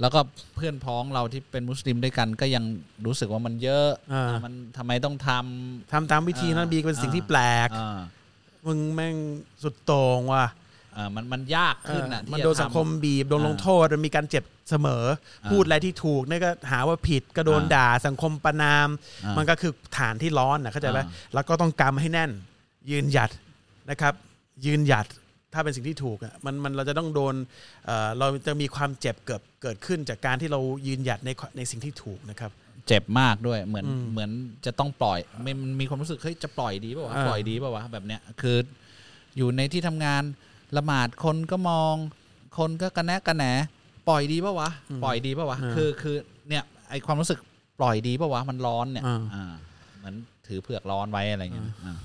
Speaker 3: แล้วก็เพื่อนพ้องเราที่เป็นมุสลิมด้วยกัน ก็ยังรู้สึกว่ามันเยอะ
Speaker 2: อ่า
Speaker 3: มันทำไมต้องทำ
Speaker 2: ทำตามวิธีนั้น
Speaker 3: อ่า
Speaker 2: บีก็เป็นสิ่ง
Speaker 3: อ่า
Speaker 2: ที่แปลก
Speaker 3: อ่า
Speaker 2: มึงแม่งสุดโต่งว่ะ
Speaker 3: อ่ามันมันยากขึ้นอ่ะ
Speaker 2: เออ
Speaker 3: ที่
Speaker 2: มัน
Speaker 3: จะ
Speaker 2: โดนสัง
Speaker 3: ทำ
Speaker 2: คมบีบโดนลงโทษมันมีการเจ็บเสมอ
Speaker 3: อ่า
Speaker 2: พูดอะไรที่ถูกเนี่ยก็หาว่าผิดก็โดน
Speaker 3: อ่า
Speaker 2: ด่าสังคมประนาม
Speaker 3: อ่ามั
Speaker 2: มันก็คือฐานที่ร้อนนะเข้าใจไหม
Speaker 3: อ่า
Speaker 2: แล้วก็ต้องกำให้แน่น ยืนหยัดนะครับ ยืนหยัดถ้าเป็นสิ่งที่ถูกอะมันมันเราจะต้องโดนเอ่อเราจะมีความเจ็บเกิดเกิดขึ้นจากการที่เรายืนหยัดในในสิ่งที่ถูกนะครับ
Speaker 3: เจ็บมากด้วยเหมือน
Speaker 2: อืม
Speaker 3: เหมือนจะต้องปล่อยมันมันมีความรู้สึกเฮ้ยจะปล่อยดีป่าวะ
Speaker 2: อ่า
Speaker 3: ปล่อยดีป่าวะแบบเนี้ยคือ อยู่ในที่ทำงานละหมาดคนก็มอง คนก็กระแนะกระแหนปล่อยดีป่าวะปล่อยดีป่าวะคือคือเนี่ยไอความรู้สึกปล่อยดีป่าวะมันร้อนเนี่ยอ่าเหมือนถือเผือกร้อนไว้อะไรเงี้ยอ่า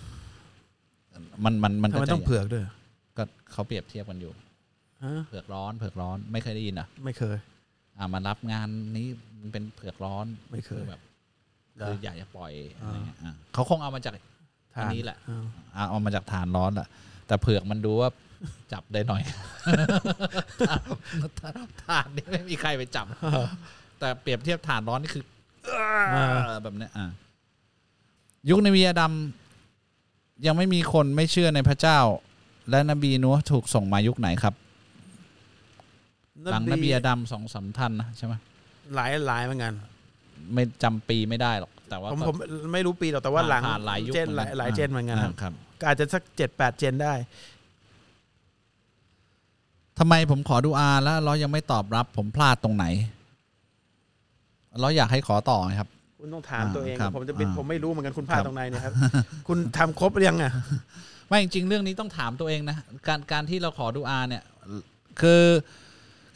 Speaker 3: มันมันมัน
Speaker 2: ทำ
Speaker 3: ก็
Speaker 2: ไม
Speaker 3: จะ
Speaker 2: ต้องเผือกด้วย
Speaker 3: ก็เขาเปรียบเทียบกันอยู่
Speaker 2: ฮะ
Speaker 3: เผือกร้อนเผือกร้อนไม่เคยได้ยินอ่ะ
Speaker 2: ไม่เคย
Speaker 3: อ่ามารับงานนี้มันเป็นเผือกร้อน
Speaker 2: ไม่เคย
Speaker 3: อแบบ คืออยากจะปล่อยอะไรเงี้ยอ่ะเขาคงเอามาจากอั
Speaker 2: ฐาน น
Speaker 3: นี้แหละ
Speaker 2: อ้าว
Speaker 3: อ่ะเอามาจากฐานร้อนแหละแต่เผือกมันดูว่าจับได้หน่อย ฐานนี่ไม่มีใครไปจับ แต่เปรียบเทียบฐานร้อนนี่คืออ่าแบบเนี้ยอ่ะยุคนบีอาดัมยังไม่มีคนไม่เชื่อในพระเจ้า และนบีนัวถูกส่งมายุคไหนครับ หลังนบีอาดัมสองสามท่านนะใช่ไหม
Speaker 2: หลายหลายเหมือนกัน
Speaker 3: ไม่จำปีไม่ได้หรอก แต่ว่า
Speaker 2: ผม
Speaker 3: ก็
Speaker 2: ผมไม่รู้ปีหรอกแต่ว่าหลัง
Speaker 3: ผ่นหลายยุค
Speaker 2: เจนหลายหลายเจนเหมือนกันครับ
Speaker 3: ครับ
Speaker 2: อาจจะสักเจ็ดแปดเจนได้
Speaker 3: ทำไมผมขอดูอาแล้วเรายังไม่ตอบรับ ผมพลาดตรงไหน เราอยากให้ขอต่อไหมครับ
Speaker 2: คุณต้องถาม
Speaker 3: อ่า
Speaker 2: ตัวเอง
Speaker 3: ครับ
Speaker 2: ผมจะเป็น
Speaker 3: อ่า
Speaker 2: ผมไม่รู้เหมือนกันคุณพลาด
Speaker 3: ครับ
Speaker 2: ตรงไหนเนะครับ คุณทำครบหรือยังอ่ะ
Speaker 3: ไม่จริงๆเรื่องนี้ต้องถามตัวเองนะ การการที่เราขอดูอาเนี่ย คือ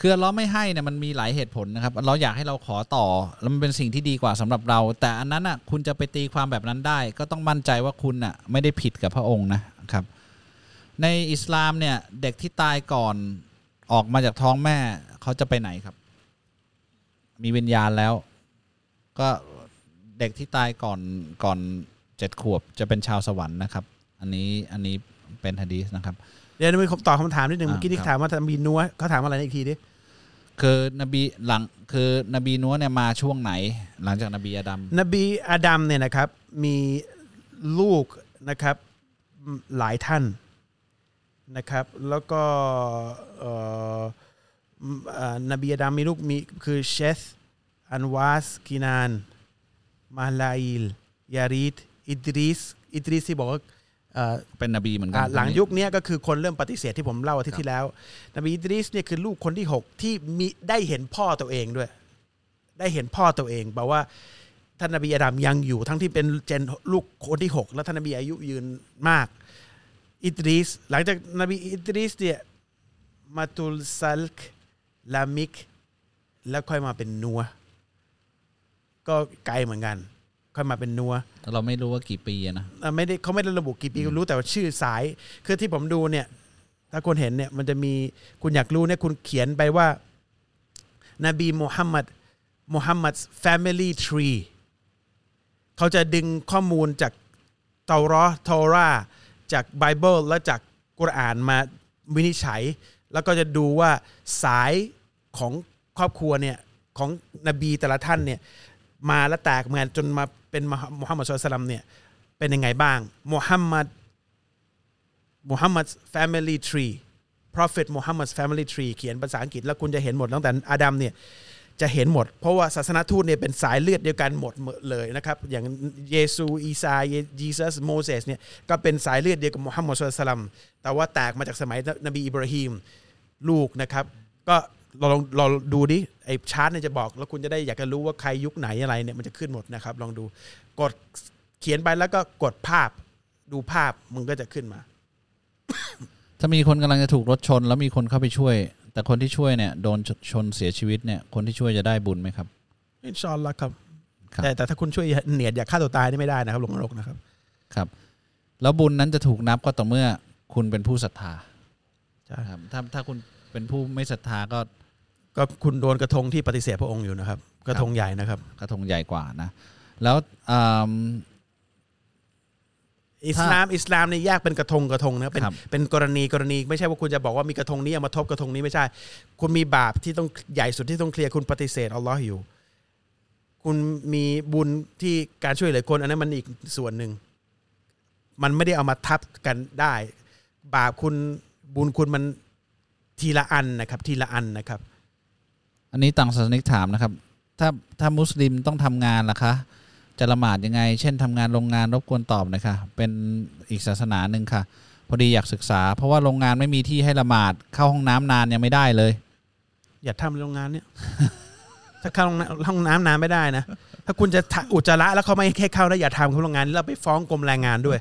Speaker 3: คือเราไม่ให้เนี่ยมันมีหลายเหตุผลนะครับเราอยากให้เราขอต่อแล้วมันเป็นสิ่งที่ดีกว่าสำหรับเรา แต่อันนั้นอ่ะคุณจะไปตีความแบบนั้นได้ ก็ต้องมั่นใจว่าคุณอ่ะไม่ได้ผิดกับพระองค์นะครับ ในอิสลามเนี่ยเด็กที่ตายก่อนออกมาจากท้องแม่เขาจะไปไหนครับ มีวิญญาณแล้ว ก็เด็กที่ตายก่อนก่อนเจ็ดขวบจะเป็นชาวสวรรค์นะครับ อันนี้อันนี้เป็นฮะดีสนะครับ
Speaker 2: เดี๋ยวมีคำตอบคำถามนิดหนึ่ง
Speaker 3: อ่า
Speaker 2: เมื่อกี้ที่
Speaker 3: ครับ
Speaker 2: ถามว่ามีนัวเขาถามอะไรนะอีกทีดิ
Speaker 3: คือนบีหลังคือนบีนัวเนี่ยมาช่วงไหน หลังจากนบีอาดัม
Speaker 2: นบีอาดัมเนี่ยนะครับ มีลูกนะครับหลายท่านนะครับ แล้วก็เอ่อเอ่อนบีอาดัมมีลูกมีคือเชสอันวาสกินาน มาลาอิลยาริดอิดริสอิดริสที่บอกว่าเอ่อ
Speaker 3: เป็นนบีเหมือนกั
Speaker 2: อ่ะ
Speaker 3: น
Speaker 2: หลังยุคเนี้ยก็คือคนเริ่มปฏิเสธที่ผมเล่าอาทิตย์ที่แล้วนบีอิดริสเนี่ยคือลูกคนที่ 6 ที่มีได้เห็นพ่อตัวเองด้วย ได้เห็นพ่อตัวเองแปลว่าท่านนบีอาดัมยังอยู่ทั้งที่เป็นเจนลูกคนที่ 6 แล้วท่านนบีอายุยืนมากอิดริสหลังจากนบีอิดริสเนี่ยมาตุลซัลกลามิก แล้วค่อยมาเป็นนัว ก็ไกลเหมือนกัน ค่อยมาเป็นนัว
Speaker 3: แต่เราไม่รู้ว่ากี่ปีอะนะ
Speaker 2: อ่ะไม่ได้เขาไม่ได้ระบุกี่ปีรู้แต่ว่าชื่อสาย คือที่ผมดูเนี่ย ถ้าคนเห็นเนี่ยมันจะมีคุณอยากรู้เนี่ยคุณเขียนไปว่า นบีมูฮัมมัดมูฮัมมัด family tree เขาจะดึงข้อมูลจากเตารอทอราจากไบเบิลและจากกุรอานมาวินิจฉัย แล้วก็จะดูว่าสายของครอบครัวเนี่ยของนบีแต่ละท่านเนี่ยมาและแตกเหมือนจนมาเป็นมูฮัมมัดสุลตัลลัมเนี่ยเป็นยังไงบ้างมูฮัมมัด Muhammad's family tree prophet Muhammad's family tree เขียนภาษาอังกฤษแล้วคุณจะเห็นหมดตั้งแต่อาดัมเนี่ยจะเห็นหมด เพราะว่าศาสนทูตเนี่ยเป็นสายเลือดเดียวกันหมดเลยนะครับ อย่างเยซูอีซาเยจีซัสโมเสสเนี่ยก็เป็นสายเลือดเดียวกับมุฮัมมัดสุลตัลลัมแต่ว่าแตกมาจากสมัยนบีอิบราฮิมลูกนะครับ ก็เราลองเราดูดิไอชาร์ตเนี่ยจะบอกแล้วคุณจะได้อยากจะรู้ว่าใครยุคไหนอะไรเนี่ยมันจะขึ้นหมดนะครับ ลองดูกดเขียนไปแล้วก็กดภาพดูภาพมึงก็จะขึ้นมา
Speaker 3: ถ้ามีคนกำลังจะถูกรถชน แล้วมีคนเข้าไปช่วย แต่คนที่ช่วยเนี่ยโดนชนเสียชีวิตเนี่ยคนที่ช่วยจะได้บุญไหมครับ
Speaker 2: อินชาอัลลอฮ์ครับ
Speaker 3: ครับ
Speaker 2: แต่แต่ถ้าคุณช่วยเหนียดอยากฆ่าตัวตายนี่ไม่ได้นะครับลงนรกนะครับ
Speaker 3: ครับ แล้วบุญนั้นจะถูกนับก็ต่อเมื่อคุณเป็นผู้ศรัทธา
Speaker 2: ใช่
Speaker 3: ครับถ้าถ้าคุณเป็นผู้ไม่ศรัทธาก็
Speaker 2: ก็คุณโดนกระทงที่ปฏิเสธพระองค์อยู่นะครับ กระทงใหญ่นะครับ
Speaker 3: กระทงใหญ่กว่านะ แล้วอืม
Speaker 2: อิสลามอิสลามเนี่ยแยกเป็นกระทงกระทงนะเป็น
Speaker 3: ครับ
Speaker 2: เป็นกรณีกรณีไม่ใช่ว่าคุณจะบอกว่ามีกระทงนี้เอามาทบกระทงนี้ไม่ใช่ คุณมีบาปที่ต้องใหญ่สุดที่ต้องเคลียร์คุณปฏิเสธอัลลอฮ์อยู่ คุณมีบุญที่การช่วยเหลือคน อันนั้นมันอีกส่วนหนึ่ง มันไม่ได้เอามาทับกันได้ บาปคุณบุญคุณมันทีละอันนะครับ ทีละอันนะครับ
Speaker 3: อันนี้ต่างศาสนิกถามนะครับ ถ้าถ้ามุสลิมต้องทำงานล่ะคะ จะละหมาดยังไง เช่นทำงานโรงงานรบกวนตอบหนะคะเป็นอีกศาสนาหนึ่งค่ะ พอดีอยากศึกษา เพราะว่าโรงงานไม่มีที่ให้ละหมาดเข้าห้องน้ำนานยังไม่ได้เลย
Speaker 2: อย่าทำโรงงานเนี่ย ถ้าเข้าโรงน้ำห้องน้ำน้ำไม่ได้นะ ถ้าคุณจะทะอุจจาระแล้วเขาไม่ให้เข้าแล้วอย่าทำครับโรงงานนี้เราไปฟ้องกรมแรงงานด้วย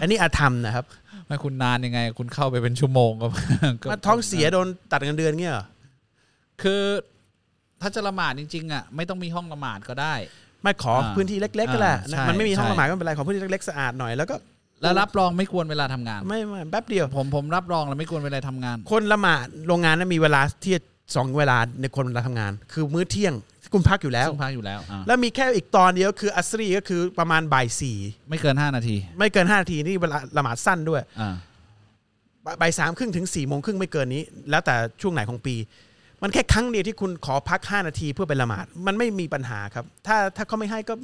Speaker 2: อันนี้อาธรรมนะครับ
Speaker 3: ไม่คุณนานยังไง คุณเข้าไปเป็นชั่วโมงก็ ก็
Speaker 2: มาท้องเสียโดนตัดเงินเดือนเงี้ยเหรอ
Speaker 3: คือถ้าจะละหมาดจริงๆอ่ะไม่ต้องมีห้องละหมาดก็ได้
Speaker 2: ไม่ขอ
Speaker 3: อ่า
Speaker 2: พื้นที่เล็กๆก็แหละ
Speaker 3: อ่าใช่
Speaker 2: มันไม่มีห้อง
Speaker 3: ใช่
Speaker 2: ละหมาดก็ไม่เป็นไรขอพื้นที่เล็กๆสะอาดหน่อยแล้วก็
Speaker 3: แล้วรับรองไม่ควรเวลาทำงาน
Speaker 2: ไม่ไม่แป๊บเดียว
Speaker 3: ผมผมรับรองแล้วไม่ควรเวลาทำงาน
Speaker 2: คนละหมาดโรงงานนั้นมีเวลาที่จะสองเวลาในคนเวลาทำงาน คือมื้อเที่ยงที่คุณพักอยู่แล้ว
Speaker 3: ซึ่งพักอยู่แล้วอ่ะ
Speaker 2: แล้วมีแค่อีกตอนเดียวคืออัสรีก็คือประมาณบ่ายสี่
Speaker 3: ไม่เกิน 5 นาที
Speaker 2: ไม่เกินห้านาทีนี่เวลาละหมาดสั้นด้วย
Speaker 3: อ่า
Speaker 2: บบ่ายสามครึ่งถึงสี่โมงครึ่งไม่เกินนี้ แล้วแต่ช่วงไหนของปี มันแค่ครั้งเดียวที่คุณขอพัก 5 นาทีเพื่อไปละหมาด มันไม่มีปัญหาครับ ถ้าถ้าเขาไม่ให้ก็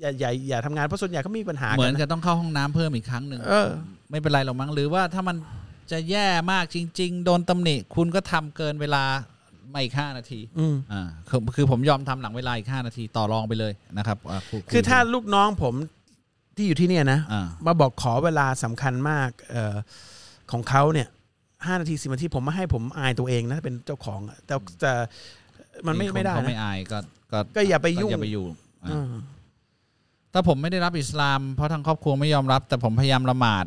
Speaker 2: อย่าอย่าอย่าทำงานเพราะส่วนใหญ่เขาไม่มีปัญหา
Speaker 3: เหมือน
Speaker 2: กั
Speaker 3: จะต้องเข้าห้องน้ำเพิ่มอีกครั้งหนึ่ง
Speaker 2: เออ
Speaker 3: ไม่เป็นไรหรอกมั้งหรือว่าถ้ามันจะแย่มากจริง ๆ โดนตำหนิ คุณก็ทำเกินเวลาไม่ค่านาที
Speaker 2: อืม
Speaker 3: อ่าคือคือผมยอมทำหลังเวลาอีกห้านาทีต่อรองไปเลยนะครับาย
Speaker 2: คือถ้าลูกน้องผมที่อยู่ที่เนี่ยนะ
Speaker 3: อ่า
Speaker 2: มาบอกขอเวลาสำคัญมากเออของเขาเนี่ยห้านาทีสิบนาทีผมไม่ให้ผมอายตัวเองนะเป็นเจ้าของอะแต่แต่มันไม่
Speaker 3: ค
Speaker 2: ไม่ได้
Speaker 3: เขา
Speaker 2: นะ
Speaker 3: ไม่อายก็ก็
Speaker 2: ก็อย่าไปยุ่ง
Speaker 3: ก็อย่าไปอยู่อ่า
Speaker 2: อืม
Speaker 3: ถ้าผมไม่ได้รับอิสลาม เพราะทางครอบครัวไม่ยอมรับ แต่ผมพยายามละหมาด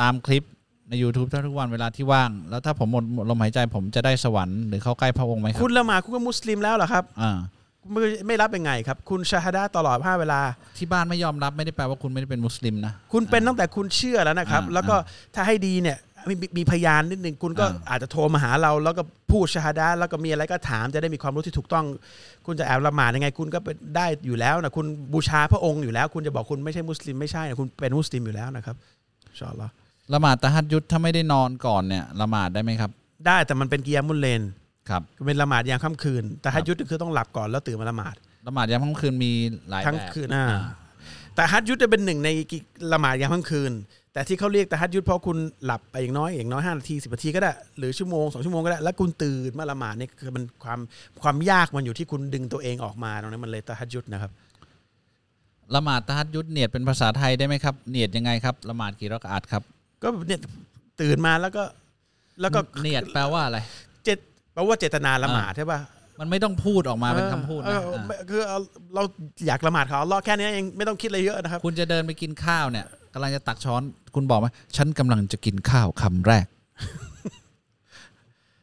Speaker 3: ตามคลิป ใน YouTube ทุกวันเวลาที่ว่าง แล้วถ้าผมหมดลมหายใจผมจะได้สวรรค์หรือเข้าใกล้พระองค์ไหมครั
Speaker 2: คุ
Speaker 3: บ
Speaker 2: ณละหมาดคุณก็มุสลิมแล้วเหรอครับ
Speaker 3: อ่า
Speaker 2: ไม่ไม่รับเป็นไงครับ คุณชาฮาดาตลอดห้าเวลา
Speaker 3: ที่บ้านไม่ยอมรับไม่ได้แปลว่าคุณไม่ได้เป็นมุสลิมนะ
Speaker 2: คุณเป็นตั้งแต่คุณเชื่อแล้วนะครับ
Speaker 3: อ่า
Speaker 2: แล้วก็ถ้าให้ดีเนี่ยมีมีมีพยานนิดหนึ่งคุณก็
Speaker 3: อ่า
Speaker 2: อาจจะโทรมาหาเรา แล้วก็พูดชาฮาดาแล้วก็มีอะไรก็ถามจะได้มีความรู้ที่ถูกต้อง คุณจะแอบละหมาดยังไง คุณก็เป็นได้อยู่แล้วนะคุณบูชาพระองค์อยู่แล้ว คุณจะบอกคุณไม่ใช่มุสลิมไม่ใช่นะคุณเป็นมุสลิมอยู่แล้วนะครับอินชาอลลอฮ์
Speaker 3: ละหมาดตะฮัดยุดถ้าไม่ได้นอนก่อนเนี่ยละหมาดได้ไหมครับ
Speaker 2: ได้แต่มันเป็นกิยามุลเลน
Speaker 3: ครับ
Speaker 2: เป็นละหมาดยามค่ำคืน แต่ฮัจญุดคือต้องหลับก่อนแล้วตื่นมาละหมาด
Speaker 3: ละหมาดยามค่ำคืนมีหลายแบ
Speaker 2: ทั้ง
Speaker 3: บ
Speaker 2: คืนอ่าแต่ฮัทยุทธจะเป็นหนึ่งในกิละหมาดยามค่ำคืน แต่ที่เขาเรียกแต่ฮัทยุทธเพราะคุณหลับไปอย่างน้อยอย่างน้อยห้านาทีสิบนาทีก็ได้ หรือชั่วโมงสองชั่วโมงก็ได้ แล้วคุณตื่นมาละหมาดเนี่ยคือมันความความยากมันอยู่ที่คุณดึงตัวเองออกมาตรงนั้นมันเลยแต่ฮัทยุทธนะครับ
Speaker 3: ละหมาดตะฮัดยุดเนียดเป็นภาษาไทยได้ไหมครับเนียดยังไงครับละหมาดกี่รักอาดครับ
Speaker 2: ก็เนี่ยตื่นมาแล้วก็ แล้วก็
Speaker 3: เนียดแปลว่าอะไร
Speaker 2: เจตแปลว่าเจตนาละหมาดใช่ป่ะ
Speaker 3: มันไม่ต้องพูดออกมาเป็นคำพูด
Speaker 2: เอ
Speaker 3: นะ
Speaker 2: อเออ
Speaker 3: อ่า
Speaker 2: ไม่คือเอาเราอยากละหมาดเขาเราแค่นี้เองไม่ต้องคิดอะไรเยอะนะครับ
Speaker 3: คุณจะเดินไปกินข้าวเนี่ยกำลังจะตักช้อน คุณบอกไหมฉันกำลังจะกินข้าวคำแรก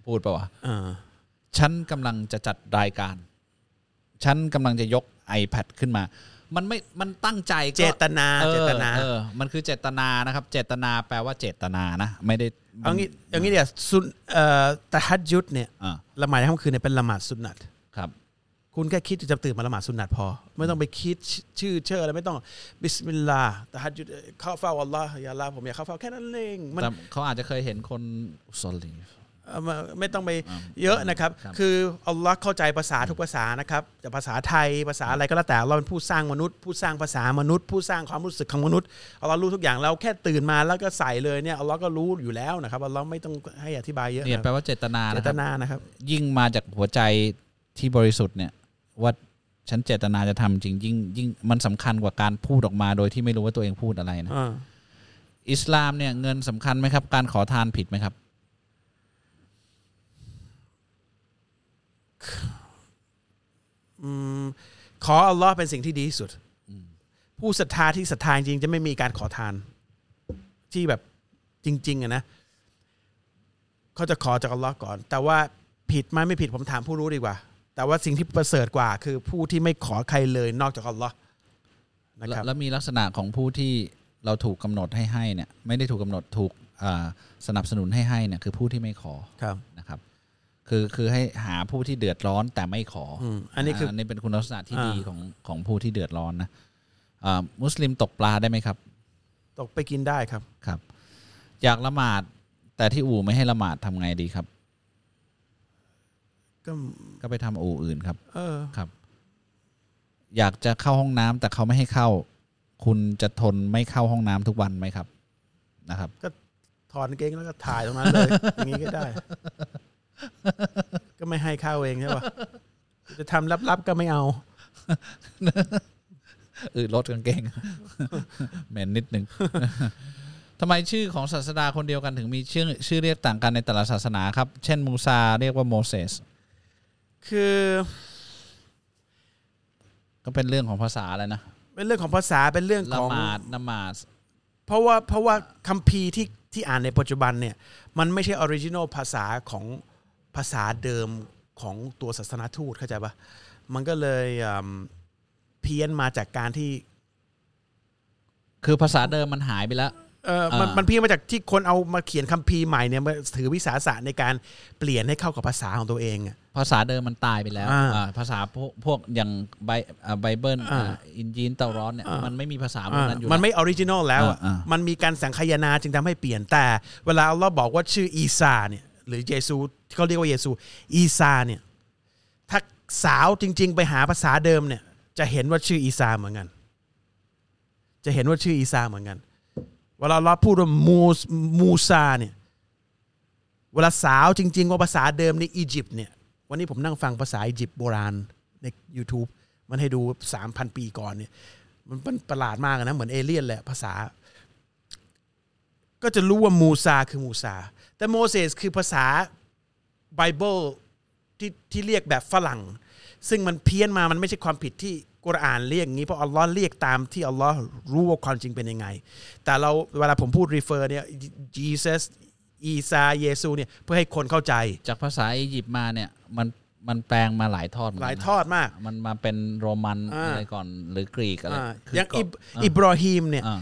Speaker 3: พูดปะวะ
Speaker 2: อ่า
Speaker 3: ฉันกำลังจะจัดรายการ ฉันกำลังจะยก iPad ขึ้นมา มันไม่มันตั้งใจก็
Speaker 2: เจตนา
Speaker 3: ออ
Speaker 2: เจตนา
Speaker 3: เออมันคือเจตนานะครับ เจตนาแปลว่าเจตนานะ ไม่ได้
Speaker 2: เอางี้เอางี้เดี๋ยวซุนเอ่อตะฮัดยุทธเนี่ย
Speaker 3: อ่า
Speaker 2: ละหมาดยามค่ำคืนเนี่ยเป็นละหมาดสุนนัต
Speaker 3: ครับ
Speaker 2: คุณแค่คิดจะตื่นมาละหมาดสุนนัตพอ ไม่ต้องไปคิดชื่อเชื่ออะไรไม่ต้องบิสมิลลาห์ตะฮัดยุดเข้าเฝ้าอัลลอฮ์อย่าลาผมอยากเข้าเฝ้าแค่นั้นเองมัน
Speaker 3: แต่เขาอาจจะเคยเห็นคนสลีฟ
Speaker 2: เอ่อมันไม่ต้องไป
Speaker 3: อ่า
Speaker 2: เยอะนะครับ
Speaker 3: ครับ
Speaker 2: คืออัลลอฮ์เข้าใจภาษาทุกภาษานะครับแต่ภาษาไทยภาษาอะไรก็แล้วแต่เราเป็นผู้สร้างมนุษย์ ผู้สร้างภาษามนุษย์ ผู้สร้างความรู้สึกของมนุษย์อัลลอฮ์รู้ทุกอย่างเราแค่ตื่นมาแล้วก็ใส่เลยเนี่ยอัลลอฮ์ก็รู้อยู่แล้วนะครับอัลลอฮ์ไม่ต้องให้อธิบายเยอะ
Speaker 3: เนี่ย
Speaker 2: นะค
Speaker 3: แปล
Speaker 2: รับ
Speaker 3: ว่าเจตนา
Speaker 2: เจ
Speaker 3: นะค
Speaker 2: ต
Speaker 3: รับ
Speaker 2: นานะครับ
Speaker 3: ยิ่งมาจากหัวใจที่บริสุทธิ์เนี่ยว่าฉันเจตนาจะทำจริงยิ่งยิ่งมันสำคัญกว่าการพูดออกมาโดยที่ไม่รู้ว่าตัวเองพูดอะไรนะ
Speaker 2: อ่า
Speaker 3: อิสลามเนี่ยเงินสำคัญไหมครับ การขอทานผิดไหมครับ
Speaker 2: อืมขออัลลอฮ์เป็นสิ่งที่ดีที่สุด ผู้ศรัทธาที่ศรัทธาจริงๆจะไม่มีการขอทาน ที่แบบจริง ๆอะนะเขาจะขอจากอัลลอฮ์ก่อน แต่ว่าผิดไหมไม่ผิดผมถามผู้รู้ดีกว่า แต่ว่าสิ่งที่ประเสริฐกว่า คือผู้ที่ไม่ขอใครเลยนอกจากอัลลอฮ์นะ
Speaker 3: แล้ว
Speaker 2: ครับ
Speaker 3: แล้วมีลักษณะของผู้ที่เราถูกกำหนดให้ให้เนี่ยไม่ได้ถูกกำหนดถูกอ่าสนับสนุนให้ให้เนี่ยคือผู้ที่ไม่ขอ
Speaker 2: ครับ
Speaker 3: นะครับ คือคือให้หาผู้ที่เดือดร้อนแต่ไม่ขออ
Speaker 2: มอันนี้คืออ่
Speaker 3: าอันนี้เป็นคุณลักษณะที่ดีของของผู้ที่เดือดร้อนนะอ่ามุสลิมตกปลาได้ไหมครับ
Speaker 2: ตกไปกินได้ครับ
Speaker 3: ครับอยากละหมาดแต่ที่อู่ไม่ให้ละหมาดทำไงดีครับ
Speaker 2: ก็
Speaker 3: ก็ไปทำอู่อื่นครับ
Speaker 2: เออ
Speaker 3: ครับ อยากจะเข้าห้องน้ำแต่เขาไม่ให้เข้า คุณจะทนไม่เข้าห้องน้ำทุกวันไหมครับนะครับ
Speaker 2: ถอดกางเกงแล้วก็ถ่ายตรงนั้นเลย อย่างนี้ก็ได้ ก็ไม่ให้ข้าวเองใช่ปะจะทำลับๆก็ไม่เอา
Speaker 3: อืดรถกางเกง เหม็นนิดนึง ทำไมชื่อของศาสดาคนเดียวกันถึงมีชื่อชื่อเรียกต่างกันในแต่ละศาสนาครับ เช่นมูซาเรียกว่าโมเสส
Speaker 2: คือ
Speaker 3: ก็เป็นเรื่องของภาษาแล้วนะ
Speaker 2: เป็นเรื่องของภาษาเป็นเรื่อง
Speaker 3: ละ
Speaker 2: ของ
Speaker 3: หมาดนมาส
Speaker 2: เพราะว่าเพราะว่าคัมภีร์ที่ที่อ่านในปัจจุบันเนี่ยมันไม่ใช่ออริจินอลภาษาของภาษาเดิมของตัวศาสนาทูตเข้าใจปะมันก็เลยอืมเพี้ยนมาจากการที่
Speaker 3: คือภาษาเดิมมันหายไปแล้ว
Speaker 2: เออมัน
Speaker 3: อ่ามั
Speaker 2: มันเพี้ยนมาจากที่คนเอามาเขียนคัมภีร์ใหม่เนี่ยมาถือวิสาสะในการเปลี่ยนให้เข้ากับภาษาของตัวเองอะ
Speaker 3: ภาษาเดิมมันตายไปแล้ว
Speaker 2: อ่า
Speaker 3: อ่าภาษาพวกพวกอย่างไบอ่าไบเบิล
Speaker 2: อ่า
Speaker 3: อ่าอินจีนเตารอนเนี่ย
Speaker 2: อ่ามั
Speaker 3: มันไม่มีภาษาพวก
Speaker 2: อ่า
Speaker 3: นั้นอยู่
Speaker 2: มัน
Speaker 3: แล้ว
Speaker 2: ไม่ออริจินอลแล้วอะ
Speaker 3: อ่าอ่ามั
Speaker 2: มันมีการสังคายนาจึงทำให้เปลี่ยนแต่ เวลาเราบอกว่าชื่ออีซาเนี่ยหรือเยซูที่เขาเรียกว่าเยซู อีซาเนี่ยถ้าสาวจริง ๆ ไปหาภาษาเดิมเนี่ย จะเห็นว่าชื่ออีซาเหมือนกัน จะเห็นว่าชื่ออีซาเหมือนกัน เวลาเราพูดว่ามูสมูซาเนี่ย เวลาสาวจริง ๆ ว่าภาษาเดิมในอียิปต์เนี่ย วันนี้ผมนั่งฟังภาษาอียิปต์โบราณใน YouTube มันให้ดู 3,000 ปีก่อนเนี่ย มันเป็นประหลาดมากอะนะ เหมือนเอเลี่ยนแหละภาษา ก็จะรู้ว่ามูซาคือมูซา แต่โมเสสคือภาษาไบเบิลที่ที่เรียกแบบฝรั่ง ซึ่งมันเพี้ยนมามันไม่ใช่ความผิดที่ กุรอานเรียกงี้เพราะอัลลอฮ์เรียกตามที่อัลลอฮ์รู้ว่าความจริงเป็นยังไง แต่เราเวลาผมพูด refer เนี่ย Jesus อีซาเยซูเนี่ยเพื่อให้คนเข้าใจ
Speaker 3: จากภาษาอียิปต์มาเนี่ยมันมันแปลงมาหลายทอดเมืน
Speaker 2: ห
Speaker 3: กัน
Speaker 2: ลายทอดมาก
Speaker 3: มันมาเป็นโรมัน
Speaker 2: อ่า
Speaker 3: อะไรก่อนหรือกรีกอะไร
Speaker 2: อ่า
Speaker 3: คือ
Speaker 2: อย่าง
Speaker 3: ก่
Speaker 2: อิ
Speaker 3: น
Speaker 2: บอิบรอฮีมเนี่ย
Speaker 3: อ่า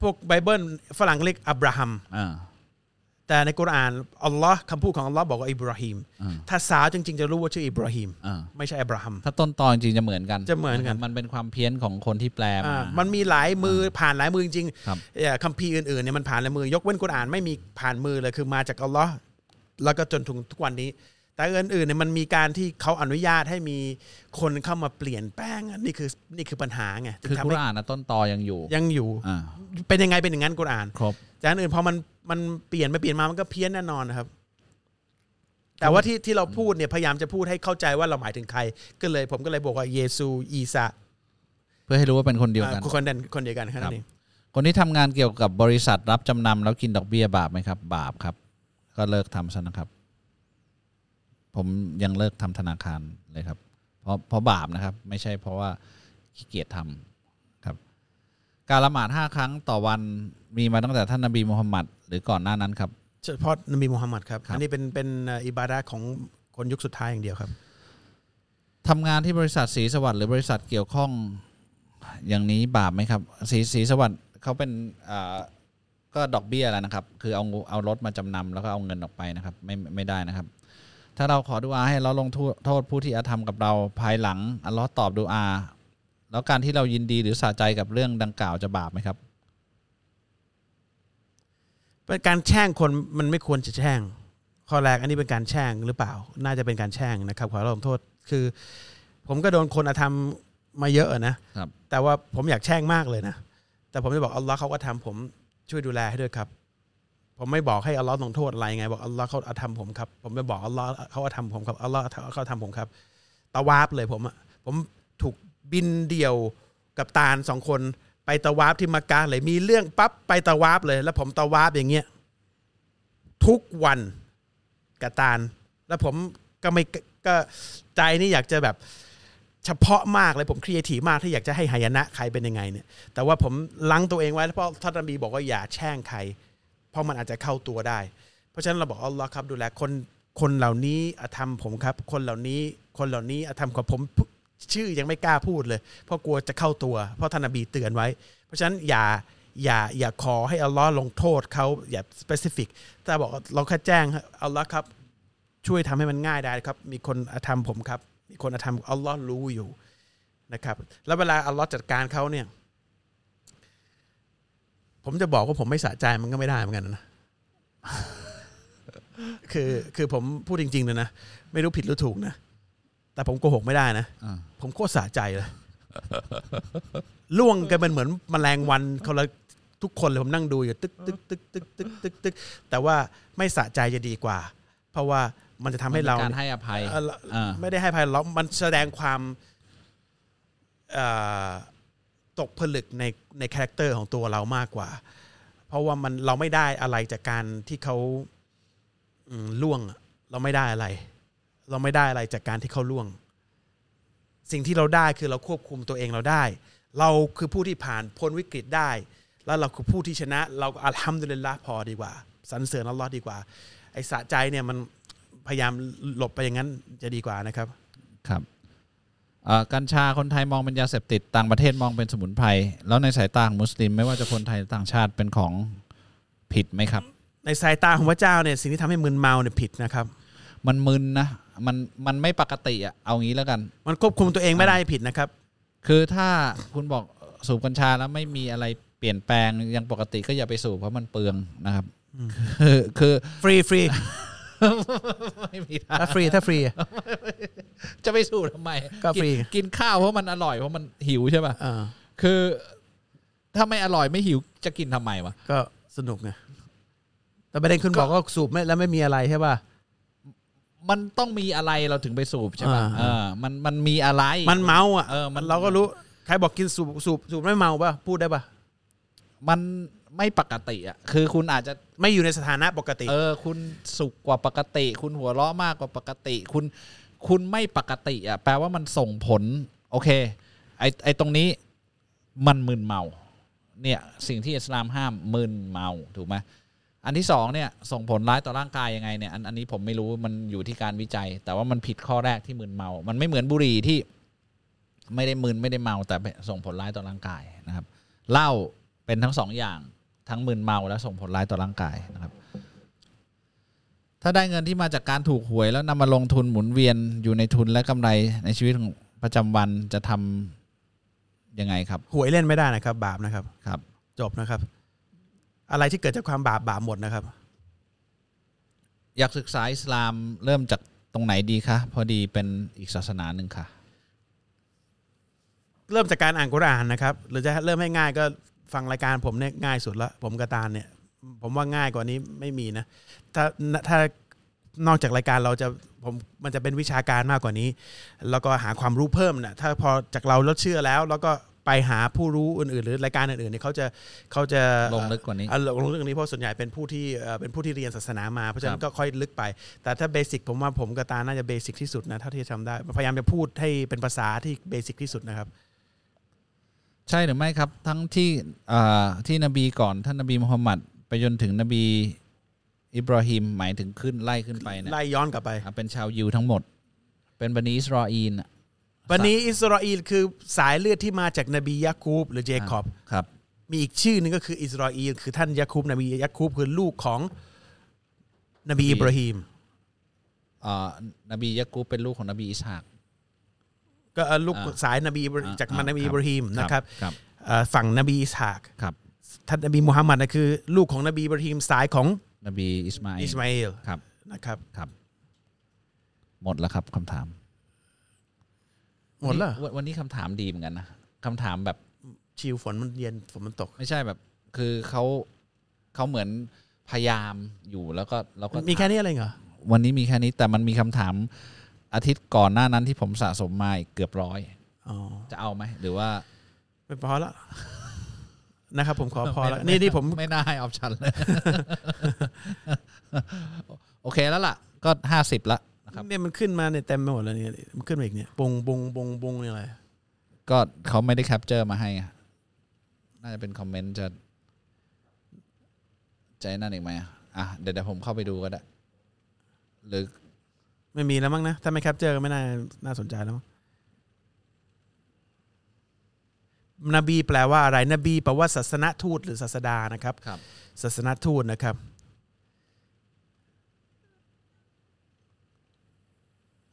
Speaker 2: พวกไบเบิลฝรั่งเรียกอับราฮัม
Speaker 3: อ่า
Speaker 2: แต่ในกุรอานอัลลอฮ์คำพูดของอัลลอฮ์บอกว่าอิบราฮิม
Speaker 3: อืม
Speaker 2: ถ้าสาวจริง ๆ จะรู้ว่าชื่ออิบราฮิม
Speaker 3: อ่า
Speaker 2: ไม่ใช่อับราฮัม
Speaker 3: ถ้าต้นตอนจริงจะเหมือนกัน
Speaker 2: จะเหมือนกัน
Speaker 3: มันเป็นความเพี้ยนของคนที่แปลมา
Speaker 2: อ่ามันมีหลายมือผ่านหลายมือจริง
Speaker 3: ครับ
Speaker 2: ๆเอ่อคัมภีร์อื่นๆเนี่ยมันผ่านหลายมือยกเว้นกุรอานไม่มีผ่านมือเลยคือมาจากอัลลอฮ์แล้วก็จนถึงทุกวันนี้ แต่อื่นๆเนี่ยมันมีการที่เขาอนุญาตให้มีคนเข้ามาเปลี่ยนแปลงอ่ะนี่คือนี่คือปัญหาไง
Speaker 3: คือ
Speaker 2: ทำ
Speaker 3: กุร
Speaker 2: ให้
Speaker 3: อานนะต้นตอยังอยู่
Speaker 2: ยังอยู่
Speaker 3: อ่า
Speaker 2: เป็นยังไงเป็นอย่างนั้นกุรอาน
Speaker 3: ครบ
Speaker 2: แต่อันอื่นพอมันมันเปลี่ยนไปเปลี่ยนมามันก็เพี้ยนแน่นอนนะครับ แต่ว่าที่ที่เราพูดเนี่ยพยายามจะพูดให้เข้าใจว่าเราหมายถึงใคร ก็เลยผมก็เลยบอกว่าเยซูอีสา
Speaker 3: เพื่อให้รู้ว่าเป็นคนเดียวกัน
Speaker 2: อ่าคนเดียวคนเดียวกันแค่นั้นเอง
Speaker 3: คนที่ทำงานเกี่ยวกับบริษัทรับจำนำแล้วกินดอกเบี้ยบาปไหมครับ บาปครับ ก็เลิกทำซะนะครับ ผมยังเลิกทำธนาคารเลยครับ เพราะเพราะบาปนะครับ ไม่ใช่เพราะว่าขี้เกียจทำครับ การละหมาดห้าครั้งต่อวันมีมาตั้งแต่ท่านนบีมูฮัมมัดหรือก่อนหน้านั้นครับ
Speaker 2: เฉพาะนบีมูฮัมมัดครับ
Speaker 3: ครับ
Speaker 2: อันนี้เป็นเป็นเอ่ออิบาดะห์ของคนยุคสุดท้ายอย่างเดียวครับ
Speaker 3: ทำงานที่บริษัทสีสวัสดิ์หรือบริษัทเกี่ยวข้องอย่างนี้บาปไหมครับสีสีสวัสดิ์เขาเป็นอ่าก็ดอกเบี้ยแล้วนะครับ คือเอาเอารถมาจำนำแล้วก็เอาเงินออกไปนะครับ ไม่ไม่ได้นะครับ ถ้าเราขอดุอาให้เราลงโทษโทษผู้ที่อาธรรมกับเราภายหลังอัลเลอฮ์ตอบดุอา แล้วการที่เรายินดีหรือสะใจกับเรื่องดังกล่าวจะบาปไหมครับ
Speaker 2: เป็นการแช่งคนมันไม่ควรจะแช่ง ข้อแรกอันนี้เป็นการแช่งหรือเปล่า น่าจะเป็นการแช่งนะครับ ขอรับโทษคือ ผมก็โดนคนอาธรรมมาเยอะอะนะครับ แต่ว่าผมอยากแช่งมากเลยนะ แต่ผมจะบอกอัลลอฮ์เขาก็ทำผมช่วยดูแลให้ด้วยครับ ผมไม่บอกให้อัลลอฮ์ลงโทษอะไรไง บอกอัลลอฮ์เขาอาธรรมผมครับ ผมไปบอกอัลลอฮ์เขาอาธรรมผมครับอัลลอฮ์เขาทำผมครับตะวาบเลยผมอะผมถูกบินเดี่ยวกับตาลสองคนไปตะวาบที่มักกะเลยมีเรื่องปั๊บไปตะวาบเลย แล้วผมตะวาบอย่างเงี้ย ทุกวันกับตาล แล้วผมก็ไม่ก็ใจนี่อยากจะแบบเฉพาะมากเลยผมครีเอทีฟมากที่อยากจะให้หายนะใครเป็นยังไงเนี่ย แต่ว่าผมลังตัวเองไว้เพราะท่านนบีบอกว่าอย่าแช่งใคร เพราะมันอาจจะเข้าตัวได้ เพราะฉะนั้นเราบอกอัลลอฮ์ครับดูแลคนคนเหล่านี้อาธรรมผมครับ คนเหล่านี้คนเหล่านี้อาธรรมของผมชื่อยังไม่กล้าพูดเลย เพราะกลัวจะเข้าตัว เพราะท่านนบีเตือนไว้ เพราะฉะนั้นอย่าอย่าอย่าขอให้อัลลอฮ์ลงโทษเขาอย่า specific แต่บอกเราแค่แจ้งอัลลอฮ์ครับ ช่วยทำให้มันง่ายได้ครับ มีคนอาธรรมผมครับ มีคนอาธรรมอัลลอฮ์รู้อยู่นะครับ แล้วเวลาอัลลอฮ์จัดการเขาเนี่ย ผมจะบอกว่าผมไม่สะใจมันก็ไม่ได้เหมือนกันนะ คือคือผมพูดจริงๆเลยนะ ไม่รู้ผิดหรือถูกนะ แต่ผมโกหกไม่ได้นะ
Speaker 3: อ่า
Speaker 2: ผมโคตรสะใจเลย ล่วงกันเป็นเหมือนแมลงวันคนละทุกคนเลยผมนั่งดูอยู่ตึกตึกตึกตึกตึกตึกตึกแต่ว่าไม่สะใจจะดีกว่า เพราะว่ามันจะทำให้เรา
Speaker 3: นเป็นการให้อภัย
Speaker 2: เอ่อเรา
Speaker 3: อ่า
Speaker 2: ไม่ได้ให้ภัยเรามันแสดงความเอ่อตกผลึกในในคาแรคเตอร์ของตัวเรามากกว่า เพราะว่ามันเราไม่ได้อะไรจากการที่เขาอืมล่วงอะเราไม่ได้อะไร เราไม่ได้อะไรจากการที่เขาล่วง สิ่งที่เราได้คือเราควบคุมตัวเองเราได้ เราคือผู้ที่ผ่านพ้นวิกฤตได้ แล้วเราคือผู้ที่ชนะ เราก็อัลฮัมดุลิลละห์พอดีกว่าสรรเสริญอัลลอฮ์ดีกว่า ไอ้สะใจเนี่ยมันพยายามหลบไปอย่างนั้นจะดีกว่านะครับ
Speaker 3: ครับอ่ากัญชาคนไทยมองเป็นยาเสพติดต่างประเทศมองเป็นสมุนไพรแล้วในสายตาของมุสลิม ไม่ว่าจะคนไทยหรือต่างชาติเป็นของผิดไหมครับ
Speaker 2: ในสายตาของพระเจ้าเนี่ยสิ่งที่ทำให้มึนเมาเนี่ยผิดนะครับ
Speaker 3: มันมึนนะมันมันไม่ปกติอ่ะเอางี้แล้วกัน
Speaker 2: มันควบคุมตัวเองไม่ได้ผิดนะครับ
Speaker 3: คือถ้าคุณบอกสูบกัญชาแล้วไม่มีอะไรเปลี่ยนแปลงยังปกติก็อย่าไปสูบเพราะมันเปลืองนะครับ คือคือ
Speaker 2: ฟรีฟรี
Speaker 3: ไม่มีทาง
Speaker 2: ถ้าฟรีถ้าฟรี
Speaker 3: จะไปสูบทำไม
Speaker 2: ก็ฟรี
Speaker 3: นกินข้าวเพราะมันอร่อยเพราะมันหิวใช่ป่ะ
Speaker 2: อ่า
Speaker 3: คือ ถ้าไม่อร่อยไม่หิวจะกินทำไมวะ
Speaker 2: ก็สนุกไงแต่ประเด็นคุณบอกว่าสูบไม่แล้วไม่มีอะไรใช่ป่ะ
Speaker 3: มันต้องมีอะไรเราถึงไปสูบใช่ป่ะ
Speaker 2: อ่า
Speaker 3: เออมันมันมีอะไร
Speaker 2: มันเมาอ่ะ
Speaker 3: เออมัน
Speaker 2: เราก็รู้ใครบอกกินสูบสูบสูบไม่เมาป่ะพูดได้ป่ะ
Speaker 3: มันไม่ปกติอ่ะคือคุณอาจจะ
Speaker 2: ไม่อยู่ในสถานะปกติ
Speaker 3: เออคุณสุขกว่าปกติ คุณหัวเราะมากกว่าปกติ คุณคุณไม่ปกติอ่ะแปลว่ามันส่งผล โอเค ไอ้ไอ้ตรงนี้มันมึนเมา เนี่ยสิ่งที่อิสลามห้ามมึนเมาถูกไหมอันที่สองเนี่ยส่งผลร้ายต่อร่างกายยังไงเนี่ยอันอันนี้ผมไม่รู้มันอยู่ที่การวิจัย แต่ว่ามันผิดข้อแรกที่มึนเมา มันไม่เหมือนบุหรี่ที่ ไม่ได้มึนไม่ได้เมาแต่ส่งผลร้ายต่อร่างกายนะครับเหล้าเป็นทั้งสองอย่างทั้งมึนเมาและส่งผลร้ายต่อร่างกายนะครับ ถ้าได้เงินที่มาจากการถูกหวย แล้วนำมาลงทุนหมุนเวียนอยู่ในทุนและกำไรในชีวิตของประจำวันจะทำยังไงครับ
Speaker 2: หวยเล่นไม่ได้นะครับ บาปนะครับ
Speaker 3: ครับ
Speaker 2: จบนะครับ อะไรที่เกิดจากความบาปบาปหมดนะครับ
Speaker 3: อยากศึกษาอิสลามเริ่มจากตรงไหนดีคะพอดีเป็นอีกศาสนาหนึ่งค่ะ
Speaker 2: เริ่มจากการอ่านกุรอานนะครับ หรือจะเริ่มให้ง่ายก็ฟังรายการผมเนี่ยง่ายสุดละผมกระตานเนี่ย ผมว่าง่ายกว่านี้ไม่มีนะ ถ้าถ้านอกจากรายการเราจะผมมันจะเป็นวิชาการมากกว่านี้ แล้วก็หาความรู้เพิ่มนะถ้าพอจากเราแล้วเชื่อแล้ว แล้วก็ไปหาผู้รู้อื่นๆ หรือรายการอื่นๆเนี่ยเขาจะเขาจะ
Speaker 3: ลงลึกกว่านี้
Speaker 2: อ่ะลงเรื่องนี้เพราะส่วนใหญ่เป็นผู้ที่เอ่อเป็นผู้ที่เรียนศาสนามา เพราะฉะนั้
Speaker 3: ครั
Speaker 2: น
Speaker 3: บ
Speaker 2: ก็ค่อยลึกไป แต่ถ้าเบสิกผมว่าผมกับตาน่าจะเบสิกที่สุดนะเท่าที่จะทำได้ พยายามจะพูดให้เป็นภาษาที่เบสิกที่สุดนะครับ
Speaker 3: ใช่หรือไม่ครับ ทั้งที่อ่าที่นบีก่อนท่านนบีมุฮัมมัดไปจนถึงนบีอิบราฮิมหมายถึงขึ้นไล่ขึ้นไปเนี่ย
Speaker 2: ไล่ย้อนกลับไป
Speaker 3: อ่ะเป็นชาวยิวทั้งหมด เป็นบันิอิสราอีลน่ะ
Speaker 2: วันนี้อิสราเอลคือสายเลือดที่มาจากนบียาคูบหรือเจคอบ
Speaker 3: ครับ
Speaker 2: มีอีกชื่อหนึงก็คืออิสราเอลคือท่านยาคูบนบียาคูบคือลูกของนบีอิบราฮิม
Speaker 3: อ่านบียะกูบเป็นลูกของนบีอิสฮาก
Speaker 2: ก็เอ่อลูก
Speaker 3: อ่า
Speaker 2: สายนบีอิบราฮิม
Speaker 3: อ่า
Speaker 2: จากมันนบี
Speaker 3: ครับ
Speaker 2: อิบราฮิมนะครับ
Speaker 3: ครับ
Speaker 2: เอ่อฝั่งนบีอิสฮาก
Speaker 3: ครับ
Speaker 2: ท่านนบีมุฮัมมัดนะคือ ลูกของนบีอิบราฮิมสายของ
Speaker 3: นบีอิสมาอิ
Speaker 2: อิ
Speaker 3: ล
Speaker 2: สมาอิล
Speaker 3: ครับ
Speaker 2: นะครับ
Speaker 3: ครับ หมดแล้วครับคำถาม
Speaker 2: หมดแล้ว
Speaker 3: นนี้นวันนี้คำถามดีเหมือนกันนะคำถามแบบ
Speaker 2: ชิวฝนมันเย็นฝนมันตก
Speaker 3: ไม่ใช่แบบ คือเขาเขาเหมือนพยายามอยู่แล้วก็แล้วก็
Speaker 2: มีแค่นี้อะไรเหรอ
Speaker 3: วันนี้มีแค่นี้แต่มันมีคำถามอาทิตย์ก่อนหน้านั้นที่ผมสะสมมาอีกเกือบร้อย
Speaker 2: อ๋อ
Speaker 3: จะเอาไหมหรือว่า
Speaker 2: ไม่พอละนะครับ ผมขอพอละนี่นี่ผม
Speaker 3: ไม่น่าให้ออปชันเลย โอเคแล้วล่ะ ก็ห้าสิบละนะครับ
Speaker 2: เนี่ยมันขึ้นมาเนี่ยเต็มไปหมดเลยเนี่ยมันขึ้นมาอีกเนี่ยบงบงบงบงเนี่ยอะไร
Speaker 3: ก็เขาไม่ได้แคปเจอร์มาให้อะน่าจะเป็นคอมเมนต์จะใจนั่นอีกไหมอะอ่ะเดี๋ยวเดี๋ยวผมเข้าไปดูก็ได้ หรือ
Speaker 2: ไม่มีแล้วมั้งนะ ถ้าไม่แคปเจอร์ก็ไม่น่าน่าสนใจแล้วมั้งนบีแปลว่าอะไร นบีแปลว่าศาสนทูตหรือศาสดานะครับ
Speaker 3: ครับ
Speaker 2: ศาสนทูตนะครับ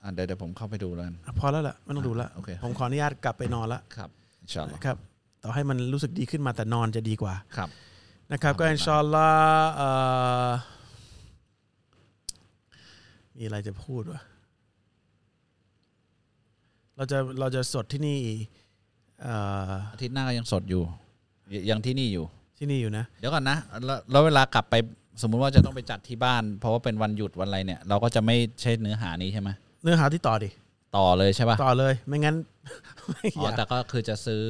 Speaker 3: อ่ะเดี๋ยวเดี๋ยวผมเข้าไปดูแล้วกัน
Speaker 2: พอแล้วล่ะไม่ต้องดูละ
Speaker 3: โอเค
Speaker 2: ผมขออนุญาตกลับไปนอนละ
Speaker 3: ครับอินชาอัลลอฮ์
Speaker 2: นะครับ ต่อให้มันรู้สึกดีขึ้นมาแต่นอนจะดีกว่า
Speaker 3: ครับ
Speaker 2: นะครับก็อินชาอัลลอฮ์เอ่อมีอะไรจะพูดวะเราจะเราจะสดที่นี่เอ่อ
Speaker 3: อาทิตย์หน้าก็ยังสดอยู่ยยังที่นี่อยู่
Speaker 2: ที่นี่อยู่นะ
Speaker 3: เดี๋ยวก่อนนะแล้วแล้วเวลากลับไปสมมุติว่าจะต้องไปจัดที่บ้าน เพราะว่าเป็นวันหยุดวันอะไรเนี่ย เราก็จะไม่ใช่เนื้อหานี้ใช่ไหม
Speaker 2: เนื้อหาที่ต่อดิ
Speaker 3: ต่อเลยใช่ป่ะ
Speaker 2: ต่อเลยไม่งั้น ไม่
Speaker 3: อ๋อย
Speaker 2: อาก
Speaker 3: แต่ก็คือจะซื้อ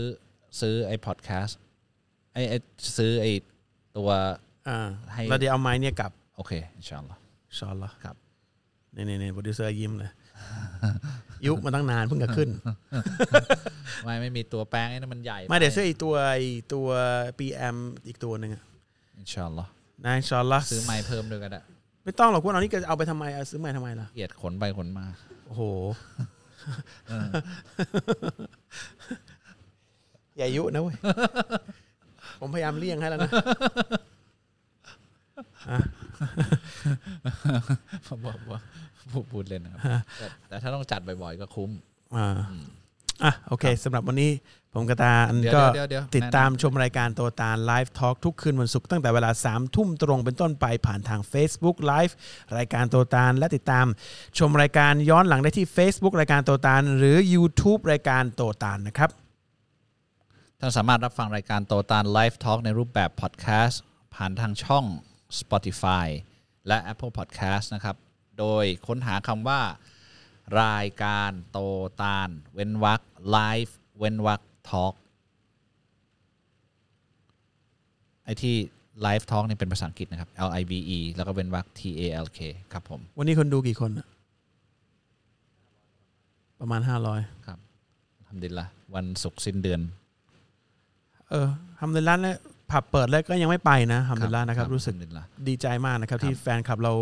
Speaker 3: ซื้อไอ้พอดแคสต์ไอ้ไอ้ซื้อไอ้ตัว
Speaker 2: อ่า
Speaker 3: ให้
Speaker 2: เราเดี๋ยวเอาไม้เนี่ยกลับ
Speaker 3: โอเคอินชาอัลลอฮ์
Speaker 2: อินชาอัลลอฮ์
Speaker 3: ครับ
Speaker 2: นี่นี่นี่โปรดิวเซอร์ยิ้ม เลย ยุมาตั้งนานเพิ่งจะขึ้น
Speaker 3: ไม่ไม่มีตัวแป้งไอ้นั่นมันใหญ่
Speaker 2: มาเดี๋ยวซื้อไอีตัวไอตัวปีแอมอีกตัวหนึ่งอะ
Speaker 3: อินชาอัลลอฮ์
Speaker 2: นะอินชาอัลลอฮ์
Speaker 3: ซื้อไม้เพิ่มด้วยก็ได้
Speaker 2: ไม่ต้องหรอกคุณเอานี่ก็จะเอาไปทำไมเอาซื้อใหม่ทำไมล่ะ
Speaker 3: เกียดขนไปขนมา
Speaker 2: โอ้โห อย่ายุนะเว้ย ผมพยายามเลี่ยงให้แล้วนะ
Speaker 3: ผมบอกว่าพูดพูดเล่นนะครับแต่แต่ถ้าต้องจัดบ่อยๆก็คุ้ม
Speaker 2: อ่าอ่ะโอเคสำหรับวันนี้ผมกระตาอัน
Speaker 3: เดี๋ยว
Speaker 2: ก็
Speaker 3: เดี๋ยวเดี๋ยวเดี๋ยว
Speaker 2: ติดตาม
Speaker 3: แนะนำ
Speaker 2: ชมรายการโตตาลไลฟ์ทอล์กทุกคืนวันศุกร์ตั้งแต่เวลา3ามทุ่มตรงเป็นต้นไปผ่านทาง Facebook Live รายการโตตาลและติดตามชมรายการย้อนหลังได้ที่ Facebook รายการโตตาลหรือ YouTube รายการโตตาลนะครับ
Speaker 3: ท่านสามารถรับฟังรายการโตตานไลฟ์ทอล์กในรูปแบบพอดแคสต์ผ่านทางช่อง Spotify และ Apple Podcast นะครับ โดยค้นหาคำว่า รายการโตตานเว้นวักไลฟ์เว้นวักทอล์กไอที่ไลฟ์ทอล์กเนี่ยเป็นภาษาอังกฤษนะครับ L I V E แล้วก็เว้นวัก T A L K ครับผม
Speaker 2: วันนี้คนดูกี่คนน่ะประมาณ 500
Speaker 3: ครับ อัลฮัมดิลละวันศุกร์สิ้นเดือน
Speaker 2: เออทำในร้านแล้วผับเปิดแล้วก็ยังไม่ไปนะทำในร้านนะครับ รู้สึก
Speaker 3: อัลฮัมดิลละ
Speaker 2: ดีใจมากนะครับ ที่
Speaker 3: ครับ
Speaker 2: แฟนคลับเรา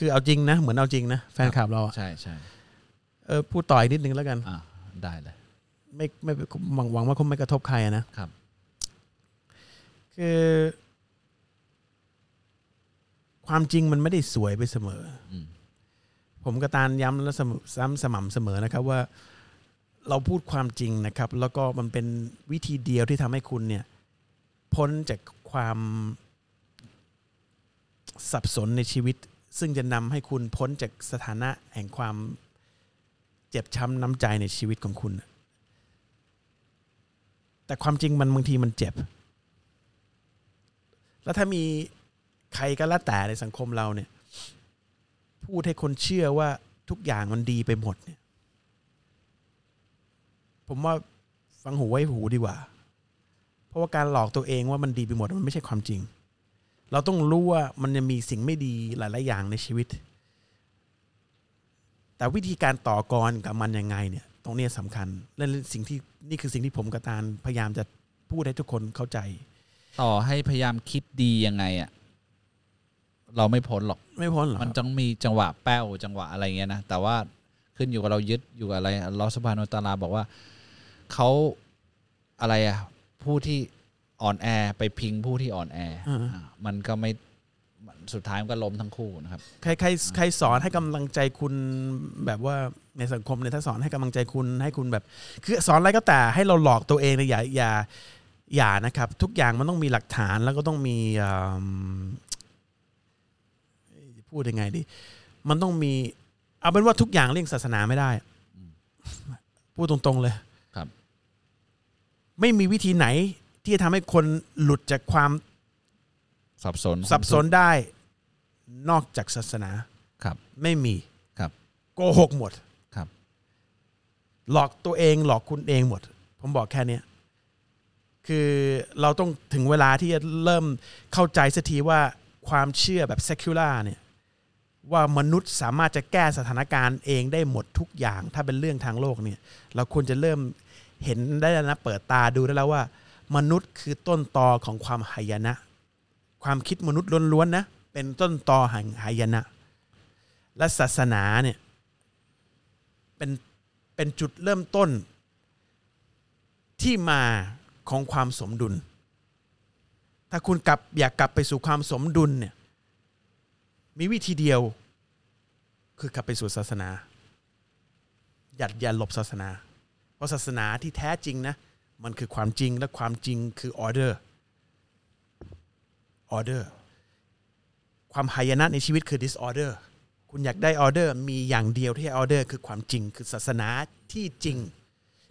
Speaker 2: คือเอาจริงนะ เหมือนเอาจริงนะแฟนคลับเราอะ
Speaker 3: ใช่ใช่
Speaker 2: เออพูดต่ออีกนิดนึงแล้วกัน
Speaker 3: อ่าได้เลย
Speaker 2: ไม่ไม่หวังหวังว่าคงไม่กระทบใครอะนะ
Speaker 3: ครับ
Speaker 2: คือความจริงมันไม่ได้สวยไปเสมออ
Speaker 3: ม
Speaker 2: ผมกระตานย้ำและเสมอซ้ำสม่ำเสมอนะครับว่าเราพูดความจริงนะครับ แล้วก็มันเป็นวิธีเดียวที่ทำให้คุณเนี่ย พ้นจากความสับสนในชีวิต ซึ่งจะนำให้คุณพ้นจากสถานะแห่งความเจ็บช้ำน้ำใจในชีวิตของคุณ แต่ความจริงมันบางทีมันเจ็บ แล้วถ้ามีใครก็แล้วแต่ในสังคมเราเนี่ย พูดให้คนเชื่อว่าทุกอย่างมันดีไปหมดเนี่ย ผมว่าฟังหูไว้หูดีกว่า เพราะว่าการหลอกตัวเองว่ามันดีไปหมดมันไม่ใช่ความจริง เราต้องรู้ว่ามันยังมีสิ่งไม่ดีหลาย ๆ อย่างในชีวิต แต่วิธีการต่อกรกับมันยังไงเนี่ย ตรงเนี้ยสำคัญและสิ่งที่นี่คือสิ่งที่ผมกับตาลพยายามจะพูดให้ทุกคนเข้าใจ
Speaker 3: ต่อให้พยายามคิดดียังไงอ่ะเราไม่พ้นหรอก
Speaker 2: ไม่พ้นหรอก
Speaker 3: มันต้องมีจังหวะแป้วจังหวะอะไรเงี้ยนะแต่ว่าขึ้นอยู่กับเรายึดอยู่กับอะไรลอสบานตาลาบอกว่าเขาอะไรอ่ะผู้ที่อ่อนแอไปพิงผู้ที่อ่อนแอ
Speaker 2: อืม
Speaker 3: อ่ะมันก็ไม่มันสุดท้ายมันก็ล้มทั้งคู่นะครับ
Speaker 2: ใครใครใครสอนให้กำลังใจคุณแบบว่าในสังคมเนี่ยถ้าสอนให้กำลังใจคุณให้คุณแบบ คือสอนอะไรก็แต่ให้เราหลอกตัวเองเนี่ยอย่าอย่าอย่านะครับ ทุกอย่างมันต้องมีหลักฐานแล้วก็ต้องมีเอิ่มพูดยังไงดี มันต้องมี เอาเป็นว่าทุกอย่างเลี่ยงศาสนาไม่ได้ พูดตรงๆเลย
Speaker 3: ครับ
Speaker 2: ไม่มีวิธีไหนที่จะทำให้คนหลุดจากความ
Speaker 3: สับสน
Speaker 2: สับสนได้ นอกจากศาสนา
Speaker 3: ครับ
Speaker 2: ไม่มี
Speaker 3: ครับ
Speaker 2: โกหกหมด
Speaker 3: ครับ
Speaker 2: หลอกตัวเองหลอกคุณเองหมด ผมบอกแค่เนี้ยคือเราต้องถึงเวลาที่จะเริ่มเข้าใจสักทีว่าความเชื่อแบบ secular เนี่ยว่ามนุษย์สามารถจะแก้สถานการณ์เองได้หมดทุกอย่าง ถ้าเป็นเรื่องทางโลกเนี่ยเราควรจะเริ่มเห็นได้แล้วนะเปิดตาดูได้แล้วว่า มนุษย์คือต้นตอของความหายนะ ความคิดมนุษย์ล้วนๆนะเป็นต้นตอแห่งหายนะ และศาสนาเนี่ยเป็นเป็นจุดเริ่มต้น ที่มาของความสมดุล ถ้าคุณกลับอยากกลับไปสู่ความสมดุลเนี่ยมีวิธีเดียว คือกลับไปสู่ศาสนา อย่าอย่าหลบศาสนา เพราะศาสนาที่แท้จริงนะ มันคือความจริงและความจริงคือออเดอร์ออเดอร์ ความหายนะในชีวิตคือ disorder คุณอยากได้ออเดอร์มีอย่างเดียวที่ให้ออเดอร์คือความจริงคือศาสนาที่จริง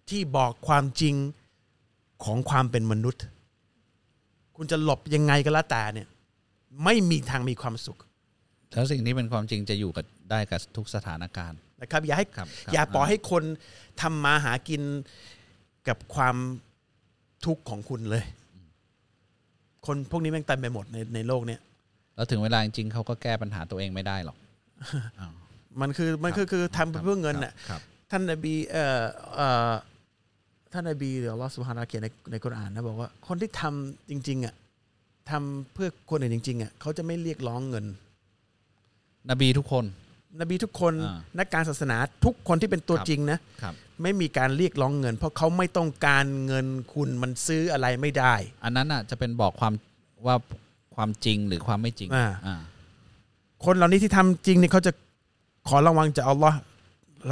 Speaker 2: ที่บอกความจริงของความเป็นมนุษย์ คุณจะหลบยังไงก็แล้วแต่เนี่ย ไม่มีทางมีความสุข
Speaker 3: แล้วสิ่งนี้เป็นความจริงจะอยู่กับได้กับทุกสถานการณ์
Speaker 2: นะครับ อย่าให้
Speaker 3: ครับครับ
Speaker 2: อย่าปล่อยให้คนทำมาหากินกับความทุกข์ของคุณเลย คนพวกนี้แม่งเต็มไปหมดในในโลกเนี่ย
Speaker 3: แล้วถึงเวลาจริงๆเขาก็แก้ปัญหาตัวเองไม่ได้ห รอกอ้าว
Speaker 2: มันคือมันคือคือทำไปเพื่อเงินน่ะ
Speaker 3: ครับ
Speaker 2: ท่านนบีเอ่อเอ่อท่านนบีหรืออัลลอฮ์สุบฮานะฮูวะตะอาลาเขียนในในกุรอานนะบอกว่าคนที่ทำจริงๆอ่ะทำเพื่อคนอื่นจริงๆอ่ะเขาจะไม่เรียกร้องเงิน
Speaker 3: นบีทุกคน
Speaker 2: นบีทุกคน
Speaker 3: อ่านั
Speaker 2: นักการศาสนาทุกคนที่เป็นตัว
Speaker 3: ครับ
Speaker 2: จริงนะครับ ไม่มีการเรียกร้องเงิน เพราะเขาไม่ต้องการเงินคุณมันซื้ออะไรไม่ได้
Speaker 3: อันนั้นอ่ะจะเป็นบอกความว่าความจริงหรือความไม่จริง
Speaker 2: อ่า
Speaker 3: อ่า
Speaker 2: คนเหล่านี้ที่ทำจริงเนี่ยเขาจะขอรางวัลจากอัลลอฮ์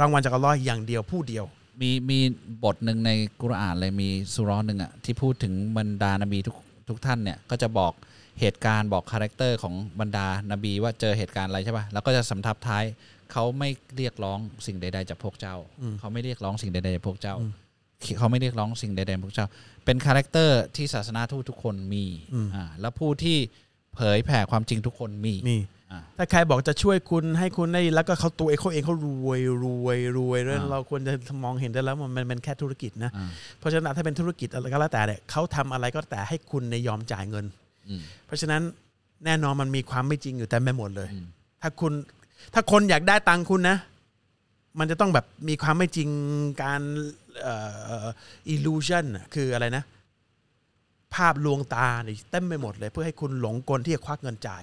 Speaker 2: รางวัลจากอัลลอฮ์อย่างเดียวผู้เดียว
Speaker 3: มีมีบทหนึ่งในกุรอานเลยมีสุเราะห์หนึ่งอ่ะที่พูดถึงบรรดานบีทุกทุกท่านเนี่ยก็จะบอกเหตุการณ์บอกคาแรคเตอร์ของบรรดานบีว่าเจอเหตุการณ์อะไรใช่ป่ะแล้วก็จะสำทับท้ายเขาไม่เรียกร้องสิ่งใด ๆ จากพวกเจ้า เขาไม่เรียกร้องสิ่งใดๆจากพวกเจ้า เขาไม่เรียกร้องสิ่งใดๆจากพวกเจ้า เป็นคาแรคเตอร์ที่ศาสนาทูตทุกคนมีอ่าแล้วผู้ที่เผยแผ่ความจริงทุกคนมี
Speaker 2: มี
Speaker 3: อ่า
Speaker 2: ถ้าใครบอกจะช่วยคุณให้คุณได้แล้วก็เขาตัวเองเขาเองเขารวยรวยรวยแล้ว
Speaker 3: อ่า
Speaker 2: เราควรจะมองเห็นได้แล้วว่ามันมันแค่ธุรกิจนะ
Speaker 3: อ่า
Speaker 2: เพราะฉะนั้นถ้าเป็นธุรกิจอะไรก็แล้วแต่เนี่ยเขาทำอะไรก็แต่ให้คุณในยยอมจ่ายเงิน
Speaker 3: อืม
Speaker 2: เพราะฉะนั้นแน่นอนมันมีความไม่จริงอยู่แต่ไม่หมดเลย
Speaker 3: อืม
Speaker 2: ถ้าคุณถ้าคนอยากได้ตังค์คุณนะ มันจะต้องแบบมีความไม่จริงการเอิลูชันคืออะไรนะ ภาพลวงตาเนี่ยเต็มไปหมดเลย เพื่อให้คุณหลงกลที่จะควักเงินจ่าย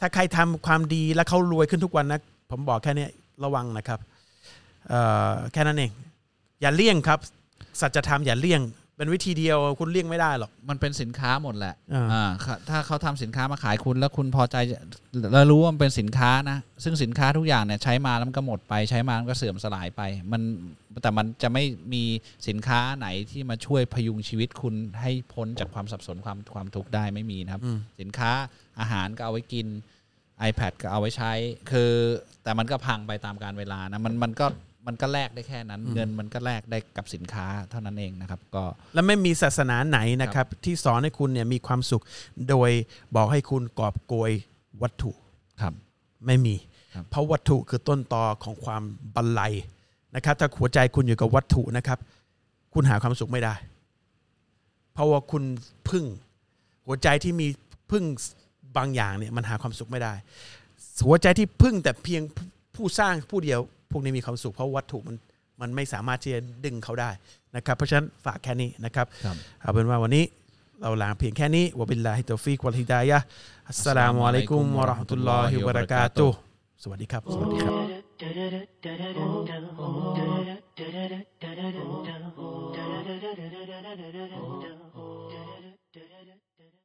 Speaker 2: ถ้าใครทำความดีแล้วเขารวยขึ้นทุกวันนะ ผมบอกแค่เนี้ยระวังนะครับเอ่อแค่นั้นเอง อย่าเลี่ยงครับ สัจธรรมอย่าเลี่ยง เป็นวิธีเดียวคุณเลี่ยงไม่ได้หรอก
Speaker 3: มันเป็นสินค้าหมดแหละ
Speaker 2: อ่า
Speaker 3: อ่าค่ะถ้าเขาทำสินค้ามาขายคุณแล้วคุณพอใจแล้วรู้ว่ามันเป็นสินค้านะ ซึ่งสินค้าทุกอย่างเนี่ยใช้มาแล้วมันก็หมดไปใช้มามันก็เสื่อมสลายไป มันแต่มันจะไม่มีสินค้าไหนที่มาช่วยพยุงชีวิตคุณให้พ้นจากความสับสนความความทุกข์ได้ไม่มีนะครับ สินค้าอาหารก็เอาไว้กิน iPad ก็เอาไว้ใช้ คือแต่มันก็พังไปตามการเวลานะมันมันก็มันก็แลกได้แค่นั้น เงินมันก็แลกได้กับสินค้าเท่านั้นเองนะครับก็
Speaker 2: และไม่มีศาสนาไหนนะครับ ที่สอนให้คุณเนี่ยมีความสุข โดยบอกให้คุณกอบโกยวัตถุ
Speaker 3: ครับ
Speaker 2: ไม่มี
Speaker 3: ครับ
Speaker 2: เพราะวัตถุคือต้นตอของความบันไลนะครับ ถ้าหัวใจคุณอยู่กับวัตถุนะครับ คุณหาความสุขไม่ได้ เพราะว่าคุณพึ่ง หัวใจที่มีพึ่งบางอย่างเนี่ยมันหาความสุขไม่ได้ หัวใจที่พึ่งแต่เพียงผู้ผู้สร้างผู้เดียว พวกนี้มีความสุข เพราะวัตถุมันมันไม่สามารถที่จะดึงเขาได้นะครับ เพราะฉะนั้นฝากแค่นี้นะครับ
Speaker 3: ครับ
Speaker 2: เอาเป็นว่าวันนี้เราลาเพียงแค่นี้วะบิลลาฮิตอฟิกวัลฮิดายะฮ์อัสสลามุอะลัยกุมวะเราะห์มะตุลลอฮิวะบะเราะกาตุฮ์สวัสดีครับ สวัสดีครับ
Speaker 4: Oh.